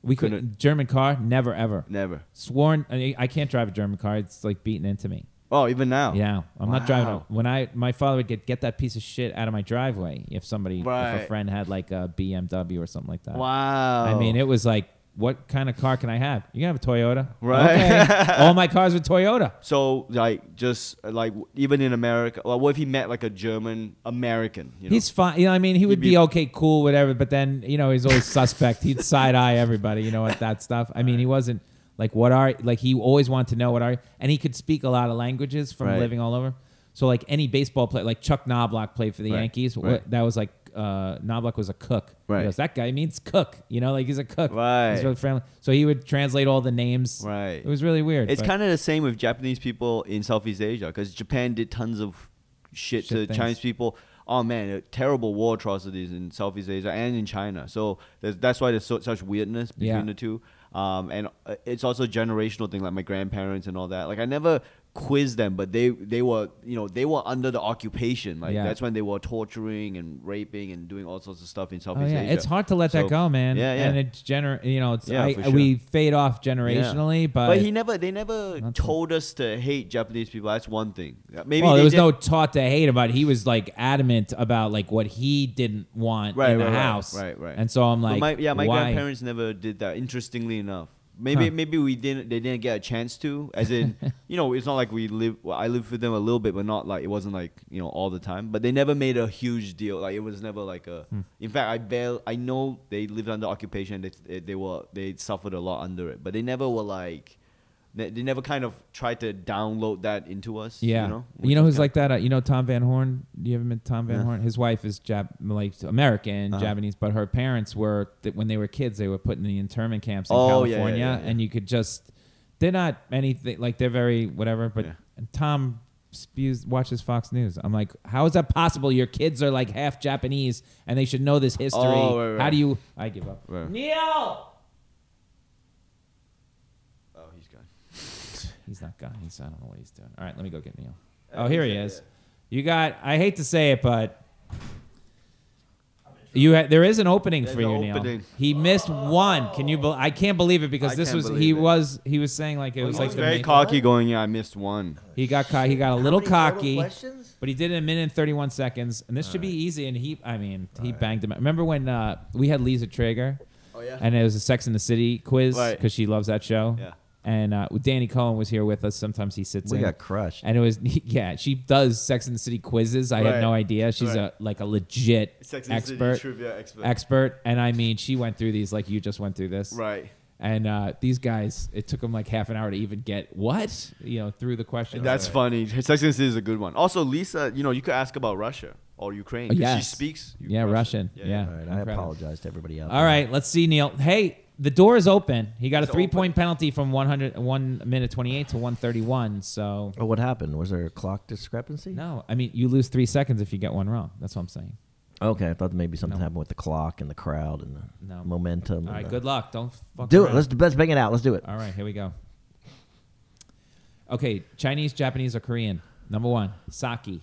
[SPEAKER 9] we could
[SPEAKER 10] couldn't-
[SPEAKER 9] German car never ever
[SPEAKER 10] Never.
[SPEAKER 9] sworn. I, mean, I can't drive a German car. It's like beaten into me.
[SPEAKER 10] Oh, even now.
[SPEAKER 9] Yeah, I'm not driving.
[SPEAKER 10] Wow.
[SPEAKER 9] a- When I my father would get get that piece of shit out of my driveway if somebody if a
[SPEAKER 10] Right.
[SPEAKER 9] friend had like a BMW or something like that.
[SPEAKER 10] Wow.
[SPEAKER 9] I mean, it was like. What kind of car can I have? You can have a Toyota,
[SPEAKER 10] Right.
[SPEAKER 9] Okay. All my cars are Toyota.
[SPEAKER 10] So like just uh, like w- even in America, well, what if he met like a German American? You know?
[SPEAKER 9] He's fine. You know, I mean, he would be,
[SPEAKER 10] be-
[SPEAKER 9] okay, cool, whatever. But then, you know, he's always suspect. He'd side eye everybody. You know what that stuff. I mean, he wasn't like what are like he always wanted to know what are and he could speak a lot of languages from
[SPEAKER 10] Right.
[SPEAKER 9] living all over. So like any baseball player, like Chuck Knoblock played for the
[SPEAKER 10] Right,
[SPEAKER 9] Yankees.
[SPEAKER 10] right.
[SPEAKER 9] Wh- That was like uh, Knoblock was a cook. He
[SPEAKER 10] Right.
[SPEAKER 9] goes, that guy means cook. You know, like he's a cook.
[SPEAKER 10] Right.
[SPEAKER 9] He's really friendly. So he would translate all the names.
[SPEAKER 10] Right.
[SPEAKER 9] It was really weird.
[SPEAKER 10] it's
[SPEAKER 9] but-
[SPEAKER 10] kind of the same with Japanese people in Southeast Asia because Japan did tons of shit,
[SPEAKER 9] Shit
[SPEAKER 10] to
[SPEAKER 9] things.
[SPEAKER 10] Chinese people. Oh man, uh, terrible war atrocities in Southeast Asia and in China. So there's, that's why there's so, such weirdness between
[SPEAKER 9] Yeah.
[SPEAKER 10] the two. Um, and uh, it's also a generational thing, like my grandparents and all that. Like I never quizzed them, but they they were you know they were under the occupation. Like
[SPEAKER 9] Yeah.
[SPEAKER 10] that's when they were torturing and raping and doing all sorts of stuff in
[SPEAKER 9] Oh
[SPEAKER 10] Southeast
[SPEAKER 9] yeah,
[SPEAKER 10] Asia.
[SPEAKER 9] it's hard to let that
[SPEAKER 10] So-
[SPEAKER 9] go, man.
[SPEAKER 10] Yeah, yeah.
[SPEAKER 9] And it's gener, you know, it's
[SPEAKER 10] Yeah,
[SPEAKER 9] I,
[SPEAKER 10] for sure.
[SPEAKER 9] we fade off
[SPEAKER 10] Yeah.
[SPEAKER 9] generationally, but
[SPEAKER 10] he never they never
[SPEAKER 9] Not so-
[SPEAKER 10] told us to hate Japanese people. That's one thing. Yeah, Maybe
[SPEAKER 9] well,
[SPEAKER 10] they
[SPEAKER 9] there was
[SPEAKER 10] did-
[SPEAKER 9] no taught to hate about. it. He was like adamant about like what he didn't want
[SPEAKER 10] right,
[SPEAKER 9] in the
[SPEAKER 10] right, right,
[SPEAKER 9] house.
[SPEAKER 10] Right, right.
[SPEAKER 9] And so I'm
[SPEAKER 10] But
[SPEAKER 9] like,
[SPEAKER 10] my, yeah, my
[SPEAKER 9] why?
[SPEAKER 10] grandparents never did that. Interestingly enough, maybe
[SPEAKER 9] Huh.
[SPEAKER 10] maybe we didn't they didn't get a chance to. As in, you know, it's not like we live. Well, I lived with them a little bit, but not like it wasn't like you know all the time. But they never made a huge deal. Like it was never like a.
[SPEAKER 9] Hmm.
[SPEAKER 10] In fact, I bail. I know they lived under occupation. They they- they were they suffered a lot under it, but they never were like. They they never kind of tried to download that into us.
[SPEAKER 9] Yeah,
[SPEAKER 10] you
[SPEAKER 9] you
[SPEAKER 10] know,
[SPEAKER 9] know,
[SPEAKER 10] which is
[SPEAKER 9] who's
[SPEAKER 10] kinda-
[SPEAKER 9] like that? Uh, you know, Tom Van Horn. You ever met Tom Van
[SPEAKER 10] Yeah. Uh-huh.
[SPEAKER 9] Horn? His wife is Jap, like American, Japanese, but her parents were th- when they were kids. They were put in the internment camps in
[SPEAKER 10] Oh, yeah, yeah,
[SPEAKER 9] California,
[SPEAKER 10] yeah, yeah.
[SPEAKER 9] and you could just they're not anything like they're very whatever. But
[SPEAKER 10] Yeah.
[SPEAKER 9] Tom spews watches Fox News. I'm like, how is that possible? Your kids are like half Japanese, and they should know this history.
[SPEAKER 10] Oh, right,
[SPEAKER 9] How
[SPEAKER 10] right.
[SPEAKER 9] do you? I give up.
[SPEAKER 10] Right.
[SPEAKER 9] Neil.
[SPEAKER 10] Oh, he's gone.
[SPEAKER 9] He's not gone. He's I don't know what he's doing. All right, let me go get Neil. Oh, here he is. You got. I hate to say it, but you ha- there is an opening for
[SPEAKER 10] There's
[SPEAKER 9] you,
[SPEAKER 10] an
[SPEAKER 9] Neil.
[SPEAKER 10] opening.
[SPEAKER 9] He missed one. Can you? Be- I can't believe it because
[SPEAKER 10] I
[SPEAKER 9] this
[SPEAKER 10] can't
[SPEAKER 9] was he
[SPEAKER 10] believe it.
[SPEAKER 9] was he was saying like it was
[SPEAKER 10] He's
[SPEAKER 9] like the
[SPEAKER 10] very
[SPEAKER 9] main-
[SPEAKER 10] cocky going, yeah, I missed one.
[SPEAKER 9] he got co- he got a
[SPEAKER 11] How
[SPEAKER 9] little
[SPEAKER 11] many total
[SPEAKER 9] cocky.
[SPEAKER 11] Questions?
[SPEAKER 9] But he did it in a minute and 31 seconds, and this should be easy. And he, I mean, he banged him. out. Remember when uh, we had Lisa Traeger?
[SPEAKER 10] Oh, yeah.
[SPEAKER 9] And it was a Sex in the City quiz because
[SPEAKER 10] Right.
[SPEAKER 9] she loves that show.
[SPEAKER 10] Yeah.
[SPEAKER 9] And uh, Danny Cohen was here with us. Sometimes he sits
[SPEAKER 11] We
[SPEAKER 9] in.
[SPEAKER 11] got crushed.
[SPEAKER 9] And it was yeah, she does Sex and the City quizzes. I had
[SPEAKER 10] Right.
[SPEAKER 9] no idea. She's
[SPEAKER 10] Right.
[SPEAKER 9] a like a legit
[SPEAKER 10] Sex and the City
[SPEAKER 9] expert,
[SPEAKER 10] trivia expert.
[SPEAKER 9] expert. And I mean, she went through these like you just went through this.
[SPEAKER 10] Right.
[SPEAKER 9] And uh, these guys, it took them like half an hour to even get what you know through the question.
[SPEAKER 10] That's funny. Sex and the City is a good one. Also, Lisa, you know, you could ask about Russia or Ukraine. 'cause
[SPEAKER 9] Yes.
[SPEAKER 10] She speaks.
[SPEAKER 9] Yeah, Russian. Yeah.
[SPEAKER 11] All right, I
[SPEAKER 9] Incredible.
[SPEAKER 11] apologize to everybody out.
[SPEAKER 9] All
[SPEAKER 11] there.
[SPEAKER 9] right, let's see, Neil. Hey, the door is open. He got a
[SPEAKER 10] It's
[SPEAKER 9] three point penalty from 100, 1 minute 28 to 131. So,
[SPEAKER 11] Oh, what happened? Was there a clock discrepancy?
[SPEAKER 9] no, I mean, you lose three seconds if you get one wrong. That's what I'm saying.
[SPEAKER 11] Okay, I thought that maybe something
[SPEAKER 9] No.
[SPEAKER 11] happened with the clock and the crowd and the
[SPEAKER 9] No.
[SPEAKER 11] momentum.
[SPEAKER 9] All
[SPEAKER 11] and
[SPEAKER 9] right,
[SPEAKER 11] the-
[SPEAKER 9] good luck. Don't fuck
[SPEAKER 11] Do it.
[SPEAKER 9] around.
[SPEAKER 11] Let's let's bang it out. Let's do it.
[SPEAKER 9] All right, here we go. Okay, Chinese, Japanese, or Korean? Number one, Saki.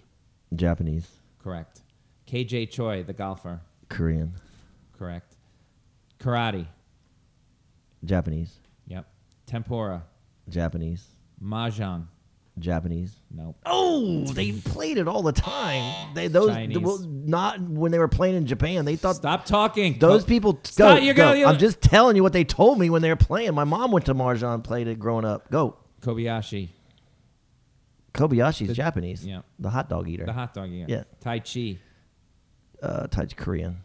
[SPEAKER 11] Japanese,
[SPEAKER 9] Correct. KJ Choi, the golfer.
[SPEAKER 11] Korean,
[SPEAKER 9] Correct. Karate.
[SPEAKER 11] Japanese,
[SPEAKER 9] Yep. Tempura.
[SPEAKER 11] Japanese,
[SPEAKER 9] Mahjong.
[SPEAKER 11] Japanese.
[SPEAKER 9] No.
[SPEAKER 11] Oh, they played it all the time. They those
[SPEAKER 9] Chinese.
[SPEAKER 11] well, not when they were playing in Japan. They thought
[SPEAKER 9] Stop talking.
[SPEAKER 11] those
[SPEAKER 9] Go-
[SPEAKER 11] people
[SPEAKER 9] Stop,
[SPEAKER 11] go.
[SPEAKER 9] you're
[SPEAKER 11] go.
[SPEAKER 9] gonna- you're-
[SPEAKER 11] I'm just telling you what they told me when they were playing. My mom went to mahjong, played it growing up. Go.
[SPEAKER 9] Kobayashi,
[SPEAKER 11] Kobayashi's
[SPEAKER 9] The-
[SPEAKER 11] Japanese.
[SPEAKER 9] yeah.
[SPEAKER 11] The hot dog eater.
[SPEAKER 9] the hot dog. Yeah.
[SPEAKER 11] Yeah.
[SPEAKER 9] Tai Chi,
[SPEAKER 11] uh, tied to Korean.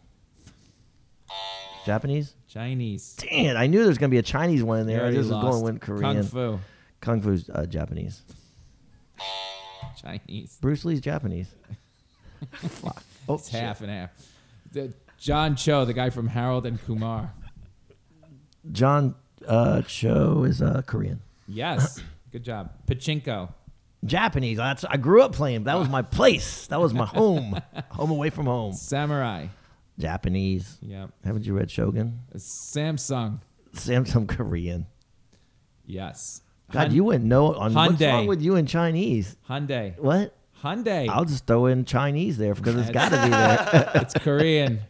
[SPEAKER 11] Japanese?
[SPEAKER 9] Chinese.
[SPEAKER 11] Dang it! I knew there was gonna be a Chinese one in there.
[SPEAKER 9] Yeah,
[SPEAKER 11] I
[SPEAKER 9] you
[SPEAKER 11] just was
[SPEAKER 9] lost.
[SPEAKER 11] going with Korean.
[SPEAKER 9] Kung Fu,
[SPEAKER 11] Kung Fu's uh, Japanese.
[SPEAKER 9] Chinese.
[SPEAKER 11] Bruce Lee's Japanese. Fuck. Oh,
[SPEAKER 9] It's
[SPEAKER 11] shit.
[SPEAKER 9] half and half. The- John Cho, the guy from Harold and Kumar.
[SPEAKER 11] John uh, Cho is uh, Korean.
[SPEAKER 9] Yes. Good job. Pachinko.
[SPEAKER 11] Japanese. That's I grew up playing. That was my place. That was my home. home away from home.
[SPEAKER 9] Samurai.
[SPEAKER 11] Japanese.
[SPEAKER 9] Yep.
[SPEAKER 11] Haven't you read Shogun?
[SPEAKER 9] Samsung.
[SPEAKER 11] Samsung Korean.
[SPEAKER 9] Yes.
[SPEAKER 11] God,
[SPEAKER 9] Hun-
[SPEAKER 11] you wouldn't know on what's
[SPEAKER 9] Hyundai.
[SPEAKER 11] wrong with you in Chinese.
[SPEAKER 9] Hyundai.
[SPEAKER 11] What?
[SPEAKER 9] Hyundai.
[SPEAKER 11] I'll just throw in Chinese there because it's got to be there.
[SPEAKER 9] it's Korean.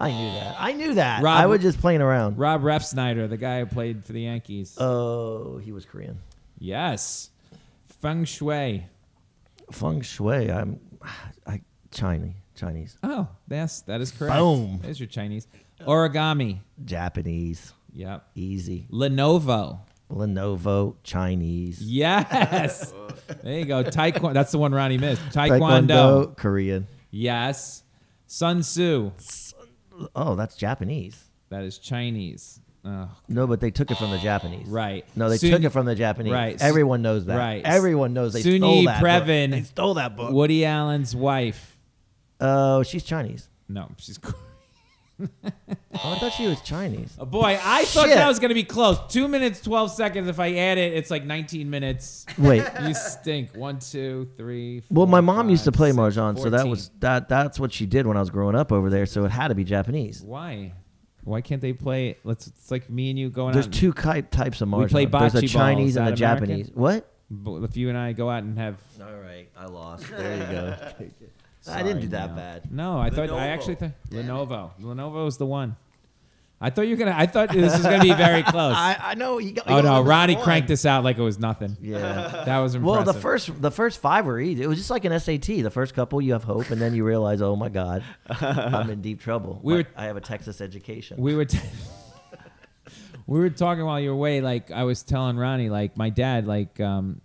[SPEAKER 11] I knew that. I knew that.
[SPEAKER 9] Rob-
[SPEAKER 11] I was just playing around.
[SPEAKER 9] Rob Refsnyder, the guy who played for the Yankees.
[SPEAKER 11] Oh, he was Korean.
[SPEAKER 9] yes. Feng Shui.
[SPEAKER 11] Feng Shui. I'm, I Chinese. Chinese.
[SPEAKER 9] Oh, yes, that is correct.
[SPEAKER 11] Boom.
[SPEAKER 9] There's your Chinese. Origami.
[SPEAKER 11] Japanese.
[SPEAKER 9] Yep.
[SPEAKER 11] Easy.
[SPEAKER 9] Lenovo.
[SPEAKER 11] Lenovo. Chinese.
[SPEAKER 9] Yes. there you go. Taekwondo. That's the one Ronnie missed. Taekwondo.
[SPEAKER 11] Korean.
[SPEAKER 9] Yes. Sun Tzu.
[SPEAKER 11] Oh, that's Japanese.
[SPEAKER 9] That is Chinese. Oh,
[SPEAKER 11] No, but they took it from the Japanese.
[SPEAKER 9] Right.
[SPEAKER 11] No, they
[SPEAKER 9] Sun-
[SPEAKER 11] took it from the Japanese.
[SPEAKER 9] Right.
[SPEAKER 11] Everyone knows that.
[SPEAKER 9] Right.
[SPEAKER 11] Everyone knows they
[SPEAKER 9] Sun
[SPEAKER 11] stole
[SPEAKER 9] Yi
[SPEAKER 11] that.
[SPEAKER 9] Previn.
[SPEAKER 11] Book. They stole that book.
[SPEAKER 9] Woody Allen's wife.
[SPEAKER 11] Oh, she's Chinese.
[SPEAKER 9] No, she's. Korean.
[SPEAKER 11] Oh, I thought she was Chinese.
[SPEAKER 9] Oh, boy, I thought that
[SPEAKER 11] Shit.
[SPEAKER 9] was going to be close. Two minutes, 12 seconds. If I add it, it's like 19 minutes.
[SPEAKER 11] Wait.
[SPEAKER 9] You stink. One, two, three.
[SPEAKER 11] Well,
[SPEAKER 9] four,
[SPEAKER 11] my mom
[SPEAKER 9] five,
[SPEAKER 11] used to play
[SPEAKER 9] six,
[SPEAKER 11] mahjong, so that
[SPEAKER 9] 14.
[SPEAKER 11] was that. That's what she did when I was growing up over there. So it had to be Japanese.
[SPEAKER 9] Why? Why can't they play? Let's. It's like me and you going
[SPEAKER 11] There's
[SPEAKER 9] out.
[SPEAKER 11] two ki- types of mahjong.
[SPEAKER 9] play
[SPEAKER 11] There's
[SPEAKER 9] bocce
[SPEAKER 11] a
[SPEAKER 9] balls. Is
[SPEAKER 11] Chinese and
[SPEAKER 9] that
[SPEAKER 11] a
[SPEAKER 9] American?
[SPEAKER 11] Japanese. What?
[SPEAKER 9] two. If you and I go out and have.
[SPEAKER 11] All right, I lost. There you go. I
[SPEAKER 9] Sorry,
[SPEAKER 11] didn't do that
[SPEAKER 9] no.
[SPEAKER 11] bad.
[SPEAKER 9] No, I thought. I actually thought Lenovo. Lenovo is the one. I thought you were gonna. I thought this was gonna be very close.
[SPEAKER 11] Oh, I, I know. You got,
[SPEAKER 9] oh
[SPEAKER 11] you
[SPEAKER 9] no,
[SPEAKER 11] only
[SPEAKER 9] Ronnie
[SPEAKER 11] won.
[SPEAKER 9] cranked this out like it was nothing.
[SPEAKER 11] Yeah.
[SPEAKER 9] That was impressive.
[SPEAKER 11] Well, the first the first five were easy. It was just like an SAT. The first couple, you have hope, and then you realize, oh my God, I'm in deep trouble.
[SPEAKER 9] We
[SPEAKER 11] We
[SPEAKER 9] were-
[SPEAKER 11] I have a Texas education.
[SPEAKER 9] we were t- we were talking while you were away. Like I was telling Ronnie, like my dad, like um,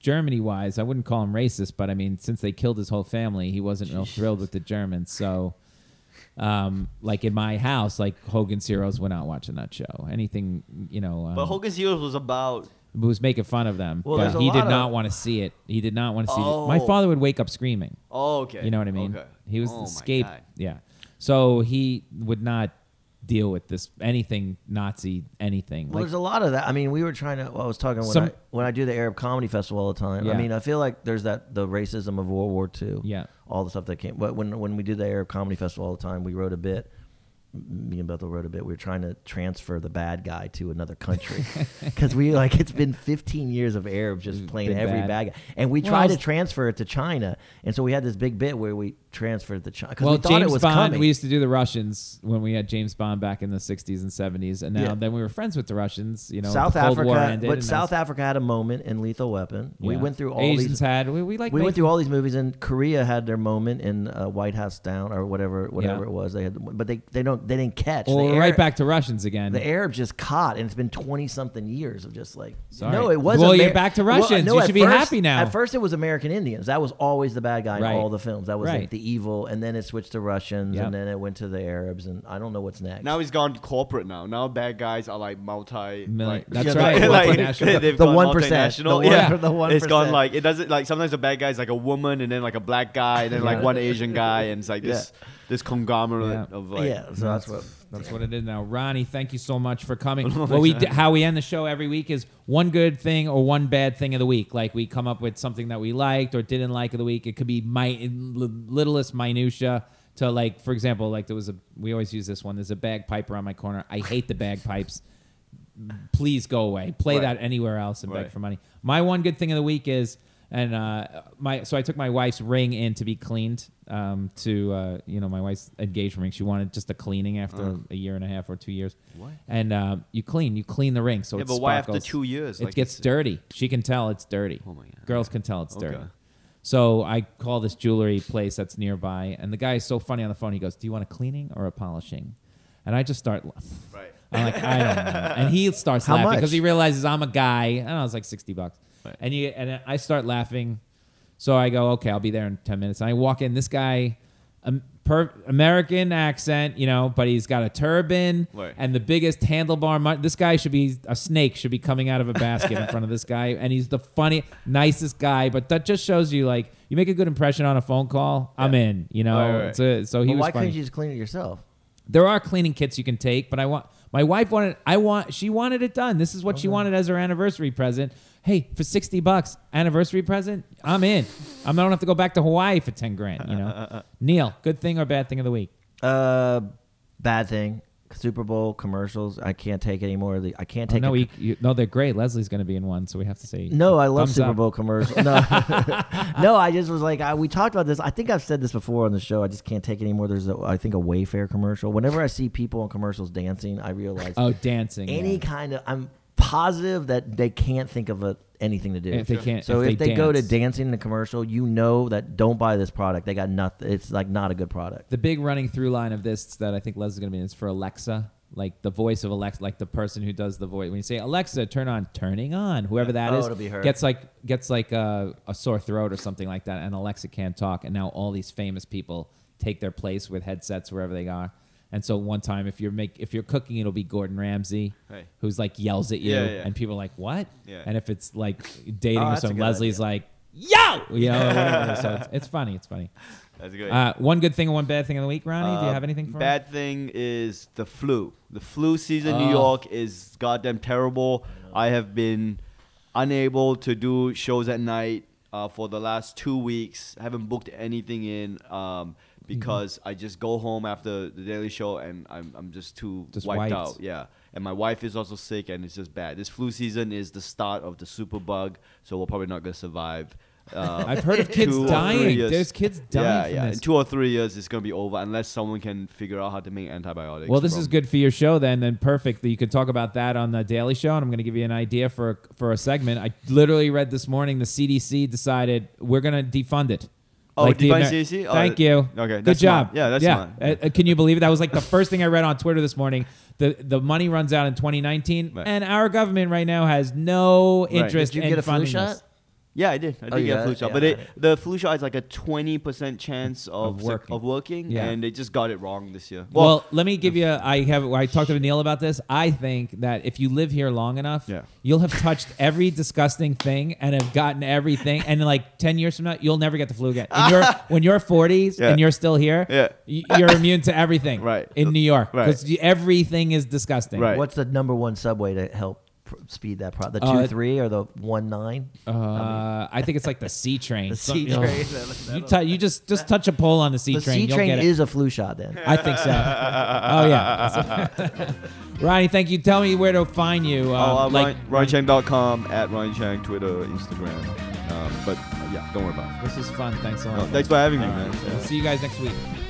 [SPEAKER 9] Germany wise, I wouldn't call him racist, but I mean, since they killed his whole family, he wasn't real thrilled with the Germans. So, um, like in my house, like Hogan's Heroes, we're not watching that show. Anything, you know, um,
[SPEAKER 10] But Hogan's Heroes was about
[SPEAKER 9] was making fun of them,
[SPEAKER 11] Well, there's
[SPEAKER 9] but
[SPEAKER 11] a
[SPEAKER 9] he did
[SPEAKER 11] lot of-
[SPEAKER 9] not want to see it. He did not want to see it. My
[SPEAKER 10] Oh.
[SPEAKER 9] father would wake up screaming.
[SPEAKER 10] Oh, okay.
[SPEAKER 9] You know what I mean?
[SPEAKER 10] Okay.
[SPEAKER 9] He was
[SPEAKER 10] Oh
[SPEAKER 9] the
[SPEAKER 10] my
[SPEAKER 9] escape.
[SPEAKER 10] God.
[SPEAKER 9] Yeah. So he would not deal with this anything Nazi anything. Like,
[SPEAKER 11] Well, there's a lot of that. I mean, we were trying to. Well, I was talking when
[SPEAKER 9] Some-
[SPEAKER 11] I when I do the Arab Comedy Festival all the time.
[SPEAKER 9] Yeah.
[SPEAKER 11] I mean, I feel like there's that the racism of World War II.
[SPEAKER 9] Yeah.
[SPEAKER 11] all the stuff that came. But when when we do the Arab Comedy Festival all the time, we wrote a bit. Me and Bethel wrote a bit. We were trying to transfer the bad guy to another country because we like it's been 15 years of Arabs just playing
[SPEAKER 9] been
[SPEAKER 11] every
[SPEAKER 9] bad.
[SPEAKER 11] bad guy, and we
[SPEAKER 9] Well,
[SPEAKER 11] tried
[SPEAKER 9] it's-
[SPEAKER 11] to transfer it to China, and so we had this big bit where we transferred the China because
[SPEAKER 9] well,
[SPEAKER 11] we thought
[SPEAKER 9] James
[SPEAKER 11] it was
[SPEAKER 9] Bond.
[SPEAKER 11] coming.
[SPEAKER 9] We used to do the Russians when we had James Bond back in the '60s and '70s, and now
[SPEAKER 11] Yeah.
[SPEAKER 9] then we were friends with the Russians. You know,
[SPEAKER 11] South
[SPEAKER 9] the Cold
[SPEAKER 11] Africa,
[SPEAKER 9] War ended,
[SPEAKER 11] but
[SPEAKER 9] and
[SPEAKER 11] South
[SPEAKER 9] that's-
[SPEAKER 11] Africa had a moment in Lethal Weapon. We
[SPEAKER 9] yeah.
[SPEAKER 11] went through all
[SPEAKER 9] Asians
[SPEAKER 11] these.
[SPEAKER 9] had we, we like
[SPEAKER 11] we
[SPEAKER 9] make-
[SPEAKER 11] went through all these movies, and Korea had their moment in uh, White House Down or whatever, whatever
[SPEAKER 9] Yeah.
[SPEAKER 11] it was. They had, but they they don't they didn't catch.
[SPEAKER 9] Well,
[SPEAKER 11] the
[SPEAKER 9] we're right
[SPEAKER 11] Arab-
[SPEAKER 9] back to Russians again.
[SPEAKER 11] The Arab just caught, and it's been twenty something years of just like
[SPEAKER 9] Sorry.
[SPEAKER 11] no, it wasn't. uh,
[SPEAKER 9] Well, you're back to Russians. You
[SPEAKER 11] at
[SPEAKER 9] should be
[SPEAKER 11] first-
[SPEAKER 9] happy now.
[SPEAKER 11] At first, it was American Indians. That was always the bad guy in
[SPEAKER 9] Right.
[SPEAKER 11] all the films. That was
[SPEAKER 9] Right.
[SPEAKER 11] like the evil, and then it switched to Russians,
[SPEAKER 9] Yep.
[SPEAKER 11] and then it went to the Arabs, and I don't know what's next.
[SPEAKER 10] now he's gone corporate now. Now bad guys are like multi.
[SPEAKER 9] Milli-
[SPEAKER 10] like-
[SPEAKER 9] that's
[SPEAKER 11] Yeah, right,
[SPEAKER 9] multinational.
[SPEAKER 10] they've
[SPEAKER 11] The
[SPEAKER 10] gone
[SPEAKER 11] 1%, the
[SPEAKER 10] multinational.
[SPEAKER 11] one-
[SPEAKER 10] yeah,
[SPEAKER 11] the
[SPEAKER 10] it's
[SPEAKER 11] 1%.
[SPEAKER 10] gone like it doesn't like sometimes the bad guy's like a woman and then like a black guy and then like
[SPEAKER 11] Yeah.
[SPEAKER 10] one Asian guy and it's like this this conglomerate
[SPEAKER 9] Yeah.
[SPEAKER 10] of like
[SPEAKER 11] yeah, so that's what.
[SPEAKER 9] That's what it is now. Ronnie, thank you so much for coming. well, we d- how we end the show every week is one good thing or one bad thing of the week. Like we come up with something that we liked or didn't like of the week. It could be my littlest minutia to like, for example, like there was a we always use this one. There's a bagpiper on my corner. I hate the bagpipes. Please go away. Play
[SPEAKER 10] Right.
[SPEAKER 9] that anywhere else and beg
[SPEAKER 10] Right.
[SPEAKER 9] for money. My one good thing of the week is And uh, my so I took my wife's ring in to be cleaned. Um, to uh, you know, my wife's engagement ring. She wanted just a cleaning after
[SPEAKER 10] Uh-huh.
[SPEAKER 9] a year and a half or two years. What? And um, you clean, you clean the ring. So
[SPEAKER 10] Yeah,
[SPEAKER 9] it
[SPEAKER 10] but why after
[SPEAKER 9] sparkles.
[SPEAKER 10] two years?
[SPEAKER 9] It
[SPEAKER 10] Like,
[SPEAKER 9] gets
[SPEAKER 10] it's-
[SPEAKER 9] dirty. She can tell it's dirty.
[SPEAKER 10] Oh my God.
[SPEAKER 9] Girls can tell it's
[SPEAKER 10] Okay.
[SPEAKER 9] dirty. So I call this jewelry place that's nearby, and the guy is so funny on the phone. He goes, "Do you want a cleaning or a polishing?" And I just start.
[SPEAKER 10] Right.
[SPEAKER 9] I'm like, I don't know. And he starts
[SPEAKER 11] How
[SPEAKER 9] laughing
[SPEAKER 11] much?
[SPEAKER 9] because he realizes I'm a guy. And I was like sixty bucks. And you and I start laughing. So I go, okay, I'll be there in ten minutes. And I walk in. This guy, um, per, American accent, you know, but he's got a turban
[SPEAKER 10] Right.
[SPEAKER 9] and the biggest handlebar. Mu- this guy should be a snake. Should be coming out of a basket in front of this guy. And he's the funny, nicest guy. But that just shows you, like, you make a good impression on a phone call. I'm in. You know,
[SPEAKER 10] Right, right.
[SPEAKER 9] It's a- so he
[SPEAKER 11] But
[SPEAKER 9] was
[SPEAKER 11] why
[SPEAKER 9] funny
[SPEAKER 11] couldn't you just clean it yourself?
[SPEAKER 9] there are cleaning kits you can take, but I want my wife wanted I want she wanted it done. This is what she wanted as her anniversary present. Hey, for sixty bucks, anniversary present, I'm in. I'm- I don't have to go back to Hawaii for ten grand. You know, Neil, good thing or bad thing of the week?
[SPEAKER 11] Uh, bad thing. Super Bowl commercials. I can't take any more of the. I can't
[SPEAKER 9] Oh,
[SPEAKER 11] take.
[SPEAKER 9] no,
[SPEAKER 11] a-
[SPEAKER 9] he, you, no, they're great. Leslie's going to be in one, so we have to say
[SPEAKER 11] No, I love
[SPEAKER 9] thumbs
[SPEAKER 11] Super
[SPEAKER 9] up.
[SPEAKER 11] Bowl commercials. No, no, I just was like, I, we talked about this. I think I've said this before on the show. I just can't take it anymore. There's, a, I think, a Wayfair commercial. Whenever I see people in commercials dancing, I realize
[SPEAKER 9] Oh, dancing.
[SPEAKER 11] any
[SPEAKER 9] yeah.
[SPEAKER 11] kind of. I'm positive that they can't think of a, anything to do.
[SPEAKER 9] If they can't-
[SPEAKER 11] so
[SPEAKER 9] if
[SPEAKER 11] if,
[SPEAKER 9] they
[SPEAKER 11] they, go to
[SPEAKER 9] dance.
[SPEAKER 11] dancing in the commercial, you know that don't buy this product. They got nothing. It's like not a good product.
[SPEAKER 9] the big running through line of this that I think Leslie's going to be in is for Alexa, like the voice of Alexa, like the person who does the voice. When you say Alexa, turn on, turning on, whoever that
[SPEAKER 11] Oh,
[SPEAKER 9] is
[SPEAKER 11] it'll be her.
[SPEAKER 9] gets like gets like a, a sore throat or something like that, and Alexa can't talk, and now all these famous people take their place with headsets wherever they are. And so one time, if you're make if you're cooking, it'll be Gordon Ramsay,
[SPEAKER 10] Right.
[SPEAKER 9] who's like yells at you,
[SPEAKER 10] Yeah, yeah.
[SPEAKER 9] and people are like, "What?"
[SPEAKER 10] Yeah.
[SPEAKER 9] And if it's like dating
[SPEAKER 11] Oh,
[SPEAKER 9] or
[SPEAKER 11] that's a
[SPEAKER 9] something,
[SPEAKER 11] good
[SPEAKER 9] Leslie's like, "Yo!" You know, or whatever. so it's, it's funny. It's funny.
[SPEAKER 10] That's good.
[SPEAKER 9] Uh, one good thing and one bad thing of the week, Ronnie. Do you
[SPEAKER 10] Uh,
[SPEAKER 9] have anything for
[SPEAKER 10] bad thing is the flu. The flu season in New
[SPEAKER 9] Oh.
[SPEAKER 10] York is goddamn terrible. I have been unable to do shows at night uh, for the last two weeks. I haven't booked anything in um,
[SPEAKER 9] Mm-hmm.
[SPEAKER 10] because I just go home after the Daily Show and I'm, I'm just too
[SPEAKER 9] Just wiped.
[SPEAKER 10] wiped out. Yeah. And my wife is also sick and it's just bad. This flu season is the start of the super bug, so we're probably not going to survive. Uh,
[SPEAKER 9] I've heard of kids
[SPEAKER 10] two or three
[SPEAKER 9] dying.
[SPEAKER 10] years.
[SPEAKER 9] There's kids dying
[SPEAKER 10] Yeah,
[SPEAKER 9] from
[SPEAKER 10] yeah.
[SPEAKER 9] this.
[SPEAKER 10] In two or three years, it's gonna be over unless someone can figure out how to make antibiotics.
[SPEAKER 9] Well, this
[SPEAKER 10] from-
[SPEAKER 9] is good for your show then. Then perfect that you can talk about that on the Daily Show, and I'm going to give you an idea for for a segment. I literally read this morning the CDC decided we're going to defund it.
[SPEAKER 10] Oh,
[SPEAKER 9] the
[SPEAKER 10] defund CDC? Oh,
[SPEAKER 9] Thank
[SPEAKER 10] that-
[SPEAKER 9] you.
[SPEAKER 10] okay,
[SPEAKER 9] Good
[SPEAKER 10] that's
[SPEAKER 9] job.
[SPEAKER 10] smart. Yeah, that's
[SPEAKER 9] yeah.
[SPEAKER 10] smart.
[SPEAKER 9] Uh, uh, can you believe it? That was like the first thing I read on Twitter this morning. The the money runs out in 2019,
[SPEAKER 10] Right.
[SPEAKER 9] and our government right now has no interest
[SPEAKER 11] Did you
[SPEAKER 9] in
[SPEAKER 11] get a flu
[SPEAKER 9] funding this.
[SPEAKER 11] shot?
[SPEAKER 10] Yeah, I did. I
[SPEAKER 9] Oh,
[SPEAKER 10] did
[SPEAKER 11] you
[SPEAKER 10] get
[SPEAKER 11] got
[SPEAKER 10] a flu
[SPEAKER 11] it?
[SPEAKER 10] shot,
[SPEAKER 11] Yeah,
[SPEAKER 10] but it,
[SPEAKER 11] alright.
[SPEAKER 10] the flu shot is like a twenty percent chance of
[SPEAKER 9] Of
[SPEAKER 10] suc-
[SPEAKER 9] working.
[SPEAKER 10] of working
[SPEAKER 9] Yeah.
[SPEAKER 10] and they just got it wrong this year.
[SPEAKER 9] Well, let me give you. A, I have. I talked to Neil about this. I think that if you live here long enough,
[SPEAKER 10] Yeah.
[SPEAKER 9] you'll have touched every disgusting thing and have gotten everything. And in like ten years from now, you'll never get the flu again. And you're, when you're forties
[SPEAKER 10] Yeah.
[SPEAKER 9] and you're still here,
[SPEAKER 10] Yeah.
[SPEAKER 9] y- you're immune to everything.
[SPEAKER 10] Right.
[SPEAKER 9] in New York,
[SPEAKER 10] Right.
[SPEAKER 9] because everything is disgusting.
[SPEAKER 10] Right.
[SPEAKER 11] What's the number one subway to help pr- speed that product? The two
[SPEAKER 9] Uh,
[SPEAKER 11] three or the one nine?
[SPEAKER 9] Uh, I think it's like the C train.
[SPEAKER 11] The
[SPEAKER 9] Some-
[SPEAKER 11] C
[SPEAKER 9] you know,
[SPEAKER 11] train.
[SPEAKER 9] You, tou- you just just touch a pole on the C
[SPEAKER 11] The
[SPEAKER 9] train.
[SPEAKER 11] C
[SPEAKER 9] you'll
[SPEAKER 11] train
[SPEAKER 9] get it.
[SPEAKER 11] is a flu shot then.
[SPEAKER 9] I think so. oh yeah. Ronnie, thank you. Tell me where to find you.
[SPEAKER 10] oh, uh,
[SPEAKER 9] um, like-
[SPEAKER 10] Ryan, RyanChang.com at RyanChang, Twitter, Instagram. Um, but uh, yeah, don't worry about it.
[SPEAKER 9] This is fun. Thanks a lot.
[SPEAKER 10] No, thanks for having me,
[SPEAKER 9] All right.
[SPEAKER 10] man.
[SPEAKER 9] We'll see you guys next week.